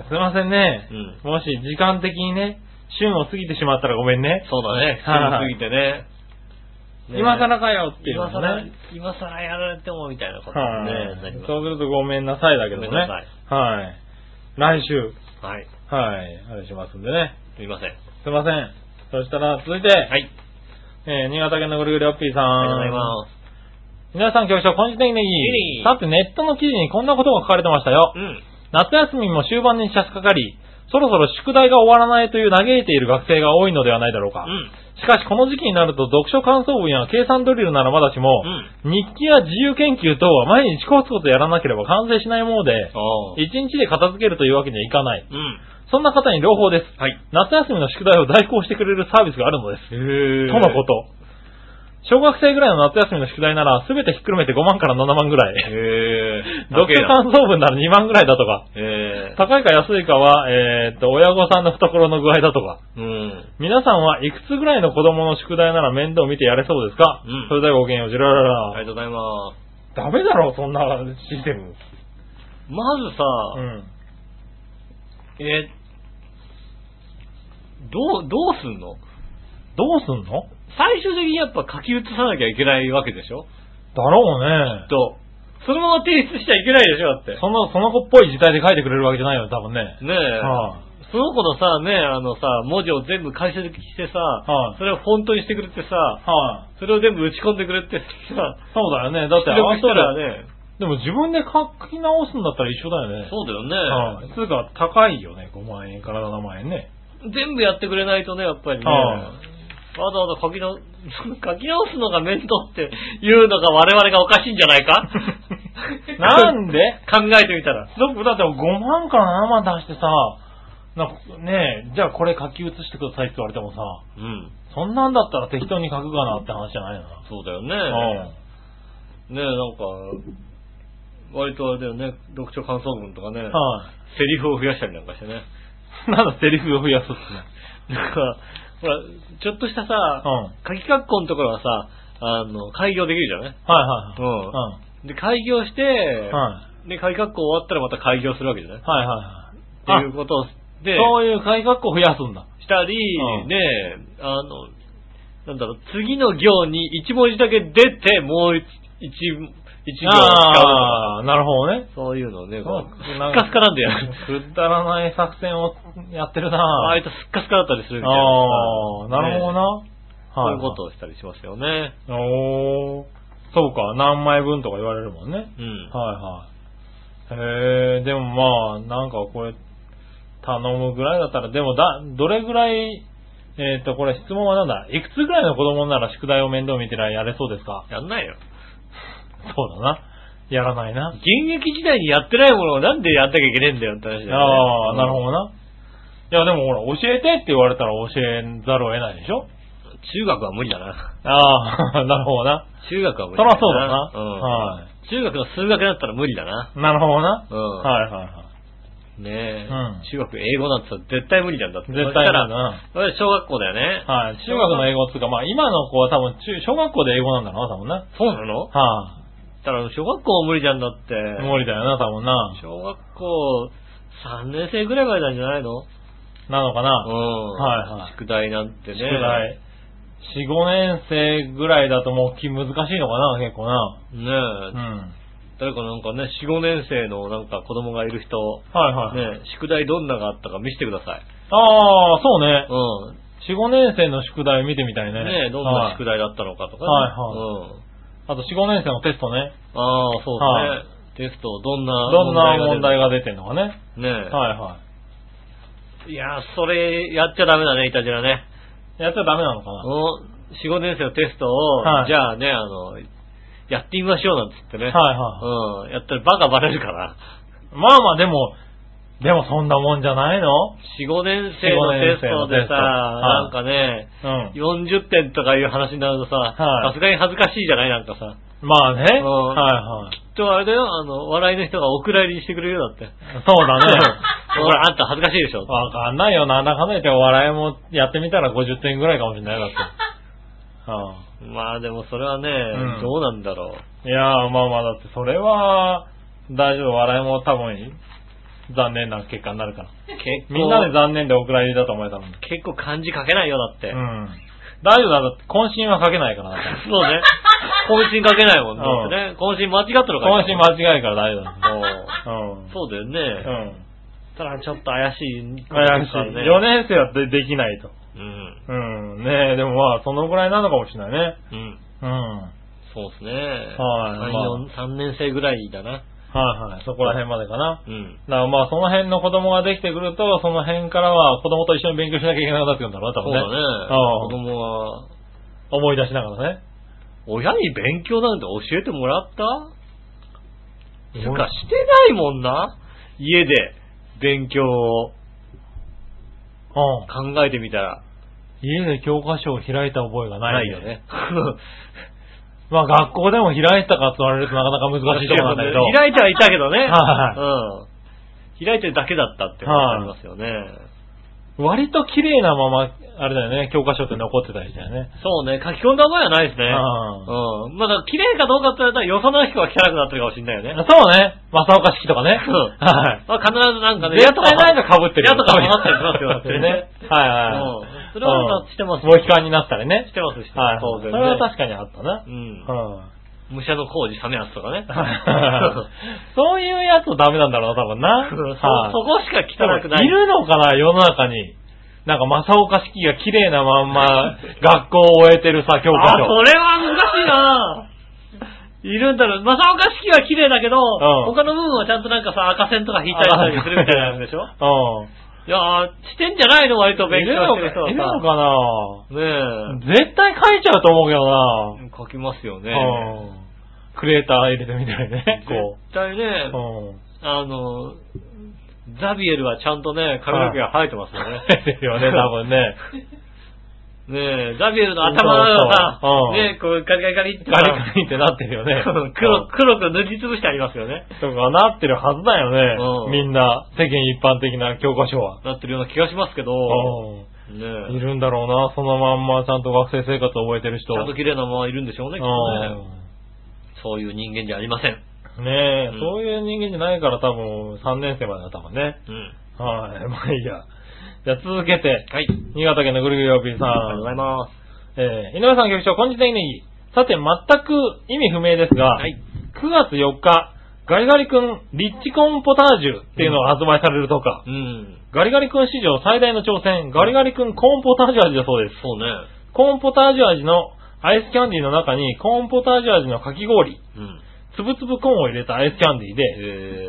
S3: え、すいませんね。
S2: うん
S3: もし時間的にね、旬を過ぎてしまったらごめんね。
S2: そうだね。
S3: はい
S2: 過ぎてね。ねえ
S3: 今更かよっていうの
S2: 今さ
S3: もね、
S2: ら、今さらやられてもみたいなこと
S3: は
S2: にね、ないります。
S3: そうするとごめんなさいだけどね。
S2: ごめんなさい
S3: はい。来週、
S2: はい。
S3: はい、あれしますんでね。
S2: すみません。
S3: すいません。そしたら続いて、
S2: はい。
S3: えー新潟県のぐるぐるおっぴーさん。
S2: ありがとうございます。
S3: 皆さん局長、こんにちは、ネギネ
S2: ネギ
S3: ギ。さて、ネットの記事にこんなことが書かれてましたよ。
S2: うん。
S3: 夏休みも終盤に差し掛かり、そろそろ宿題が終わらないという嘆いている学生が多いのではないだろうか。
S2: うん。
S3: しかし、この時期になると読書感想文や計算ドリルならまだしも、日記や自由研究等は毎日コツコツやらなければ完成しないもので、
S2: ああ。
S3: 一日で片付けるというわけにはいかない。
S2: うん。
S3: そんな方に朗報です。
S2: はい。
S3: 夏休みの宿題を代行してくれるサービスがあるのです。
S2: へ。
S3: とのことと。小学生ぐらいの夏休みの宿題なら、すべてひっくるめて5万から7万ぐらい。
S2: へぇ
S3: 読書感想文なら2万ぐらいだとか。
S2: へ
S3: 高いか安いかは、えーっと、親御さんの懐の具合だとか。
S2: ぇうん。
S3: 皆さんはいくつぐらいの子供の宿題なら面倒見てやれそうですか、
S2: うん
S3: それではごきげんよう、ジララ
S2: ありが
S3: ラ。
S2: とうございます。
S3: ダメだろ、そんなシステム。
S2: まずさ、
S3: うん。
S2: えーどう、どうすんの
S3: どうすんの
S2: 最終的にやっぱ書き写さなきゃいけないわけでしょ
S3: だろうね。
S2: と、そのまま提出しちゃいけないでしょだって。
S3: その、その子っぽい字体で書いてくれるわけじゃないよ、多分ね。
S2: ねえ、
S3: は
S2: その子のさ、ねあのさ、文字を全部解析してさ、
S3: はい
S2: それをフォントにしてくれてさ、
S3: い、はい、
S2: それを全部打ち込んでくれってさ、
S3: そうだよね。だって、
S2: 出力したらね、
S3: でも自分で書き直すんだったら一緒だよね。
S2: そうだよね、
S3: はいつうか、高いよね。5万円から7万円ね。
S2: 全部やってくれないとね、やっぱりね、
S3: は
S2: わざわざ書き直す、 書き直すのが面倒っていうのが我々がおかしいんじゃないか
S3: なんで
S2: 考えてみたら。
S3: だって、だって5万から7万出してさ、なんかねえ、じゃあこれ書き写してくださいって言われてもさ、
S2: うん。
S3: そんなんだったら適当に書くかなって話じゃないのな。
S2: そうだよ
S3: うん
S2: ね。ねえ、なんか、割とあれだよね、読書感想文とかね、
S3: は
S2: セリフを増やしたりなんかしてね。
S3: い。なんだセリフを増やすっすね。
S2: なんか、ほら、ちょっとしたさ、
S3: うん。
S2: 書き格好のところはさ、あの、開業できるじゃない
S3: はいはいはい。
S2: う
S3: うんん。は
S2: で、開業して、
S3: い。は
S2: で、書き格好終わったらまた開業するわけじゃないっ
S3: いはいはい。
S2: ていうことをで、
S3: そういう改革を増やすんだ。
S2: したり、
S3: うん
S2: ねえ、あの、なんだろう、次の行に一文字だけ出て、もう一、一一行使うとか、
S3: ああ、なるほどね。
S2: そういうのをね、こう、す
S3: そう
S2: っ
S3: なん
S2: かすかなんだよ。
S3: くだらない作戦をやってるな
S2: あ
S3: あ
S2: いつすっかすかだったりするみたいな。
S3: あー、なる
S2: ね
S3: ほどな。
S2: そういうことをしたりしますよね。
S3: おー、そうか、何枚分とか言われるもんね。
S2: うん。
S3: はいはい。へえ、でもまあ、なんかこれ、頼むぐらいだったら、でもだ、どれぐらい、えっ、と、これ質問はなんだ、いくつぐらいの子供なら宿題を面倒見てらやれそうですか
S2: やんないよ。
S3: そうだな。やらないな。
S2: 現役時代にやってないものをなんでやんなきゃいけねえんだよって話だよね。
S3: ああ、なるほどな。いや、でもほら、教えてって言われたら教えざるを得ないでし
S2: ど。
S3: ょ
S2: 中学は無理だな。
S3: ああ、 なるほどな。
S2: 中学は無
S3: そ
S2: 理だ
S3: らそうだな。
S2: うん。
S3: は
S2: 中学の数学だったら無理だな。
S3: い。なるほどな。
S2: うん。
S3: はいはいはい。
S2: ねえ、
S3: うん
S2: 中学英語なんてさ、絶対無理なんだって。
S3: 絶対
S2: そしたら
S3: 無理だな
S2: それ小学校だよね。
S3: はい。中学の英語っつうか、まあ今の子は多分中、小学校で英語なんだろうな、多分な。
S2: そうなのだ
S3: は
S2: から小学校も無理じゃんだって。
S3: い。無理だよな、多分な。
S2: 小学校3年生ぐらいまでなんじゃないの
S3: なのか
S2: う
S3: な。
S2: ん。
S3: はいはい
S2: 宿題なんてね。
S3: 宿題。4、5年生ぐらいだともうき難しいのかな、結構な。
S2: ねえ、
S3: うん。
S2: 誰かなんかね、4、5年生のなんか子供がいる人、
S3: はいはい。
S2: ねえ、宿題どんながあったか見せてください。
S3: ああ、そうね。
S2: うん。
S3: 4、5年生の宿題見てみたいね。
S2: ねえ、どん
S3: は
S2: な
S3: い
S2: 宿題だったのかとかね。
S3: はいは
S2: うん。
S3: あと4、5年生のテストね。
S2: ああ、そう
S3: は
S2: で
S3: い
S2: すね。テスト、どんな
S3: どんな問題
S2: が
S3: が出てんのかね。
S2: 出る。ねえ。
S3: はいはい
S2: やー、それやっちゃダメだね、イタジラね。
S3: い。やっちゃダメなのかな。
S2: もう、4、5年生のテストを、
S3: はい
S2: じゃあね、あの、やってみましょうなんつってね。
S3: はいは
S2: うん。やったらバカバレるから。
S3: い。まあまあでも、でもそんなもんじゃないの
S2: 4、5年生のテストで
S3: 4 5年生のテ
S2: さ、
S3: ストは
S2: ないんかね、
S3: うん。
S2: 40点とかいう話になるとさ、
S3: はい
S2: さすがに恥ずかしいじゃないなんかさ。
S3: まあね。はい
S2: うん
S3: はい。
S2: きっとあれだよ、あの、笑いの人がお蔵入りにしてくれるようだって。。
S3: そうだね
S2: ほら、あんた恥ずかしいでしょ。
S3: わかんないよな。なかなかお笑いもやってみたら50点ぐらいかもしれない。だって。はあ
S2: まあでもそれはね、
S3: ん
S2: どうなんだろ
S3: いやー、まあまあ、だってそれは、大丈夫。笑いも多分、残念な結果になるから。
S2: う。結構、
S3: みんなで残念でお蔵入りだと思えたのに。
S2: 結構漢字書けないよ、だって。
S3: うん。大丈夫だ。だって、渾身は書けないから。だっ て
S2: そうね。渾身書けないもん
S3: うん
S2: ね。ね渾身間違ったのか
S3: 渾身間違いから大丈夫だ。
S2: おーそうだよね。
S3: うん。うん。
S2: ただちょっと怪しい。
S3: 怪しい。4年生はでできないと。
S2: うん。
S3: うん。ねえ、でもまあ、そのぐらいなのかもしれないね。
S2: うん。
S3: うん。は
S2: そうですね。
S3: はい
S2: 3、4 3年生ぐらいだな。
S3: いはい。そこら辺までかな。
S2: うん。
S3: だからまあその辺の子供ができてくると、その辺からは子供と一緒に勉強しなきゃいけなくなってくるんだろうな、多
S2: そう
S3: 分
S2: だ
S3: ね。
S2: ね。
S3: ああ
S2: 子供は、
S3: 思い出しながらね。
S2: 親に勉強なんて教えてもらったつうか、
S3: し
S2: してないもんな。家で勉強を
S3: うん。
S2: 考えてみたら、
S3: 家で教科書を開いた覚えがな。
S2: ないいよ。ね。
S3: まあ学校でも開いたかって言われるとなかなか難しいところなんだけど。
S2: 開いてはいたけどね。
S3: は
S2: うん。
S3: い
S2: 開いてるだけだったってことになりますよね。
S3: 割と綺麗なまま、あれだよね、教科書って残ってたりしたよね。
S2: そうね、書き込んだ覚えはないですね。うん。まだ綺麗かどうかって言われたら、よその人が汚くなってるかもしれないよね。
S3: そうね。正岡式とかね。
S2: うん
S3: はい。
S2: まあ、必ずなんかね、
S3: 絶対なんか被ってる
S2: 矢
S3: よ。
S2: とか被ったりしますよ、だって ね。
S3: はい
S2: う
S3: はい。
S2: ん。それはしてます
S3: もう期間になったりね
S2: し。てます、して
S3: はい
S2: ま
S3: は
S2: す。
S3: い。
S2: 当然
S3: そ
S2: ね。
S3: れは確かにあったな
S2: う。ん。
S3: うん。
S2: 武者の工事冷めやすと かね。
S3: そういうやつダメなんだろうな、多分な。
S2: そ
S3: はい
S2: そこしか汚くない。
S3: いるのかな、世の中に。なんか、正岡式が綺麗なま んま、学校を終えてるさ、教科
S2: あ、そ
S3: 書。
S2: れは難しいないるんだろう。正岡式は綺麗だけど、
S3: ん
S2: 他の部分はちゃんとなんかさ、赤線とか引いたりしたりするみたいなやつでしょ
S3: ょ
S2: いやー、してんじゃないの割と
S3: うん。い
S2: 勉強
S3: るの
S2: してる人は
S3: か
S2: さ。
S3: いるのかな
S2: ね
S3: 絶対書いちゃうと思うけどな。
S2: え。書きますよね。
S3: うん。クレーター入れてみたいね。こ
S2: 絶対ね
S3: う。、うん。
S2: あの、ザビエルはちゃんとね、髪の毛が生えてますよね。
S3: ですよね、多分ね。
S2: ねえ、ザビエルの頭がさ
S3: そうそうう、ん
S2: ねえ、こうガリガリガリってさ。。
S3: ガリガリってなってるよね
S2: 黒、黒く塗りつぶしてありますよね。
S3: とかなってるはずだ
S2: う
S3: よ
S2: ん
S3: ね。みんな、世間一般的な教科書は。
S2: なってるような気がしますけど、
S3: うん
S2: ね
S3: い
S2: え、
S3: るんだろうな、そのまんまちゃんと学生生活を覚えてる人。
S2: ちゃんと綺麗なままいるんでしょうね、きっとね。
S3: う
S2: そういう人間じゃありません。
S3: んねえ、
S2: うん
S3: そういう人間じゃないから多分3年生までだ多分ね。
S2: うん。
S3: はい、 まあいいや。じゃあ続けて、
S2: はい。あり
S3: 新潟県のぐるぐるよぴーさ
S2: がとうござい
S3: ん。
S2: ます。
S3: えー、井上さん局長、こんにちは、ネギ。さて、全く意味不明ですが、
S2: はい。
S3: 9月4日、ガリガリ君リッチコーンポタージュっていうのが発売されるとか、
S2: うん。
S3: ガリガリ君史上最大の挑戦、ガリガリ君コーンポタージュ味だそうです。
S2: そうね。
S3: コーンポタージュ味のアイスキャンディーの中にコーンポタージュ味のかき氷、
S2: うん。
S3: つぶつぶコーンを入れたアイスキャンディーで、
S2: へ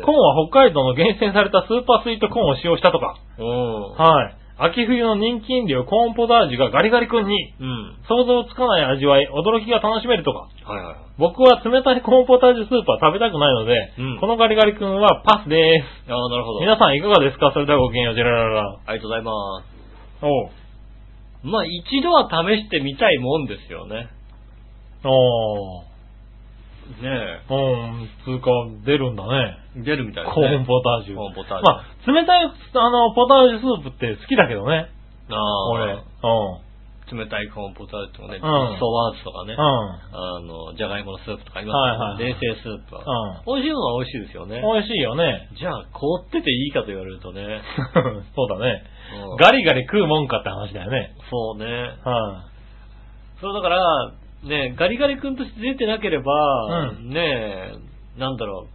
S2: え
S3: コーンは北海道の厳選されたスーパースイートコーンを使用したとか、
S2: うん。
S3: はい。秋冬の人気飲料コーンポタージュがガリガリ君に、
S2: うん。
S3: 想像つかない味わい、驚きが楽しめるとか、
S2: はいはいはい。
S3: 僕は冷たいコーンポタージュスープは食べたくないので、
S2: うん
S3: このガリガリ君はパスでーす。
S2: ああ、なるほど。
S3: 皆さんいかがですかそれではごきげんよう、ジェラララ。
S2: ありがとうございます。
S3: おう。
S2: まあ、一度は試してみたいもんですよね。
S3: おー。
S2: ね
S3: うん、通過出るんだね。
S2: え。出るみたいです
S3: コ
S2: ね。
S3: ーンポタージュ。
S2: コーンポタージュ
S3: まあ、冷たい、あの、ポタージュスープって好きだけどね。俺。う
S2: あ
S3: ん。
S2: あ、冷たいコーンポタージュとかね、
S3: うん
S2: ソワーズとかね、
S3: うん。
S2: あの、じゃがいものスープとかありま
S3: は
S2: す
S3: い
S2: け
S3: はい
S2: ど、冷製スープは。
S3: う
S2: 美味しいのは美味しいですよね。
S3: 美味しいよ ね。
S2: じゃあ、凍ってていいかと言われるとね。
S3: そうだね。
S2: うん
S3: ガリガリ食うもんかって話だよね。
S2: そうね。
S3: は
S2: そうだから、ね、ガリガリ君として出てなければ、
S3: う
S2: ねえ、なんだろ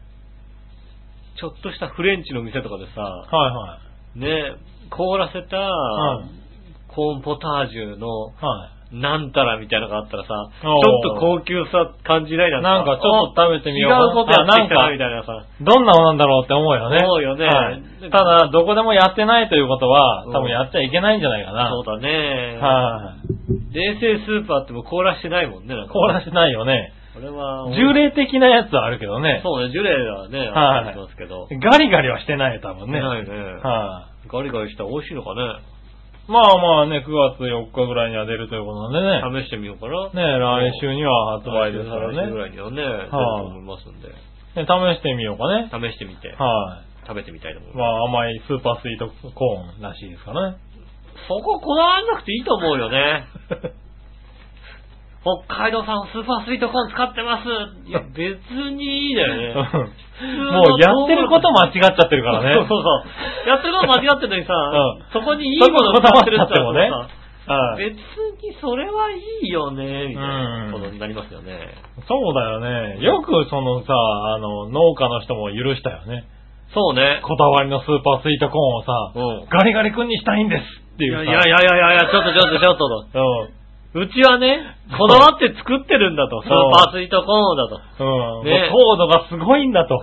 S2: う、ちょっとしたフレンチの店とかで
S3: い
S2: さ、
S3: は
S2: ねえ、凍らせた、
S3: いはい。
S2: コーンポタージュの、
S3: うん。はい。
S2: なんたらみたいなのがあったらさ、ち
S3: おー
S2: ょっと高級さ感じないな
S3: なんかちょっと食べてみようかな
S2: 違うことやってきたな、
S3: あなんか
S2: みたいなさ。
S3: どんなものなんだろうって思うよね。
S2: 思うよね
S3: はいただ、どこでもやってないということは、
S2: うん
S3: 多分やっちゃいけないんじゃないかな。
S2: そうだね。
S3: はい、
S2: 冷製スーパーってもう凍らしてないもんね。なんかね
S3: 凍らしてないよね。
S2: これは、
S3: 従来的なやつはあるけどね。
S2: そうね、ジュレはね、
S3: はい
S2: ありますけど。
S3: ガリガリはしてないよ、多分ね。
S2: な
S3: はい、
S2: いね。ガリガリしたら美味しいのかね。
S3: まあまあね、9月4日ぐらいには出るということなんでね。
S2: 試してみようかな。
S3: ね、来週には発売ですから
S2: 来週ぐ
S3: ね。
S2: らいにはね、出ると
S3: はい
S2: 思いますんで。
S3: ね試してみようかね。
S2: 試してみて、
S3: はい、
S2: 食べてみたいと思い
S3: ま
S2: ます。
S3: あ甘いスーパースイートコーンらしいですからね。
S2: そここだわらなくていいと思うよね。 北海道産スーパースイートコーン使ってます。いや、別にいいだよね。
S3: もうやってること間違っちゃってるからね。
S2: そうそうそう。やってること間違ってるの にさ、そこにいいもの使ってるってのはさ、
S3: はい
S2: 別にそれはいいよね、みたいな
S3: うん
S2: ことになりますよね。
S3: そうだよね。よくそのさ、あの、農家の人も許したよね。
S2: そうね。
S3: こだわりのスーパースイートコーンをさ、
S2: うん。
S3: ガリガリ君にしたいんですって
S2: い
S3: いう
S2: や
S3: さ。
S2: いやいやいやいや、ちょっとちょっとちょっと
S3: うん。
S2: と。うちはね、こだわって作ってるんだと。スーパースイートコーンだと。
S3: うん。
S2: ね
S3: もう糖度がすごいんだと。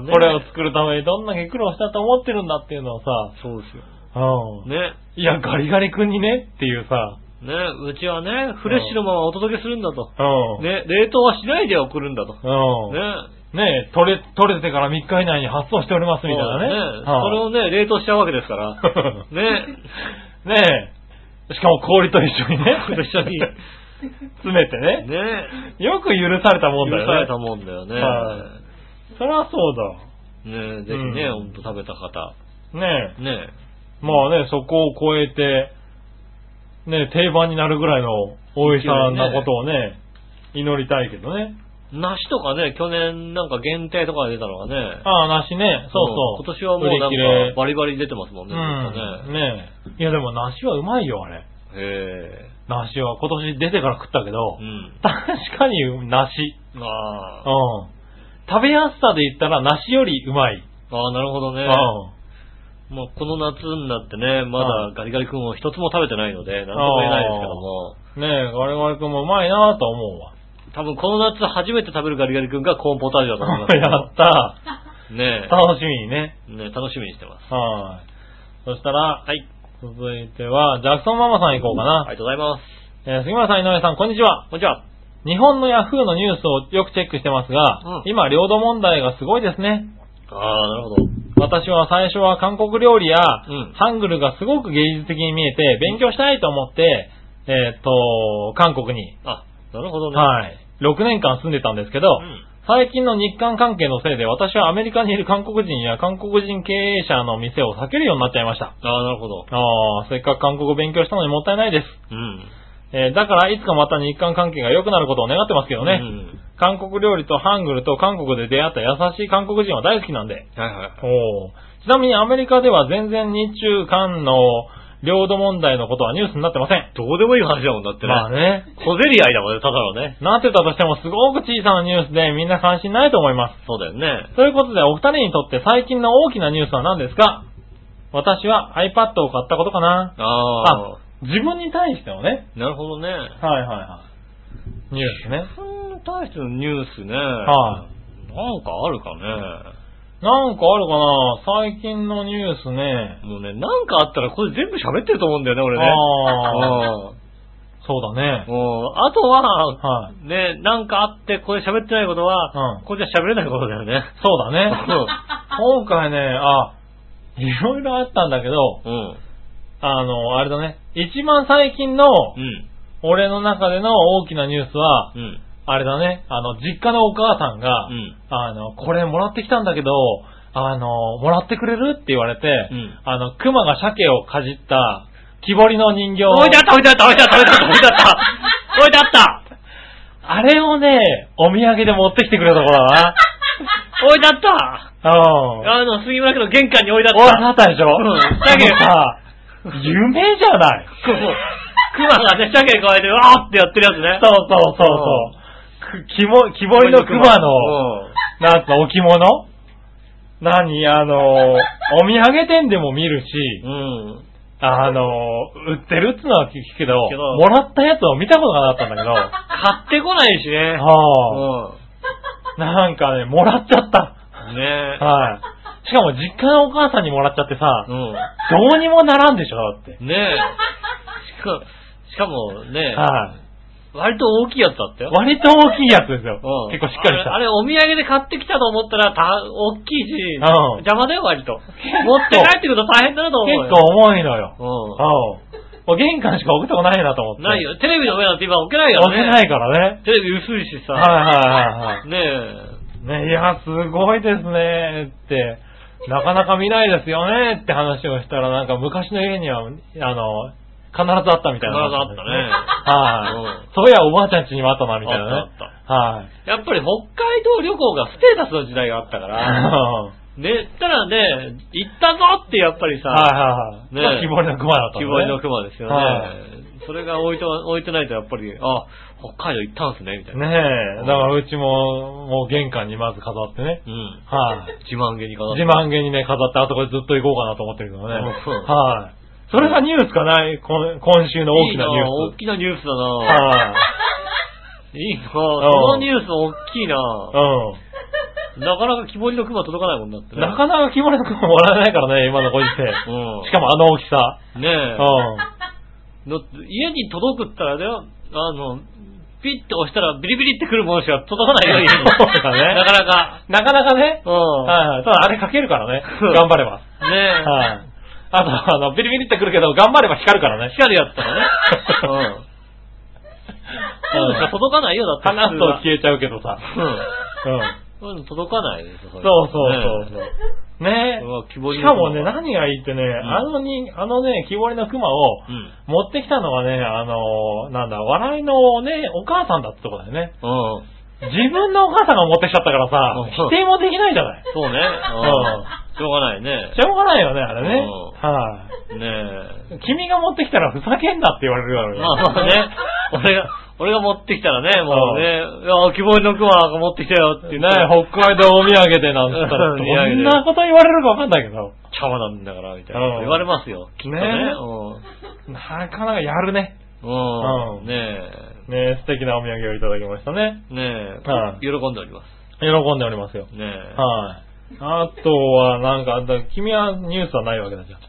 S2: うん、
S3: これを作るためにどんだけ苦労したと思ってるんだっていうのをさ、
S2: そうですよ。
S3: うん。
S2: ね。
S3: いや、ガリガリ君にねっていうさ、
S2: ね、うちはね、フレッシュのままお届けするんだと。
S3: うん。
S2: ね、冷凍はしないで送るんだと。
S3: うん。
S2: ね。
S3: ね取れ、取れてから3日以内に発送しておりますみたいなね。
S2: そうそれ
S3: は
S2: をね、冷凍しちゃうわけですから。
S3: い
S2: ね。
S3: ねえ。しかも氷と一緒にね。
S2: 氷と一緒に
S3: 詰めてね。
S2: ね。
S3: よく許されたもんだ
S2: 許され
S3: よ
S2: た
S3: ね。
S2: もんだよね。
S3: はそりゃそう
S2: ねぜひね、ほんと食べた方。
S3: だ。ね
S2: ね。
S3: え。まあね、そこを超えて、ねえ定番になるぐらいの美味しさなことをね、祈りたいけどね。
S2: 梨とかね、去年なんか限定とかで出たのがね。
S3: ああ、梨ね。そうそう。
S2: ん今年はもう
S3: 売り切
S2: なん
S3: れ
S2: かバリバリ出てますもんね。
S3: うん。
S2: ずっ
S3: ねえ。いやでも梨はうまいよ、あれ。
S2: とねへ
S3: 梨は今年出てから食ったけど
S2: え。う、ん。
S3: 確かに梨。
S2: あ
S3: う
S2: あ。
S3: ん。食べやすさで言ったら梨よりうまい。
S2: ああ、なるほど
S3: う
S2: ね。
S3: ん。
S2: もうこの夏になってね、ま
S3: は
S2: だガリガリ君を一つも食べてないので、なんとも言えないですけども。
S3: ねえ、ガリガリ君もうまいなぁと思うわ。
S2: 多分この夏初めて食べるガリガリ君がコーンポタージュだと思いますけ
S3: や
S2: ど。
S3: った
S2: ね
S3: 楽しみにね。
S2: え。ねえ楽しみにしてます。
S3: はい。そしたら、はい。続いては、ジャクソンママさん行こうか
S2: あ
S3: な。
S2: りがとうございます。
S3: えー杉村さん、井上さん、こんにちは。
S2: こんにちは。
S3: 日本のヤフーのニュースをよくチェックしてますが、
S2: うん
S3: 今、領土問題がすごいですね。
S2: ああ、なるほど。
S3: 私は最初は韓国料理や、
S2: ん
S3: ハングルがすごく芸術的に見えて、勉強したいと思って、えーっと、韓国に、
S2: あ、なるほどね。
S3: はい、6年間住んでたんですけど、
S2: うん
S3: 最近の日韓関係のせいで、私はアメリカにいる韓国人や韓国人経営者の店を避けるようになっちゃいました。
S2: ああ、なるほど。
S3: ああ、せっかく韓国語勉強したのにもったいないです。
S2: うん。
S3: えーだから、いつかまた日韓関係が良くなることを願ってますけどね。
S2: うん。
S3: 韓国料理とハングルと韓国で出会った優しい韓国人は大好きなんで。
S2: はいはい。
S3: おーちなみにアメリカでは全然日中韓の領土問題のことはニュースになってません。
S2: どうでもいい話だもんだってね。
S3: まあね。
S2: 小競り合いだもんね、ただのね。
S3: なってたとしてもすごく小さなニュースでみんな関心ないと思いま
S2: そうだよね。
S3: す。ということで、お二人にとって最近の大きなニュースは何ですか私は iPad を買ったことかな
S2: ああ。
S3: 自分に対してのね。
S2: なるほどね。
S3: はいはいはい。ニュースね。
S2: それに対してのニュースね。。
S3: はい
S2: なんかあるかね。
S3: なんかあるかな最近のニュースね。
S2: もうね、なんかあったらこれ全部喋ってると思うんだよね、俺ね。
S3: ああ、
S2: うん
S3: そうだね。
S2: もう、あとは、
S3: はい。
S2: ね、なんかあって、これ喋ってないことは、
S3: うん
S2: これじゃ喋れないことだよね。
S3: そうだね。
S2: う
S3: 今回ね、あ、いろいろあったんだけど、
S2: ん。うん。
S3: あの、あれだね。一番最近の、
S2: うん。
S3: 俺の中での大きなニュースは、
S2: うん。
S3: あれだね。あの、実家のお母さんが、
S2: うん。
S3: あの、これもらってきたんだけど、あの、もらってくれるって言われて、
S2: うん
S3: あの、熊が鮭をかじった、木彫りの人形。
S2: 置いてあった、置いてあった、置いてあった、置いてあっ た、置いてあった、
S3: あれをね、お土産で持ってきてくれたところ だ
S2: 置いてあった。
S3: な。うん。
S2: あの、杉村家の玄関に置いてあ
S3: おい、
S2: った。
S3: あったでしょ
S2: うんだけど
S3: さ、夢じゃない。
S2: こう熊がね、鮭加えて、わーってやってるやつね。
S3: そうそうそうそう。く木も、木彫りの熊の、
S2: うん
S3: なんか置物何あの、お土産店でも見るし、
S2: うん。
S3: あの、売ってるっつのは聞くけど、
S2: けど
S3: もらったやつを見たことがなかったんだけど、は
S2: 買ってこないし ね。
S3: あ、
S2: う
S3: なんかね、もらっちゃった。
S2: ん。ねえ。
S3: はい。しかも実家のお母さんにもらっちゃってさ、
S2: う
S3: どうにもならんでしょ、だって。
S2: ん。ねえ。しか、しかもね、
S3: はい。
S2: 割と大きいやつだったよ。
S3: 割と大きいやつですよ
S2: うん。
S3: 結構しっかりし
S2: あ
S3: た。
S2: れ、あれお土産で買ってきたと思ったら、た、大きいし、
S3: うん
S2: 邪魔だよ、割と。持って帰ってくると大変だなと思うよ。
S3: 結構重いのよ。
S2: 構。
S3: うん。もう玄関しか置くとこないなと思っ
S2: う
S3: て。
S2: ん。ない
S3: 置
S2: よ。テレビの上なんて今置けないからね。
S3: けないからね。
S2: テレビ薄いしさ。
S3: はいはいはい
S2: ねえ。
S3: はい。ね、いや、すごいですね、って。なかなか見ないですよね、って話をしたら、なんか昔の家には、あの、必ずあったみたいな、
S2: 必ずあったね
S3: はい。そういや、おばあちゃん家にもあったな、みたい
S2: あ
S3: な
S2: っ
S3: ね
S2: たあ。
S3: はい。
S2: やっぱり北海道旅行がステータスの時代があったか ら、
S3: は
S2: ね、たらね、行ったぞってやっぱり
S3: い
S2: さ、
S3: はいはい。
S2: ね
S3: 木彫りの熊だった
S2: 希
S3: ね
S2: 望の熊ですよね。
S3: はい
S2: それが置いて、置いてないとやっぱり、あ、北海道行ったんすね、みたいな。
S3: ねえ、だからうちも、もう玄関にまず飾ってね。
S2: うん。
S3: はい。
S2: 自慢げにかな。
S3: 自慢げにね、飾って、あそこでずっと行こうかなと思ってるけどね。
S2: うん
S3: はい。それがニュースかないこん今週の大きなニュー
S2: 大
S3: ス。
S2: きなニュースだな
S3: はい。
S2: いいなそのニュース大きいな
S3: う
S2: なかなか木彫りの熊届かないもんだって
S3: ん。
S2: ね。
S3: なかなか木村君ももらえないからね、今のご時世。
S2: うん
S3: しかもあの大きさ。
S2: ね
S3: う
S2: え
S3: ん。。
S2: の家に届くったらだよ、あの、ピッて押したらビリビリってくるものしか届かないよ、家に
S3: そうだね
S2: なかなか。
S3: なかなかね。
S2: う
S3: はいはい。ただあれかけるからね
S2: うん。
S3: 頑張れば。
S2: ん。ねえ。
S3: はい。あと、あの、ビリビリってくるけど、頑張れば光るからね。
S2: 光るやつとかね。 うん。そういうのしか
S3: うん。
S2: 届かないよ、だって。
S3: 話すと
S2: 普
S3: 消えちゃうけどさ。
S2: 通は
S3: う
S2: う
S3: ん。
S2: ん。そういうの届かないですよ、そ
S3: そう
S2: れ
S3: そうそう
S2: ね
S3: そう。ね
S2: うわ希望に
S3: しかもね、何がいいってね、
S2: ん
S3: あのに、あのね、木彫りの熊を
S2: うん。
S3: 持ってきたのはね、あのー、なんだ、笑いのね、お母さんだってとこだよね。
S2: うん。
S3: 自分のお母さんが持ってきちゃったからさ、
S2: うん
S3: 否定もできないじゃない。
S2: そうね。う
S3: うん
S2: ん。しょうがないね。
S3: しょうがないよね、あれね。
S2: う
S3: は
S2: ね
S3: い。君が持ってきたらふざけんなって言われるだろ
S2: え。
S3: う
S2: まあまあね。俺が、俺が持ってきたらね、もうね、いや、希望の熊が持ってきたよって
S3: ね
S2: いう
S3: 北海道お土産でなんつったら、
S2: う
S3: ど
S2: んお土産で
S3: んなこと言われるかわかんないけど、
S2: 茶碗なんだから、みたいな。
S3: うん
S2: 言われますよ。きっとね。
S3: ねなかなかやるね。
S2: うん。う。
S3: うんん
S2: ね
S3: ね素敵なお土産をいただきましたね。
S2: え。ねえ。
S3: はい
S2: 喜んでおりま
S3: 喜んでおりますよ。
S2: す。ねえ。
S3: はい。あとは、なんか、だ君はニュースはないわけだじゃん。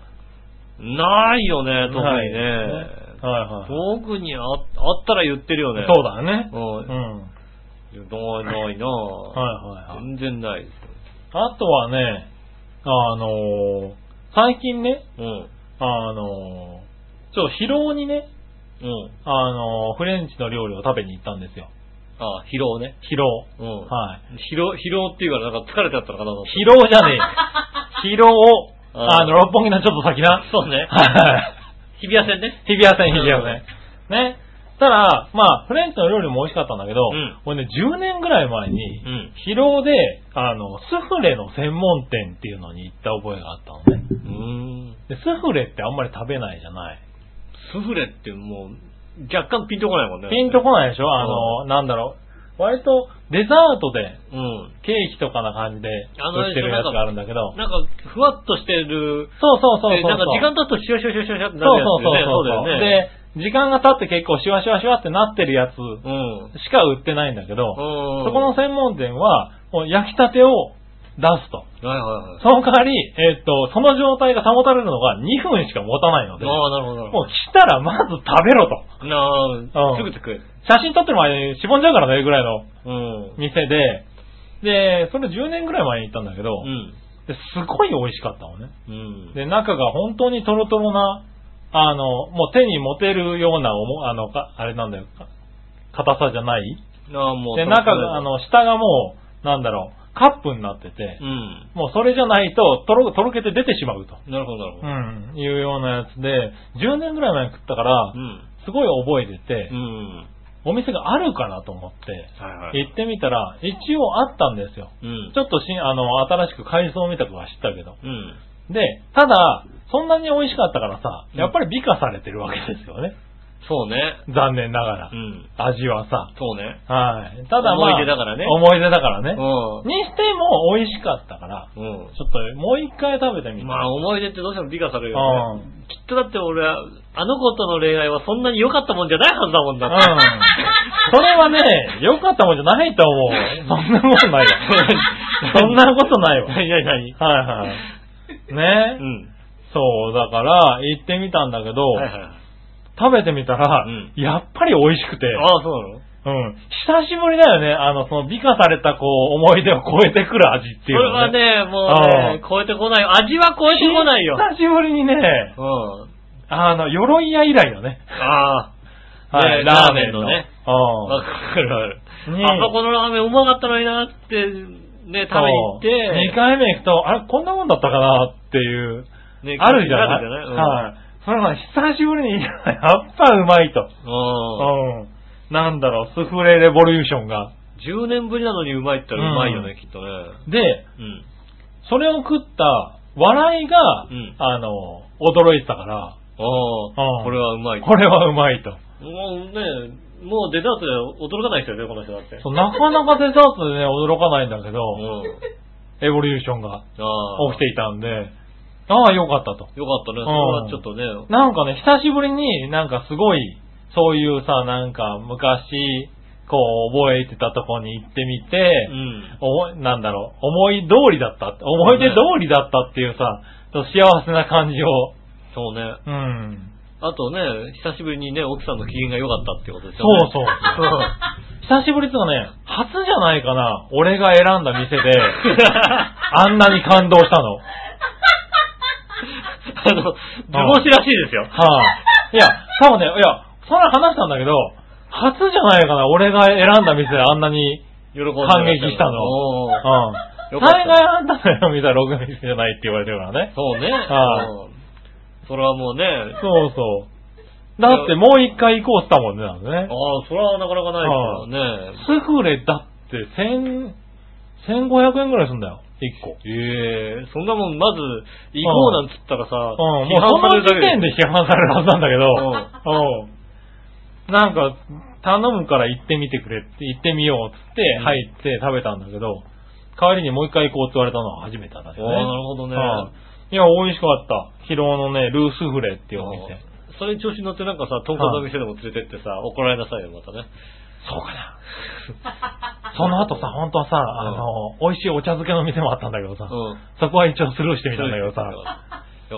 S2: ないよね、特
S3: は
S2: に
S3: い
S2: ね。
S3: はいはい。
S2: 特にああったら言ってるよね。
S3: そうだよね。う。
S2: うんん。ないないな
S3: はいはいはい。
S2: 全然ないです
S3: あとはね、あのー最近ね、
S2: よ。
S3: あのーちょっと疲労にね、
S2: うん。うん。
S3: あのーフレンチの料理を食べに行ったんですよ。
S2: あ、疲労ね。
S3: 疲労。
S2: うん。
S3: はい。
S2: 疲労、疲労っていうからなんか疲れちゃったのかなと思って。
S3: 疲労じゃねえ。疲労を、
S2: あー
S3: あの、六本木のちょっと先な。
S2: そうね。
S3: はい。
S2: 日比谷線ね。
S3: 日比谷線、日比谷線。ね。ただ、まあ、フレンチの料理も美味しかったんだけど、
S2: うん
S3: 俺ね、10年ぐらい前に、
S2: うん
S3: 疲労で、あの、スフレの専門店っていうのに行った覚えがあったのね。
S2: うーん。
S3: でスフレってあんまり食べないじゃない。
S2: スフレってもう、若干ピンとこないもんね。
S3: ピンとこないでしょあの、なんだろう。割とデザートで、
S2: うん。
S3: ケーキとかな感じで
S2: あの
S3: 売ってるやつがあるんだけど。
S2: なんか、ふわっとしてる。
S3: そうそうそうそう
S2: で
S3: そう。
S2: なんか時間経つとシュワシュワシュワシュワって
S3: そう
S2: なるや
S3: そう
S2: つ
S3: そう
S2: よね。
S3: そう
S2: だよね。
S3: で、時間が経って結構シュワシュワシュワってなってるやつ
S2: うん。うん。
S3: しか売ってないんだけど、そ
S2: そ
S3: この専門店は、もう焼きたてを出すと。
S2: はいはいはい。
S3: その代わり、えっと、その状態が保たれるのが2分しか持たないので、も
S2: ああ、なるほどなるほ
S3: う来たらまず食べろと。
S2: ど。な
S3: うん
S2: あ、すぐ作る。
S3: 写真撮ってる前にしぼんじゃうからね、ぐらいの
S2: うん。
S3: 店で、で、それ10年ぐらい前に行ったんだけど、
S2: うん。
S3: ですごい美味しかったのね。
S2: うん。
S3: で、中が本当にトロトロな、あの、もう手に持てるような重、あの、かあれなんだよ、か硬さじゃない
S2: ああ、もう。
S3: で、中が、あ、の、下がもう、なんだろう、カップになってて
S2: う、ん。
S3: もうそれじゃないと、とろ、とろけて出てしまうと。
S2: なるほどなるほ
S3: う
S2: ど。
S3: ん、いうようなやつで、10年ぐらい前に食ったから
S2: う、ん。
S3: すごい覚えてて
S2: う、ん。
S3: お店があるかなと思って、
S2: はいはい。
S3: 行ってみたら、一応あったんですよ。
S2: うん。
S3: ちょっとしん、あの、新しく改装見たとは知ったけど。
S2: うん。
S3: で、ただ、そんなに美味しかったからさ、
S2: うん
S3: やっぱり美化されてるわけですよね。
S2: そうね。
S3: 残念ながら
S2: う。ん。
S3: 味はさ。
S2: そうね。
S3: はい。ただまあ。
S2: 思い出だからね
S3: 思い出だからね。
S2: う
S3: にしても美味しかったから、
S2: ん。うん
S3: ち。ょっともう一回食べてみた。
S2: まあ思い出ってどうしても美化されるよね。
S3: うん
S2: きっとだって俺は、あの子との恋愛はそんなに良かったもんじゃないはずだもんだ
S3: う
S2: って。
S3: ん。それはね、良かったもんじゃないと思う。そんなこ とないわ。そんなことないわ。
S2: 何何々
S3: はいはい。ね、
S2: うん。
S3: そう、だから、行ってみたんだけど、
S2: はいはいはい。
S3: 食べてみたら、
S2: うん
S3: やっぱり美味しくて、
S2: ああ、そうなの
S3: うん。久しぶりだよね、あの、その美化されたこう、思い出を超えてくる味っ
S2: そ
S3: ていう
S2: れ
S3: の
S2: は
S3: ね。
S2: ね、もうね、超えてこないよ。味は超えてこない よ。
S3: 久しぶりにね、
S2: うん。
S3: あの、鎧屋以来のね、
S2: ああ。
S3: はい、
S2: ね
S3: ラーメンの
S2: ね
S3: ね。。
S2: わかるわかる。
S3: ね
S2: あそこのラーメンうまかったのになって、ね、食べに行って。
S3: 2回目行くと、あれ、こんなもんだったかなっていう、
S2: ね
S3: あるじゃない
S2: あるじゃない
S3: はい。それが久しぶりに、やっぱうまいと。
S2: うん。うん
S3: うん。なんだろう、スフレレボリューションが。
S2: 10年ぶりなのにうまいって言ったらうまいよね、
S3: うん
S2: きっとね。
S3: で、
S2: うん。
S3: それを食った笑いが、
S2: うん
S3: あの、驚いてたから、
S2: あ
S3: うん
S2: あ、これはうまい。
S3: これはうまいと。
S2: もうね、もうデザートで驚かない人よね、この人だって。
S3: そうなかなかデザートでね、驚かないんだけど、
S2: うん。
S3: エボリューションが
S2: ああ。
S3: 起きていたんで、ああ、よかったと。
S2: よかったね、それはちょっとね。
S3: なんかね、久しぶりになんかすごい、そういうさ、なんか昔、こう覚えてたとこに行ってみて、
S2: うん。
S3: おなんだろう、思い通りだったって、思い出通りだったっていうさ、ちょっと幸せな感じを、
S2: そうね。
S3: うん。
S2: あとね、久しぶりにね、奥さんの機嫌が良かったってことです
S3: そう
S2: よね。
S3: そうう。 久しぶりとかね、初じゃないかな、俺が選んだ店 で、あんなに感動したの。はい、
S2: そう。あの、図星らしいですよ。
S3: いや、多分ね、いや、それ話したんだけど、初じゃないかな、俺が選んだ店であんなに、
S2: 喜んでらっしゃる。
S3: 感激したの
S2: おー
S3: う
S2: よ
S3: ん。
S2: かった
S3: 大概あんたの見たらろくな店じゃないって言われてるからね。
S2: そうね。
S3: はい
S2: うんそれはもうね、あ
S3: そうそう。だってもう一回行こうって言ったもんね、なんで
S2: あ、
S3: ね。
S2: それはなかなかないですよね。
S3: スフレだって千、千五百円ぐらいすんだよ、一個。
S2: ええそんなもん、まず、行こうなんつったらさ、
S3: うん、も
S2: 批
S3: うそ
S2: 判される
S3: の
S2: だけ
S3: 時
S2: で
S3: 点で批判されるはずなんだけど、うん。なんか、頼むから行ってみてくれって、行ってみようっつって
S2: うん
S3: 入って食べたんだけど、代わりにもう一回行こうって言われたのは初めてだったね。
S2: ああなるほどね
S3: うんいや、美味しかった。疲労のね、ルースフレっていうお店。
S2: それに調子に乗ってなんかさ、東京の店でも連れてってさ、怒られなさいよ、またね。
S3: そうかな。その後さ、本当はさ、あの、美味しいお茶漬けの店もあったんだけどさ、
S2: うん。
S3: そこは一応スルーしてみたんだけどさ、
S2: よか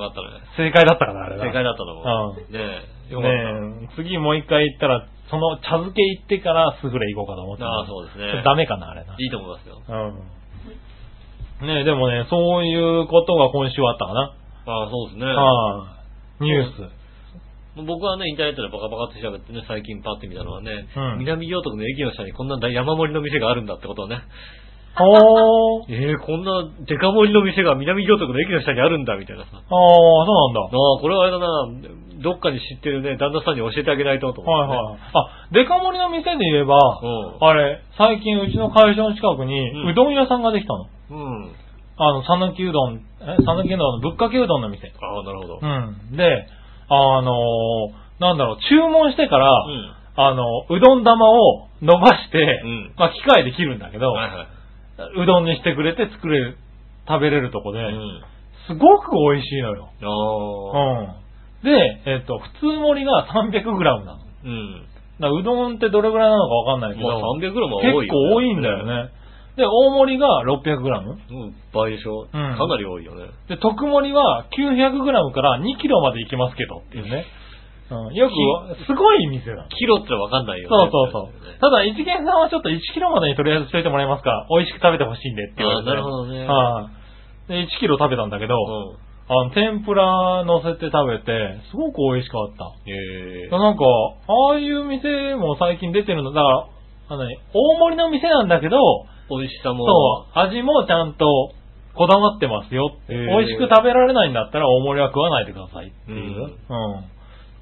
S2: ったね。
S3: 正解だったから、あれ
S2: 正
S3: が。
S2: 解だったのも。
S3: うん
S2: ねえ、よかった。
S3: ねえ、次もう一回行ったら、その茶漬け行ってからスフレ行こうかと思ってた。
S2: ああ、そうですね。
S3: ダメかな、あれな。
S2: いいと思いますよ。
S3: うん。ねえ、でもね、そういうことが今週はあったかな。
S2: ああ、そうですね。
S3: はいニュース。
S2: 僕はね、インターネットでバカバカって調べてね、最近パッて見たのはね、
S3: うん
S2: 南行徳の駅の下にこんな山盛りの店があるんだってことをね、
S3: おー。
S2: ええこんなデカ盛りの店が南行徳の駅の下にあるんだ、みたいなさ。
S3: ああ、そ うなんだ。
S2: ああ、これはあれだな、どっかに知ってるね、旦那さんに教えてあげないとと思
S3: はい
S2: って、ね。
S3: はい。あ、デカ盛りの店で言えば、
S2: うん
S3: あれ、最近うちの会社の近くに、
S2: うん
S3: うどん屋さんができたの。
S2: うん。
S3: あの、讃岐うどん、え讃岐うどんのぶっかけうどんの店。
S2: ああ、なるほど。
S3: うん。で、あのーなんだろう、注文してか
S2: う
S3: ら、
S2: ん。
S3: あの、うどん玉を伸ばして、
S2: うん
S3: まあ、機械で切るんだけど、
S2: はいはいう
S3: どんにしてくれて作れる、食べれるとこで、
S2: うん。
S3: すごく美味しいのよ。
S2: ああ。
S3: うん。で、えっ、と、普通盛りが 300g なの。だか
S2: うん。
S3: らうどんってどれぐらいなのかわかんないけど、
S2: まあ 300g は多い
S3: 結
S2: よ、
S3: 構多いんだよね。で、大盛りが 600g。
S2: うん。いっぱいでしょ、かなり多いよね。
S3: で、特盛りは 900g から 2kg までいけますけどっていうね。うん、よく、すごい店なの。
S2: キロってのはわかんないよ
S3: そ
S2: ね。
S3: うそうそう。ただ、一元さんはちょっと1キロまでにとりあえずしといてもらえますか美味しく食べてほしいんでって言
S2: あ
S3: われ
S2: あ、
S3: て。
S2: なるほどね。
S3: はい。で、1キロ食べたんだけど、あの、天ぷら乗せて食べて、すごく美味しかった。
S2: うん。へえ。
S3: なんか、ああいう店も最近出てるの、だから、あのね、大盛りの店なんだけど、
S2: 美味しさも。
S3: そう、味もちゃんとこだわってますよって。
S2: へー
S3: 美味しく食べられないんだったら大盛りは食わないでくださいってい
S2: う
S3: う。
S2: ん
S3: うん。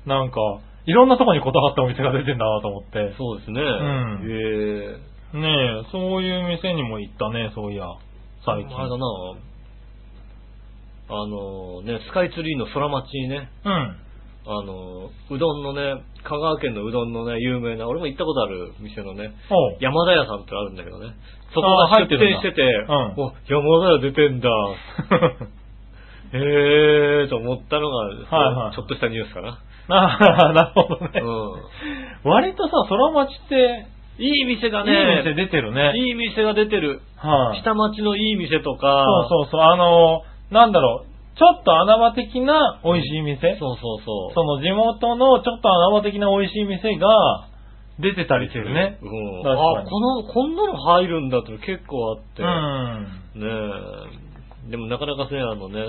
S3: なんか、いろんなとこにこだわったお店が出てんだなと思って。
S2: そうですね。
S3: ん
S2: へえ。
S3: ねえ、そういう店にも行ったね、そういや、最近。
S2: あれだなあのね、スカイツリーの空町にね、
S3: うん。
S2: あのうどんのね、香川県のうどんのね、有名な、俺も行ったことある店のね、
S3: おう。
S2: 山田屋さんってあるんだけどね。そこ
S3: あー
S2: が
S3: 入って
S2: 出
S3: るん
S2: 店
S3: だ
S2: してて、
S3: うん
S2: お山田屋出てん だ。へえーと思ったのが、
S3: はいはい
S2: ちょっとしたニュースかな。
S3: ああ、 なるほどね。
S2: う
S3: 割とさ、空町って、
S2: ん。いい店が
S3: いい
S2: ね、
S3: 店出てるね。
S2: いい店が出てる。
S3: はい、
S2: 下町のいい店とか、
S3: そうそうそう、あのーなんだろう、ちょっと穴場的な美味しい店、
S2: そうそうそう。
S3: その地元のちょっと穴場的な美味しい店が出てたりするね。
S2: うん。
S3: 確か
S2: あ、
S3: に
S2: この、こんなの入るんだって結構あって。
S3: うん。
S2: ねえ。でもなかなかね、あのね、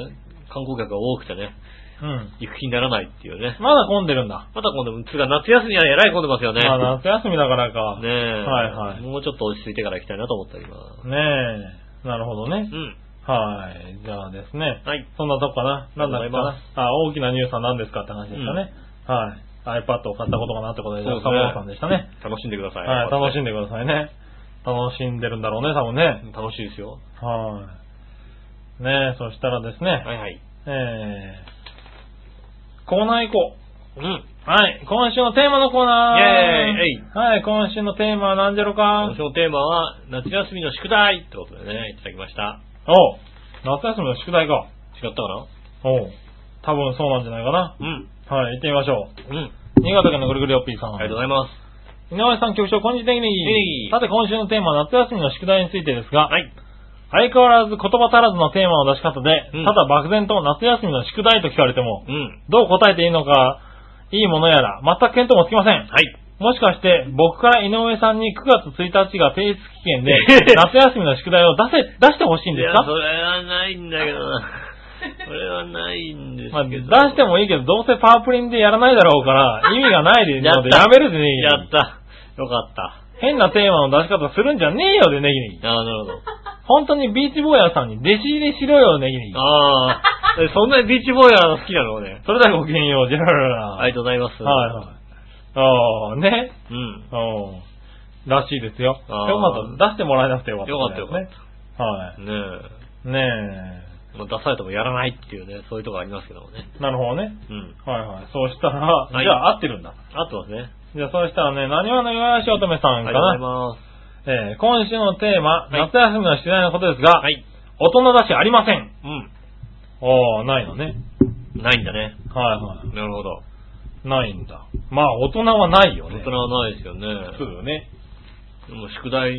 S2: 観光客が多くてね、
S3: うん。
S2: 行く気にならないっていうね。
S3: まだ混んでるんだ。
S2: また今度、つが夏休みは偉い混んでますよね。
S3: まあ夏休みだからか。
S2: ねえ。
S3: はいはい
S2: もうちょっと落ち着いてから行きたいなと思っております。
S3: ねえ。なるほどね
S2: う。ん。
S3: はい。じゃあですね。
S2: はい。
S3: そんなとこかな。なんだ
S2: あ
S3: っ
S2: り
S3: け
S2: がとうございま
S3: かな。あ、大きなニュースは何ですかって話でしたね。はい。iPad を買ったことかなってことで、じゃあ、
S2: そうですね
S3: さんでしたね。
S2: 楽しんでください。
S3: はい、楽し
S2: ん
S3: んでくださいね。楽しんでるんだろうね、多分ね。
S2: 楽しいですよ。
S3: はい。ねえ、そしたらですね、
S2: はいはい。
S3: えー、コーナー行こ
S2: うん。
S3: う。はい、今週のテーマのコーナー。
S2: イェーイえい
S3: はい、今週のテーマは何じゃろか
S2: 今週のテーマは、夏休みの宿題ってことでね、いただきました。
S3: おう夏休みの宿題か。
S2: 違ったかな
S3: おう多分そうなんじゃないかな。
S2: うん。
S3: はい、行ってみましょ
S2: うん。
S3: う。新潟県のぐるぐるよっぴーさん。
S2: ありがとうございます。
S3: 井上さん、局長、こんにちは、ネギネ
S2: ネギネギ
S3: ギ。さて、今週のテーマは夏休みの宿題についてですが、
S2: はい。
S3: 相変わらず言葉足らずのテーマの出し方で、
S2: うん
S3: ただ漠然と夏休みの宿題と聞かれても、
S2: うん。
S3: どう答えていいのか、いいものやら、全く見当もつきませ
S2: は
S3: ん。
S2: い。、
S3: もしかして、僕から井上さんに9月1日が提出期限で 夏休みの宿題を出せ、出してほしいん
S2: い
S3: です
S2: や、
S3: か
S2: それはないんだけど な。それはないんです
S3: まあ、
S2: け
S3: 出
S2: ど。
S3: してもいいけど、どうせパープリンでやらないだろう から、意味がないで、ので
S2: や
S3: や
S2: った
S3: めるでね
S2: やった。よかった。
S3: 変なテーマの出し方するんじゃねえよでネギネギ。
S2: ああ、なるほど。
S3: 本当にビーチ坊やさんに弟子入りしろよネギネギ。
S2: ああ、 えそんなにビーチボーイが好きなのね。
S3: それではごきげんよう、ジェラララ。
S2: ありがとうございます。
S3: はいはい。ああ、ね。
S2: い。うん。
S3: うん。らしいですよ。よ
S2: あー
S3: かった。出してもらえなくてよかった、
S2: よかったよかっ
S3: った。は
S2: た。ねえ。
S3: い。ね
S2: まあ、出されてもやらないっていうね、そういうとこありますけどもね。
S3: え。なるほどね。
S2: うん。
S3: はいはい。そうしたら、
S2: い
S3: じゃあ合ってるんだ。
S2: 合ってますね。
S3: じゃあそうしたらね、何話の岩橋乙女さ
S2: あ
S3: ん
S2: り
S3: か
S2: がとうござい
S3: な。
S2: ます。
S3: えー今週のテー
S2: は
S3: マ、
S2: い
S3: 夏休みの宿題のことですが、
S2: はい。
S3: 大人だしありません。
S2: う
S3: ああ、ないのね。
S2: ん。ないんだね。
S3: はいは
S2: なるほど。
S3: い。ないんだ。まあ、大人はないよ
S2: 大
S3: ね。
S2: 人はないですよね。
S3: そうよね。
S2: でも宿題ね、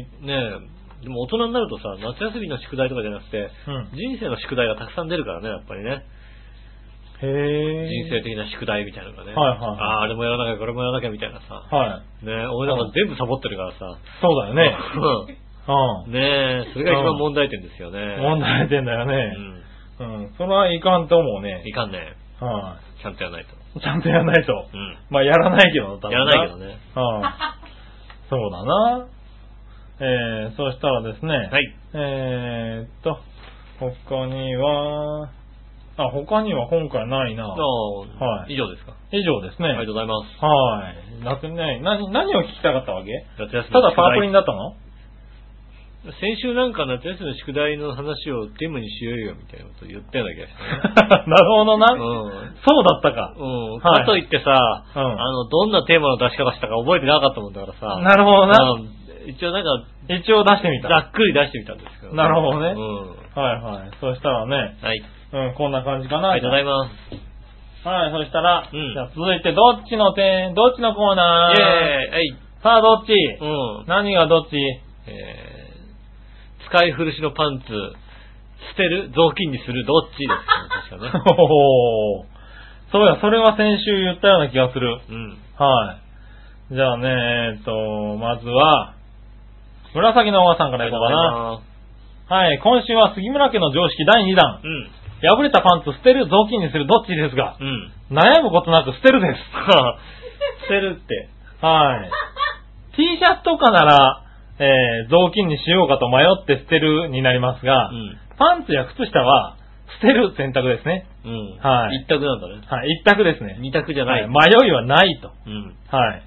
S2: でも大人になるとさ、夏休みの宿題とかじゃなくて、
S3: うん。
S2: 人生の宿題がたくさん出るからね、やっぱりね。
S3: へえ。
S2: 人生的な宿題みたいなのがね。
S3: はいはいはい
S2: ああ、あれもやらなきゃ、これもやらなきゃみたいなさ。
S3: はい。
S2: ね俺なんか全部サボってるからさ。
S3: そうだよね。う
S2: う
S3: ん。
S2: ん。ねえ、それが一番問題点ですよね。
S3: 問題点だよ
S2: うん。
S3: ね。うん。それはいかんと思う
S2: い
S3: ね。
S2: かんね。
S3: は
S2: ちゃんとやらないと。
S3: い。ちゃんとやらないと。
S2: うん。
S3: まあ、やらないけど、多分
S2: やらないけど。ね。
S3: はい。そうだな。えー、そしたらですね。
S2: はい。
S3: えーっと、他には、あ、他には今回ないな。
S2: じゃあ、
S3: はい
S2: 以上ですか。
S3: 以上ですね。
S2: ありがとうございます。
S3: はい。だってね、何、何を聞きたかったわけ
S2: 夏休み
S3: ただパープリン
S2: ン。
S3: だったの
S2: 先週なんか夏休みの宿題の話をテーマにしようよみたいなこと言ったような気がしたね。
S3: なるほどな。そうだったか。
S2: うん。うん。
S3: はい
S2: かといってさ、
S3: ん
S2: あの、どんなテーマの出し方したか覚えてなかったもんだからさ。
S3: なるほど
S2: あ
S3: な。
S2: の一応なんか、
S3: 一応出してみた。
S2: ざっくり出してみたんですけど、
S3: なるほどね
S2: う
S3: はいはい。そしたらね、
S2: ん。はい。
S3: うん、こんな感じかな。
S2: ありがとうございます。
S3: はい、そしたら、
S2: うん
S3: じゃあ続いて、どっちの点、どっちのコーナー
S2: イェーイはい。
S3: さあ、どっち、
S2: うん。
S3: 何がどっち
S2: えー、使い古しのパンツ、捨てる、雑巾にする、どっちですよね、確かね。
S3: おーそうや、それは先週言ったような気がする。
S2: うん。
S3: はい。じゃあね、えーっと、まずは、紫のおばさんからいこうかな。はい、今週は杉村家の常識第2弾。
S2: うん。
S3: 破れたパンツ捨てる、雑巾にする、どっちですが、
S2: うん。
S3: 悩むことなく捨て るです。
S2: 捨てるって。
S3: はい。T シャツとかなら、えー、雑巾にしようかと迷って捨てるになりますが、
S2: うん。
S3: パンツや靴下は捨てる選択ですね。
S2: うん。
S3: はい
S2: 一択なんだね。
S3: はい、一択ですね。
S2: 二択じゃない。
S3: はい迷いはないと。
S2: うん。
S3: はい。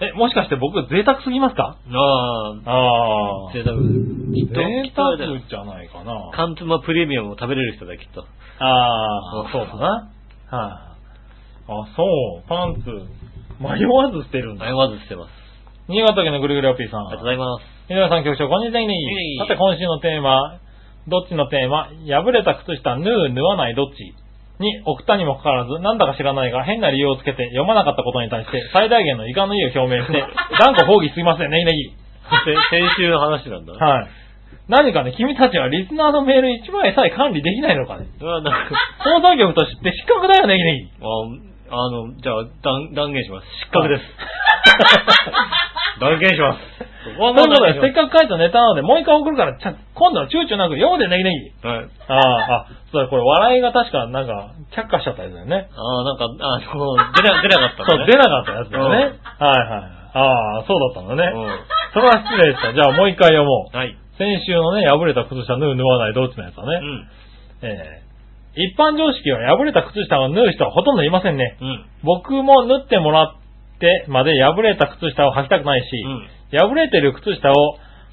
S3: え、もしかして僕贅沢すぎますか
S2: ああ、
S3: あ
S2: 贅沢。きっと、き
S3: 贅
S2: っとあ
S3: 沢
S2: れだよ
S3: じゃないかな。
S2: 缶詰プレミアムを食べれる人だよ、きっと。
S3: あ
S2: あ
S3: あ、そうだな。はい、あ。そう、パンツ、迷わず捨てるんだ。
S2: 迷わず捨てます。
S3: 新潟県のぐるぐるおっぴーさん。
S2: ありがとうございます。
S3: 井上さん局長、こんにちは。
S2: い
S3: さて、今週のテーマ、どっちのテーマ、破れた靴下、縫う、縫わない、どっちに送ったにもかかわらず、なんだか知らないが変な理由をつけて読まなかったことに対して、最大限の遺憾の意を表明して、断固抗議すいません、ネギネギ。
S2: せ先週の話なんだ。
S3: はい。何かね、君たちはリスナーのメール一枚さえ管理できないのかね。
S2: うわ なんか、
S3: 放送局として失格だよ、ネギネギ。
S2: ああの、じゃあ、断断言します。失格 です。断言します。そこ
S3: と
S2: はもう
S3: いうこと
S2: 断
S3: で、せっ
S2: 言し
S3: かく書いたネタなので、もう一回送るから、ちゃん今度は躊躇なく読むで、ネギネギ。
S2: ます。はい。
S3: ああ、あ、そうだ、これ笑いが確かなんか、却下しちゃったやつだよね。
S2: ああ、なんか、あの、出な、出なかった
S3: そ
S2: んだ
S3: う、
S2: ね。
S3: 出なかったやつだよね。
S2: う
S3: は
S2: ん
S3: いはい。ああ、そうだったんだね。
S2: う
S3: それは失礼した。じゃあもう一回読もう。
S2: ん。はい。
S3: 先週のね、破れた靴下、縫う、縫わない、どっちのやつだ
S2: う
S3: ね。
S2: ん。
S3: えー、一般常識は破れた靴下を縫う人はほとんどいませんね。
S2: うん。
S3: 僕も縫ってもらってまで破れた靴下を履きたくないし、
S2: うん。
S3: 破れてる靴下を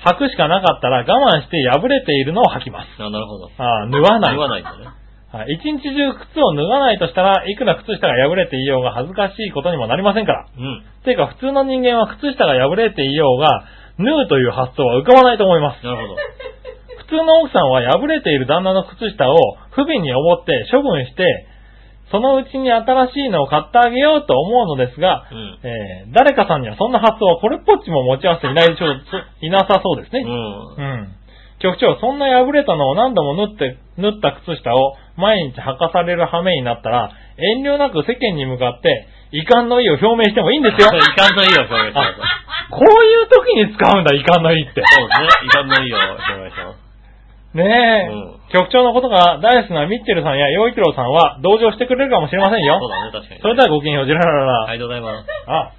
S3: 履くしかなかったら我慢して破れているのを履きます。
S2: あなるほど。
S3: ああ、縫わない。
S2: 言わないんだね。
S3: はい、一日中靴を脱がないとしたらいくら靴下が破れていようが恥ずかしいことにもなりませんから。
S2: うん。
S3: ていうか普通の人間は靴下が破れていようが、縫うという発想は浮かばないと思います。
S2: なるほど。
S3: 普通の奥さんは破れている旦那の靴下を不憫に思って処分して、そのうちに新しいのを買ってあげようと思うのですが、
S2: うん。
S3: えー誰かさんにはそんな発想はこれっぽっちも持ち合わせていないでしょう、いなさそうですね。
S2: うん。
S3: うん。局長、そんな破れたのを何度も縫って、縫った靴下を毎日履かされる羽目になったら、遠慮なく世間に向かって遺憾の意を表明してもいいんですよ
S2: そ。れ 遺憾のいいよ、表明しま
S3: あ
S2: す。
S3: こういう時に使うんだ、遺憾の 意って。
S2: そうですね。遺憾のいいよ、表明します。
S3: ねえ、
S2: うん
S3: 局長のことが大好きなミッチェルさんや陽一郎さんは同情してくれるかもしれません
S2: そう
S3: よ。
S2: だね、確かに。
S3: それではごきげんよう、ジララララ。
S2: ありがとうございます。
S3: あ、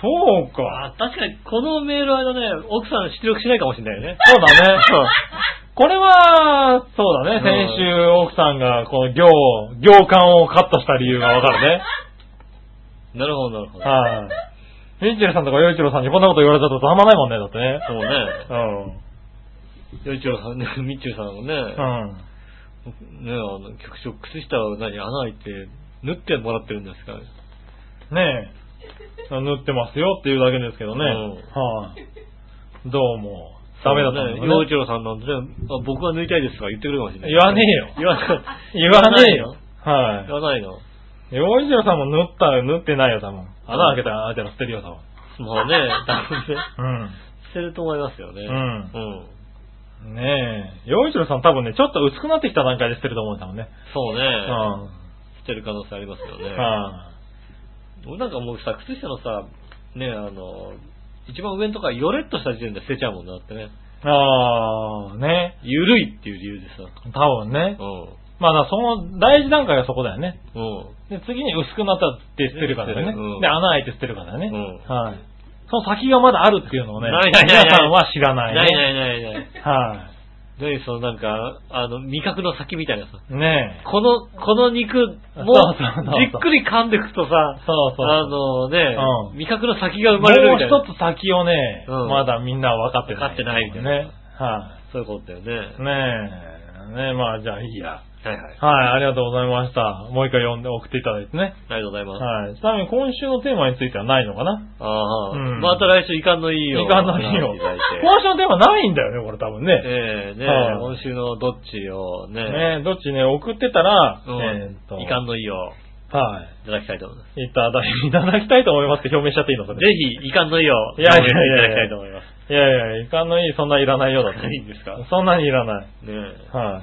S3: そうか。
S2: あ、確かに、このメールはね、奥さん出力しないかもしれないよね。
S3: そ うだね。これは、そうだね。
S2: うん
S3: 先週、奥さんが、この行、行間をカットした理由がわかるね。
S2: なるほど、なるほど。
S3: はい。ミッチェルさんとか洋一郎さんにこんなこと言われたらたまんないもんね、だってね。
S2: そうね。
S3: うん。
S2: よいちろさんね、みっちゅうさんもね、
S3: うん。
S2: ね、あの、局長、靴下を何、穴開いて、縫ってもらってるんですか
S3: ねえ。塗ってますよっていうだけですけどね。
S2: う
S3: はい。どうも。ダメだったんだ
S2: ね。洋
S3: ね
S2: 一。郎さんなんてね、あ僕は抜いたいですとか言ってくるかもしれない。
S3: 言わねえよ
S2: 言わない。
S3: 言わねえよ。は
S2: 言わないの。
S3: い。洋一郎さんも塗ったよ、塗ってないよ、多分。穴開けたら、あいたら捨てるよ、多
S2: もうね、多分ね、
S3: 分。
S2: 捨てると思いますよね。
S3: うん
S2: うん。
S3: うん。ねえ。洋一郎さん多分ね、ちょっと薄くなってきた段階で捨てると思うんだもんね。
S2: そうね、
S3: うん。
S2: 捨てる可能性ありますよね。
S3: は
S2: 俺なんかもうさ、靴下のさ、ね、あの、一番上のとこはヨレッとした時点で捨てちゃうもんなってね。
S3: い。ああ、ね。
S2: ゆるいっていう理由でさ。
S3: 多分ね
S2: う。ん。
S3: まあ、だからその、第一段階がそこだよね。
S2: うん。
S3: で、次に薄くなったって捨てるからだよね。
S2: うん
S3: で、穴開いて捨てるからだよね。
S2: う
S3: はい。その先がまだあるっていうのをね、
S2: ないないないない
S3: 皆さんは知らない、ね。
S2: ないないないない。
S3: は
S2: 何そのなんか、あの、味覚の先みたいなさ。
S3: い。ねえ。
S2: この、この肉
S3: そう
S2: も
S3: そうそうそう、
S2: じっくり噛んでいくとさ、
S3: そうそう。
S2: あのね、
S3: うん
S2: 味覚の先が生まれるみたいな。
S3: もう一つ先をね、
S2: うん
S3: まだみんなは分かってない。
S2: 分かってないみたいな
S3: ね。は
S2: そういうことだよね。
S3: い、ねえ。ねえ、まあじゃあいいや。
S2: はいはい。
S3: はい、ありがとうございました。もう一回読んで送っていただいてね。
S2: ありがとうございます。
S3: はい。ちなみに今週のテーマについてはないのかな
S2: ああ、
S3: うん
S2: また来週、遺憾のいいよ。
S3: いかんのいいよ。
S2: いただいて
S3: 今週のテーマないんだよね、これ多分ね。
S2: ええね
S3: はい
S2: 今週のどっちをね、
S3: ねえ、どっちね、送ってたら、
S2: うん
S3: えーっと、
S2: 遺憾のいいよ、
S3: はい
S2: ただきたいと思います。
S3: い。いただい、いただきたいと思いますって表明しちゃっていいのか
S2: ぜひ、遺憾の意を、
S3: いやいやいやいや
S2: ただきたいと思います。
S3: いやいや、いかんのいい、そんないらないようだって。
S2: いいんですかね
S3: そんなにいらない。
S2: え
S3: はい。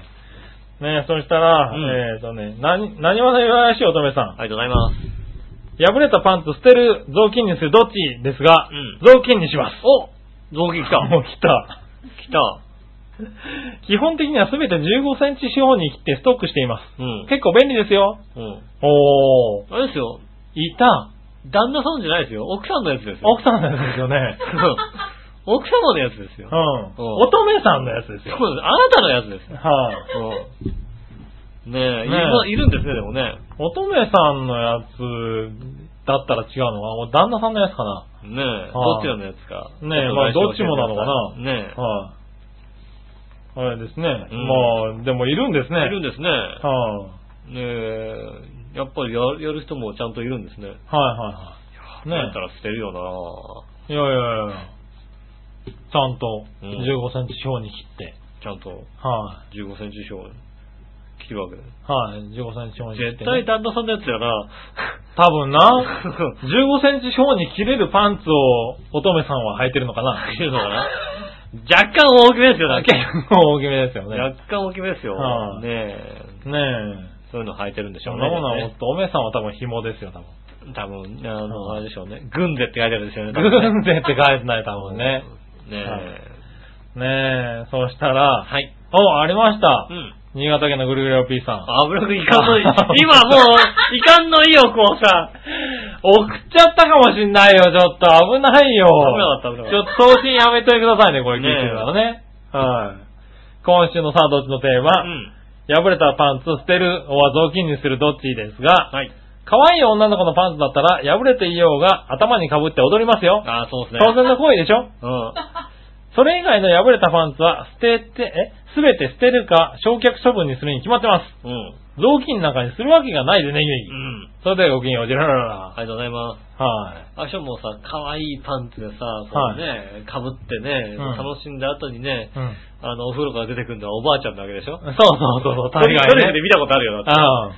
S3: ねえ、そしたら、
S2: うん
S3: えーっとね、なに、なにわの岩屋しい乙女さん。
S2: ありがとうございます。
S3: 破れたパンツ捨てる、雑巾にする、どっちですが、
S2: うん
S3: 雑巾にします。
S2: お雑巾来た。
S3: もう 来た。
S2: 来た。
S3: 基本的にはすべて15センチ四方に切ってストックしています。
S2: うん。
S3: 結構便利ですよ。
S2: うん。
S3: おー。
S2: あれですよ、
S3: いた。
S2: 旦那さんじゃないですよ。奥さんのやつですよ。
S3: 奥さんのやつですよね。
S2: うん奥様のやつです
S3: う
S2: よ。
S3: ん
S2: そう。
S3: 乙女さんのやつです
S2: です。あ
S3: よ。
S2: なたのやつですよ。
S3: はい、
S2: うん。ねえ、い
S3: ねえ
S2: まいるんですね、でもね。
S3: 乙女さんのやつだったら違うのは、お旦那さんのやつかな。
S2: ねえ、ど
S3: はい
S2: っちらのやつか。
S3: ねえ
S2: ちょっと
S3: まあ
S2: 来週
S3: どっちもなのかな
S2: 教えてくださいね
S3: はい、あ。れですね。
S2: うん
S3: まあ、でもいるんですね。
S2: え。いるんですね。
S3: はい、
S2: ねえ、やっぱりややる人もちゃんといるんですね。
S3: はいはいはねえ。
S2: やったら捨てるよない
S3: いやいやいやちゃんと
S2: うん
S3: 15センチ四方に切って。
S2: ちゃんと
S3: は
S2: 15センチ以上切るわけだよ
S3: い、はい、15センチ四方に切ってね、
S2: 絶対旦那さんのやつやな。
S3: 多分な。15センチ四方に切れるパンツを乙女さんは履いてるの かな
S2: 切るのかな若干大きめですよ、だ
S3: 結構大きめですよね。ね
S2: 若干大きめですよ。
S3: は
S2: ね
S3: い
S2: え。
S3: え。
S2: そういうの履いてるんでし
S3: そ
S2: ょうんね。
S3: なものは乙女さんは多分紐で すよ、多分。
S2: 多分、あ
S3: うん
S2: の、あれでしょうね。軍勢って書いてあるんですよね。多分
S3: 軍勢って書いてない、多分ね。。
S2: ねえ。
S3: ねえ、そうしたら、
S2: はい。
S3: お、ありました
S2: う。ん。
S3: 新潟県のぐるぐるおぴーさん。
S2: あ、危なく遺憾 の意。今もう、遺憾の意をこうさ、
S3: 送っちゃったかもしんないよ、ちょっと。危ないよ。
S2: 危なかった危なか
S3: ちょっと送信やめといてくださいね、これ聞いてるからね。はい。今週のさあ、どっちのテー
S2: た。
S3: マ、
S2: うん。
S3: 破れたパンツ捨てる、おは雑巾にするどっちですが、
S2: はい。
S3: 可愛い女の子のパンツだったら、破れていようが頭に被って踊りますよ。
S2: あ、そうですね。
S3: 当然の行為でしょ
S2: うん。
S3: それ以外の破れたパンツは、捨てて、えすべて捨てるか、焼却処分にするに決まってます。
S2: うん。
S3: 雑巾なんかにするわけがないでね、ゆい。
S2: うん。
S3: それではごきげんよう、じららら
S2: ありがとうございます。
S3: ら。はい。
S2: あしょもうさ、可愛いパンツでさ、こ
S3: は
S2: う
S3: い
S2: ね、かぶってね、
S3: うん
S2: 楽しんだ後にね、
S3: うん。
S2: あの、お風呂から出てくるのはおばあちゃんなわけでしょ
S3: そうそうそ うそう、大概
S2: テレビで
S3: ね。
S2: 見たことあるよ、だって。
S3: ああ。
S2: うん。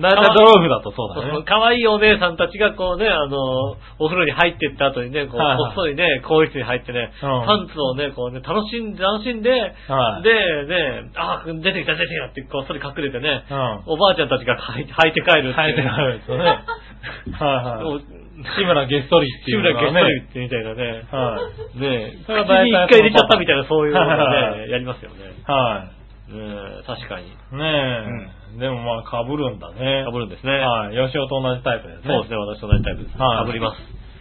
S3: だいたいドローフだとそうだね。
S2: かわいいお姉さんたちがこうね、あの、お風呂に入ってった後にね、こう、
S3: はいはい
S2: こっそりね、更衣室に入ってね、
S3: うん
S2: パンツをね、こうね、楽しんで、楽しんで、
S3: はい
S2: で、ね、あー、出てきた、出てきたって、こっそり隠れてね、
S3: うん。
S2: おばあちゃんたちが履いて履いて帰るって
S3: 生
S2: い
S3: え
S2: う
S3: てなるん ですよね。はいはい。志村ゲストリーっ
S2: 志
S3: ていうの
S2: 村け
S3: が
S2: っそり
S3: ね。
S2: ってみたいなね。
S3: はい。
S2: ねえ、
S3: それは
S2: 口
S3: 大
S2: に一回
S3: 体
S2: 入れちゃったみたいな、 そういうの
S3: はいはい
S2: を
S3: は
S2: ね、やりますよね。
S3: は
S2: ねえ、確かに。
S3: い。ねえ。でもまあ、被るんだね。
S2: 被るんですね。
S3: はい。吉尾と同じタイプですね。
S2: そうですね、私と同じタイプです。
S3: はい
S2: 被ります。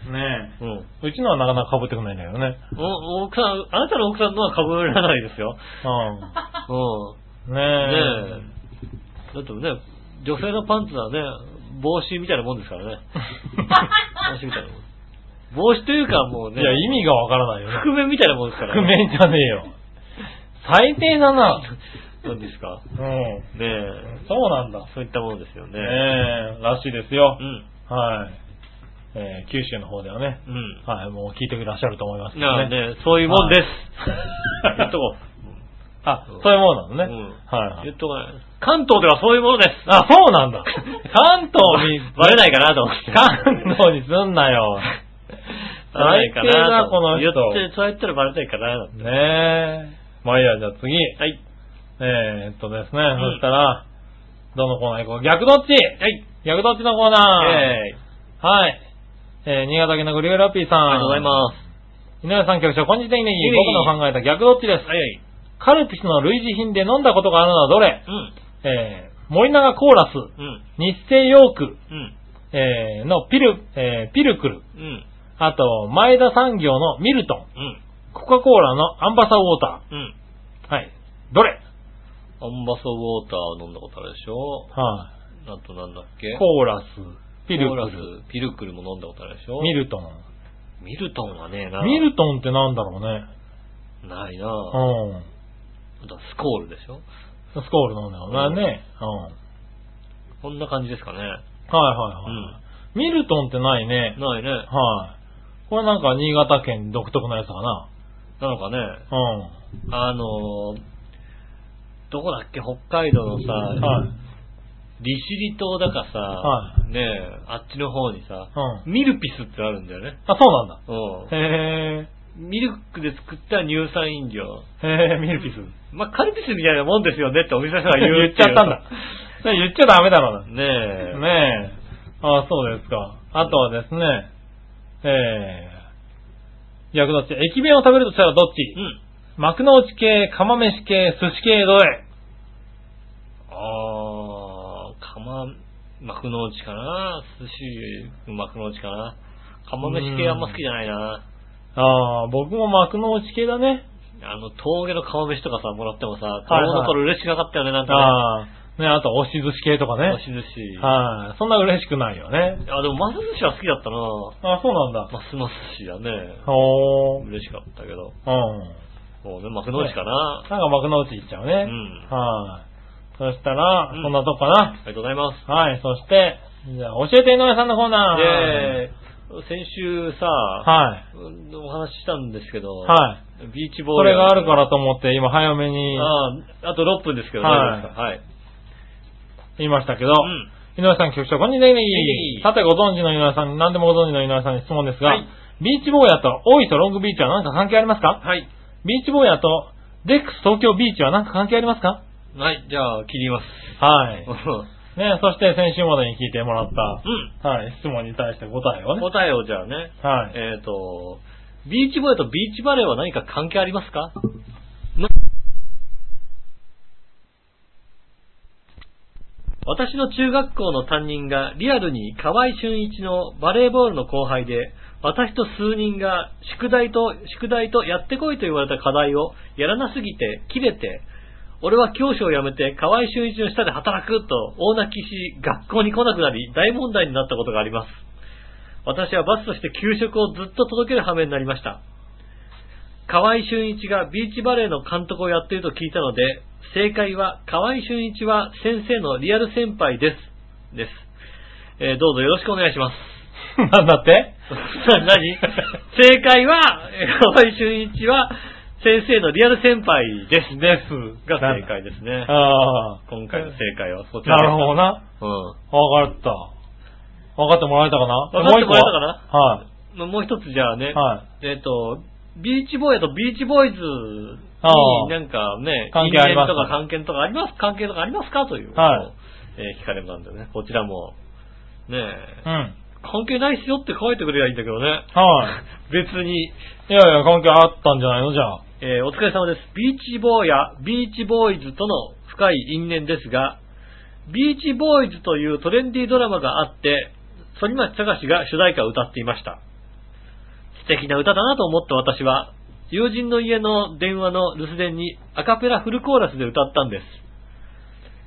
S3: すね
S2: うん。
S3: え。うちのはなかなか被ってくんないんだけどね。
S2: お、奥さん、あなたの奥さんのは被らないですよ。 うん。
S3: うん。ね
S2: ねえ。だってね、女性のパンツはね、帽子みたいなもんですから ね。帽子みたいなもん。帽子というかもう
S3: え。
S2: ね、
S3: いや、意味がわからないよ ね。
S2: 覆面みたいなもんですから
S3: 不。明じゃねえよ。最低だな。
S2: なんですか。
S3: うん。
S2: ねえ。
S3: そうなんだ。
S2: そういったものですよね。
S3: ねえ、らしいですよ
S2: う。ん。
S3: はい。えー九州の方ではね、
S2: うん。
S3: はい、もう聞いていらっしゃると思いますけ
S2: だか
S3: ど
S2: ら
S3: ね。
S2: ね、そういうもんです。
S3: はい
S2: 言っとこ
S3: あ、 そういうものなの
S2: う
S3: ね。
S2: ん
S3: はい、
S2: う。
S3: は
S2: 言
S3: い。
S2: っとこない。関東ではそういうものです。
S3: あ、そうな んだ。関東に、
S2: バレないかなと思って。
S3: 関東にすんなよ。
S2: バレないかなと思って
S3: 最低だこの人
S2: 言って、そうやったらバレないかなと。
S3: ねえ。まあいいや、じゃあ次。
S2: はい。
S3: えーっとですね、
S2: ん
S3: そしたら、どのコーナー行こう逆どっち
S2: はい。
S3: 逆どっちのコーナー、
S2: えーイ
S3: はい。えー、新潟県のグリューラッピーさん。。
S2: ありがとうございます
S3: 井上さん局長、こんにちは、イネギ
S2: イネギ
S3: 僕の考えた逆どっちです
S2: す。。はい。
S3: カルピスの類似品で飲んだことがあるのはどれ
S2: うん。
S3: えー、森永コーラス、
S2: うん。
S3: 日清ヨーク、
S2: うん。
S3: えー、のピル、えー、ピルクル、
S2: うん。
S3: あと、前田産業のミルトン、
S2: うん。
S3: コカ・コーラのアンバサーウォータ
S2: うん。
S3: ー。はい。どれ
S2: アンバサウォーターを飲んだことあるでしょ
S3: は
S2: あとなんだっ
S3: い、
S2: け
S3: コーラス、ピル
S2: コーラ
S3: ク
S2: ス
S3: ル、
S2: ピルクルも飲んだことあるでしょ
S3: ミルトン。
S2: ミルトンはねえな。
S3: ミルトンってなんだろうね。
S2: うないな
S3: う
S2: ぁ。
S3: ん。
S2: あとはスコールでしょ
S3: スコール飲んだよね。ね。うん。はい
S2: こんな感じですかね。
S3: はいはい。
S2: うん
S3: ミルトンってないね。
S2: ないね。
S3: はい。これなんか新潟県独特なやつかな。
S2: なんかね、
S3: うん。
S2: あのー、どこだっけ、北海道のさ、
S3: はい。
S2: 利尻島だかさ、
S3: は
S2: ねえ、あっちの方にさ、
S3: うん。
S2: ミルピスってあるんだよね。
S3: あ、そうなん
S2: う
S3: だ。へ
S2: ん。ミルクで作った乳酸飲料。
S3: え。へえ、ミルピス。
S2: まあ、カルピスみたいなもんですよねってお店の人が言う
S3: 言っちゃったんだ。それ言っちゃダメだろうな。
S2: ねえ。
S3: ねえ。あそうですか。あとはですね、えー、役立ち。駅弁を食べるとしたらどっち
S2: うん。
S3: 幕の内系、釜飯系、寿司系、どれ
S2: あー、釜、幕の内かな寿司、幕の内かな釜飯系あんま好きじゃないな。
S3: ああ、僕も幕の内系だね。
S2: あの、峠の釜飯とかさ、もらってもさ、子
S3: いはい
S2: 供の頃嬉しくなかったよね、なんか
S3: ああ、ね、あと押し寿司系とか
S2: ね。
S3: ね
S2: 押。し寿司。あ、
S3: はい、そんな嬉しくないよね。
S2: でも、ます寿司は好きだったな
S3: あそうなんだ。
S2: ますます寿司だね。
S3: おー。うん。
S2: 嬉しかったけど。
S3: な
S2: もうね、幕の内かな、
S3: んか幕の内行っちゃうね。
S2: うん
S3: はい、そしたら
S2: うん、
S3: そんなとこか
S2: あ
S3: な。
S2: りがとうございます。
S3: はい、そして、じゃあ、教えて井上さんのコーナー。
S2: で、先週さ、
S3: はい。
S2: うんお話ししたんですけど、
S3: はい。
S2: ビーチボー
S3: そ
S2: ル。
S3: れがあるからと思って、今早めに
S2: ああ、あと6分ですけど、
S3: はい
S2: 大丈夫ですかはい。
S3: 言いましたけ
S2: う
S3: ど、
S2: ん
S3: 井上さん局長、こんにちは。
S2: い
S3: さて、ご存知の井上さん、何でもご存知の井上さんに質問ですが、
S2: はい
S3: ビーチボーヤと大磯ロングビーチは何か関係ありますか
S2: はい。
S3: ビーチボーヤとデックス東京ビーチは何か関係ありますか
S2: はい、じゃあ、切ります。
S3: は い。
S2: う
S3: ね、そして先週までに聞いてもらっ
S2: ん。
S3: た、はい、質問に対して答えをね。
S2: 答えをじゃあね、
S3: はい。
S2: えっ、と、ビーチボーイとビーチバレーは何か関係ありますかな私の中学校の担任がリアルに河合俊一のバレーボールの後輩で、私と数人が宿題と、宿題とやってこいと言われた課題をやらなすぎて、切れて、俺は教師を辞めて河合俊一の下で働くと大泣きし、学校に来なくなり大問題になったことがあります。私は罰として給食をずっと届ける羽目になりました。河合俊一がビーチバレーの監督をやっていると聞いたので、正解は河合俊一は先生のリアル先輩です。です。えーどうぞよろしくお願いします。
S3: なんだって
S2: な何正解は、えー河合俊一は先生のリアル先輩です。
S3: です。
S2: が正解ですね。
S3: ああ。
S2: 今回の正解はそちら
S3: な
S2: です。
S3: るほどな。
S2: うん
S3: わかった。わかってもらえたかな
S2: わかってもらえたかな
S3: もう一個は
S2: まあもう一つじゃあね、
S3: はい。はい。
S2: えっ、と、ビーチボーイとビーチボーイズに
S3: ああ
S2: なんかね、
S3: 関係あります
S2: 因縁とか関係とかあります、関係とかありますかという、
S3: は
S2: え
S3: い
S2: ー聞かれたんでね、こちらも、ねえ
S3: うん。
S2: 関係ないっすよって書いてくれりゃいいんだけどね。
S3: はい。
S2: 別に、
S3: いやいや、関係あったんじゃないのじゃあ。
S2: えーお疲れ様です。ビーチボーイやビーチボーイズとの深い因縁ですが、ビーチボーイズというトレンディードラマがあって、反町隆史が主題歌を歌っていました。素敵な歌だなと思った私は、友人の家の電話の留守電にアカペラフルコーラスで歌ったんです。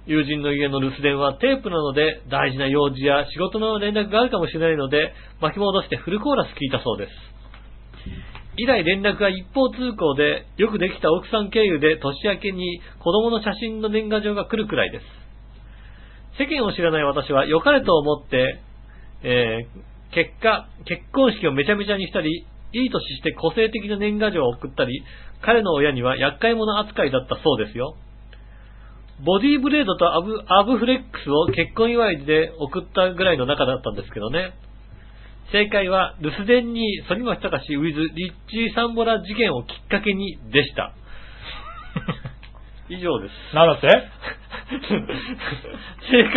S2: 友人の家の留守電はテープなので大事な用事や仕事の連絡があるかもしれないので巻き戻してフルコーラス聞いたそうです。以来連絡が一方通行で、よくできた奥さん経由で年明けに子供の写真の年賀状が来るくらいです。世間を知らない私は良かれと思って、えー結果、結婚式をめちゃめちゃにしたり、いい年して個性的な年賀状を送ったり、彼の親には厄介者扱いだったそうですよ。ボディーブレードとアブアブフレックスを結婚祝いで送ったぐらいの仲だったんですけどね。正解は、留守電に反町隆史 with リッチー・サンボラ事件をきっかけにでした。以上です。
S3: なんだって
S2: 正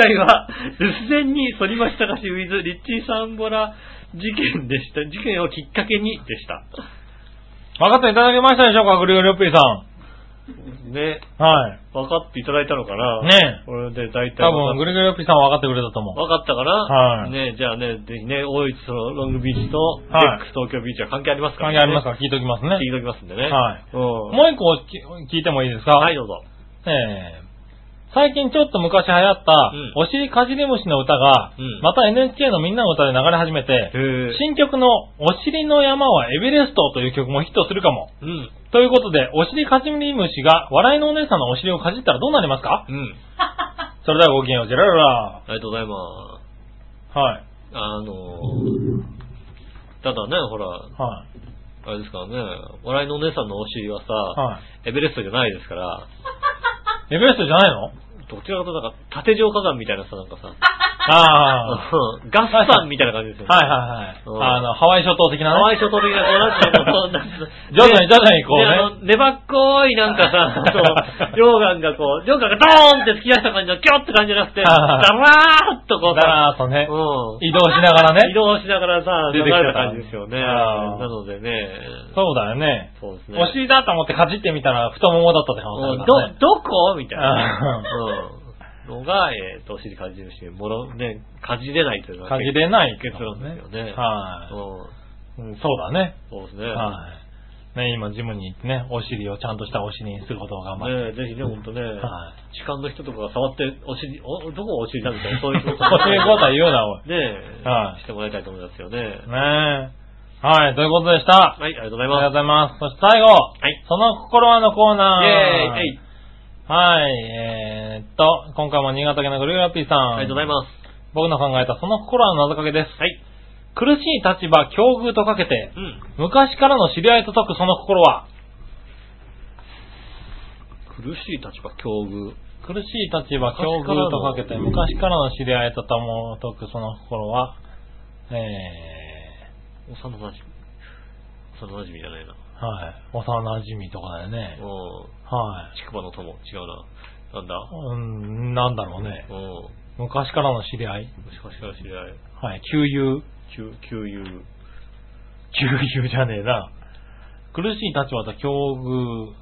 S2: 解は、留守電に反町隆史 with リッチー・サンボラ事件でした。事件をきっかけにでした。
S3: 分かっていただけましたでしょうか、グリオリオッピーさ
S2: ね、
S3: ん。はい。
S2: 分かっていただいたのかな
S3: ね
S2: これで大体
S3: 多分、グリグリオッピーさんは分かってくれたと思う。
S2: 分かったかな
S3: はい
S2: ねじゃあね、ぜひね、大市そのロングビーチと、
S3: はい
S2: デックス東京ビーチは関係ありますからね。
S3: 関係ありますから聞いときますね。
S2: 聞いときますんでね。
S3: はい
S2: うん。
S3: もう一個き聞いてもいいですか
S2: はい、どうぞ。
S3: え最近ちょっと昔流行った
S2: うん、
S3: お尻かじり虫の歌が
S2: うん、
S3: また NHK のみんなの歌で流れ始めて、
S2: へ
S3: 新曲のお尻の山はエベレストという曲もヒットするかも。
S2: うん。
S3: ということで、お尻かじり虫が笑いのお姉さんのお尻をかじったらどうなりますか
S2: うん。
S3: それではごきげんよう、ジェラララ
S2: ありがとうございます。
S3: はい。
S2: あの、ただね、ほら、
S3: は
S2: あれですからね、笑いのお姉さんのお尻はさ、
S3: い。は
S2: エベレストじゃないですから、
S3: い。エベレストじゃないの
S2: どちらかというとなんか縦状火山みたいなさ、なんかさ、
S3: ああ。
S2: ガッサンみたいな感じですよね。
S3: はいはい
S2: うん
S3: はい。あの、ハワイ諸島的な
S2: ハ
S3: ね。
S2: ワイ諸島的な、こうなんていうのこうなんていうの
S3: 徐々に徐々にこう
S2: であ
S3: ね。
S2: の粘っこいなんか さ、そう、溶岩がこう、溶岩がドーンって突き出した感じのキョッって感じじゃなくて、ダ
S3: はいはい
S2: ラーっとこう
S3: だ
S2: さ、
S3: らーっとね、
S2: う
S3: 移動しながら
S2: ん。移
S3: ね。
S2: 動しながらさ、
S3: 出
S2: 流
S3: てきてた
S2: れた感じですよね。
S3: あー
S2: なのでね、
S3: そうだよね。
S2: そうですね。
S3: お尻だと思ってかじってみたら太ももだったって可能性
S2: うん
S3: あるからね。
S2: ど、どこみたいなね。うん。のが、えっと、お尻かじるし、もろ、ね、かじれないというのは
S3: か
S2: 結
S3: じ
S2: 構
S3: れない
S2: 結論ですよね。う
S3: は
S2: ん。
S3: い。うんそうだね。
S2: そうですね。
S3: はい。ね、今ジムに行ってね、お尻をちゃんとしたお尻にすることを頑張って。
S2: ねぜひね、ほんとね、
S3: はい。
S2: 痴漢の人とかが触って、お尻、お、どこがお尻だみたいな、 そういうこと。
S3: そういうことは言うな、おい。
S2: ねえ、
S3: はい
S2: してもらいたいと思いますよね。
S3: ねえ。はい、ということでした。
S2: はい、ありがとうござい
S3: ありがとう
S2: ま
S3: ご
S2: す。
S3: ざいます。そして最後。
S2: い
S3: その心はのコーナー。
S2: イェーイ、えい、
S3: はい、えーっと、今回も新潟県のグルーラッピーさん。
S2: ありがとうございます。
S3: 僕の考えたその心はの謎かけです。
S2: はい、
S3: 苦しい立場、境遇とかけて、
S2: うん。
S3: 昔からの知り合いと解くその心は、
S2: 苦しい立場、境遇。
S3: 苦しい立場、境遇とかけて、昔からの知り合いと友を解くその心は、え
S2: 幼なじみ。幼なじみじゃないな。
S3: ー、はい、幼馴染みとかだよね。
S2: うん。
S3: はい。
S2: ちくばの友、違うな。なんだ
S3: うん、なんだろうね。
S2: うん。も
S3: 昔からの知り合い。
S2: しかしから知り合い。
S3: はい、旧友。
S2: 旧、旧友。
S3: 旧友じゃねえな。苦しい立場と境遇、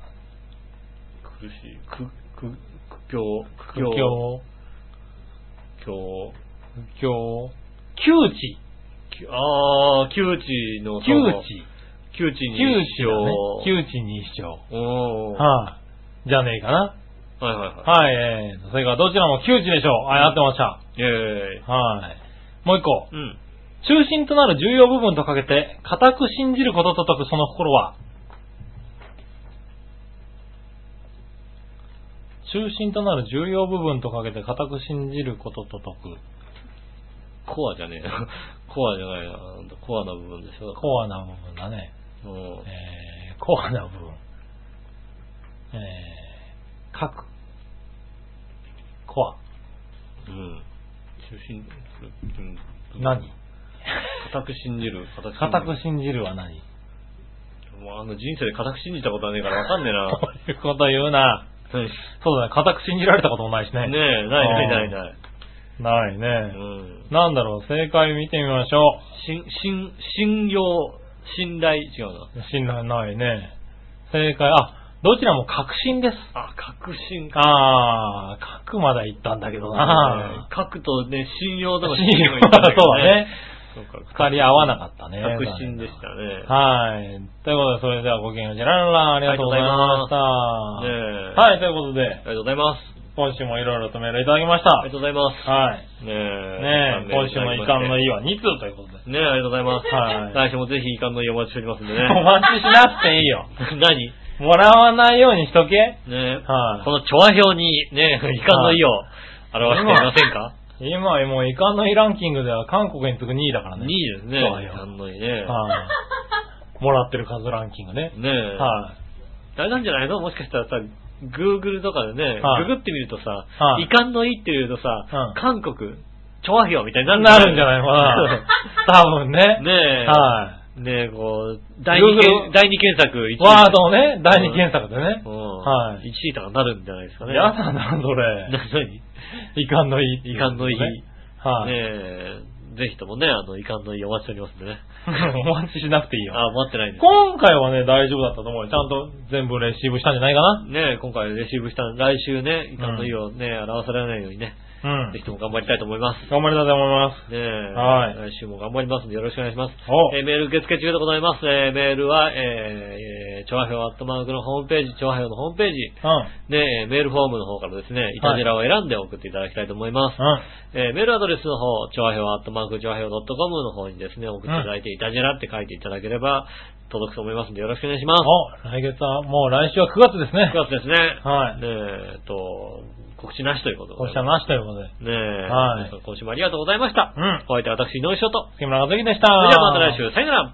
S2: 苦しい。く、く、苦境。苦
S3: 苦
S2: 境。
S3: 境、
S2: 境。
S3: 苦境、窮地、
S2: きあー、窮地の
S3: 窮
S2: 友。
S3: 地、
S2: 窮地
S3: 窮
S2: に
S3: 地
S2: し
S3: だね
S2: よ。う。
S3: 窮地に一生。
S2: うん。はい
S3: はい。じゃねえかな。
S2: はいは
S3: はい、えー、それからどちらも窮地でしょう。あ、合ってました。
S2: い。イェーイ。
S3: はい。もう一個。
S2: うん。
S3: 中心となる重要部分とかけて、固く信じることと解くその心は中心となる重要部分とかけて、固く信じることと解
S2: コアじゃねえ な。コアじゃないな。コアな部分でしょ
S3: く。。コアな部分だね。
S2: うん。
S3: えー、コアな部分。えー、書く。コア。
S2: うん。中心、うん。
S3: 何
S2: 固く信じる。固く信じる
S3: 固く信じるは何
S2: もうあの人生で固く信じたことはねえからわかんねえ な。
S3: そういうこと言うな。そうだね。固く信じられたこともないしね。
S2: ねえ、ないないないない。
S3: ないね。
S2: うん。
S3: なんだろう、正解見てみましょ
S2: 信、信、信用、信頼、違うな。
S3: う。信頼ないね。正解、あ、どちらも確信です。
S2: あ、確信か。
S3: あー、書くまで行ったんだけどな。
S2: 書くとね、信用 とか
S3: 信用
S2: がいったんだけど
S3: そうだね。
S2: そうか。
S3: 二人合わなかったね。
S2: 確信でしたね。
S3: はい。ということで、それではごきげんよう。ジェラララ、ありがとうございました。
S2: ねえ
S3: はい、ということで
S2: あ、りがとうございます。
S3: 今週もいろいろとメールいただきまし
S2: ありがとうございます。
S3: た。はい。
S2: ね
S3: ね
S2: え。
S3: え、今週の遺憾の
S2: い。
S3: 意は2通ということ
S2: ね
S3: で。
S2: え、ありがとうございます。
S3: はい
S2: 来週もぜひ遺憾の意お待ちしており ますんでね。
S3: お待ちしなくていいよ。
S2: 何ね
S3: もらわないようにしとけ。
S2: え。
S3: はい
S2: この調和表にね、遺憾の意を表していませんか
S3: 今、もう遺憾の日ランキングでは韓国に次ぐ2位だからね。
S2: ?2 位ですね。
S3: 調和
S2: 遺
S3: 表
S2: 憾の意ね。
S3: はい。もらってる数ランキングね。
S2: ねえ。
S3: は
S2: あれなんじゃないのもしかしたらさ、Google とかでね、
S3: はい
S2: ググってみるとさ、
S3: はい
S2: 遺憾の意っていうとさ、
S3: う
S2: 韓
S3: ん。
S2: 国、調和表みたいにないる
S3: なるんじゃない のかな。多分ね。
S2: ねえ。
S3: は
S2: ねえ、こう、第二
S3: Google
S2: 検第二検索1位。
S3: い。ワードをね、第二検索でね
S2: う。ん。
S3: はい
S2: 1位とかなるんじゃないですかね。
S3: やだな、そ
S2: な
S3: れ。
S2: 何
S3: 遺憾の意。
S2: 遺憾の意。ね
S3: はい。
S2: え。ぜひともね、あの、遺憾の意お待ちしておりますんでね。
S3: お待ちしなくていいよ。
S2: あ、待ってないんです。
S3: 今回はね、大丈夫だったと思うよ。ちゃんと全部レシーブしたんじゃないかな。
S2: ね今回レシーブした来週ね、遺憾の意をね、表されないようにね、
S3: うん
S2: ぜ。ひとも頑張りたいと思います。
S3: 頑張りたいと思います。
S2: ねえ、
S3: はい
S2: 来週も頑張りますんでよろしくお願いします。
S3: お
S2: えーメール受付中でございます。えーメールは、えー、えー、調和表アットマークのホームページ、調和表のホームページ、
S3: うん。
S2: ねえーメールフォームの方からですね、いたじらを選んで送っていただきたいと思います。
S3: うん。
S2: えーメールアドレスの方、調和表アットマーク調和表 .com の方にですね、送っていただいて、いたじらって書いていただければ届くと思いますんでよろしくお願いします。
S3: お、来月は、もう来週は9月ですね。
S2: 9月ですね。
S3: はい
S2: ねええっと、告知なしということで。
S3: こうしたなしということで。
S2: ねえ、
S3: はい
S2: 皆さん今週もありがとうございました。
S3: うん
S2: お相手は私、井上翔と。
S3: 月村和樹でした。
S2: それではまた来週、さよなら。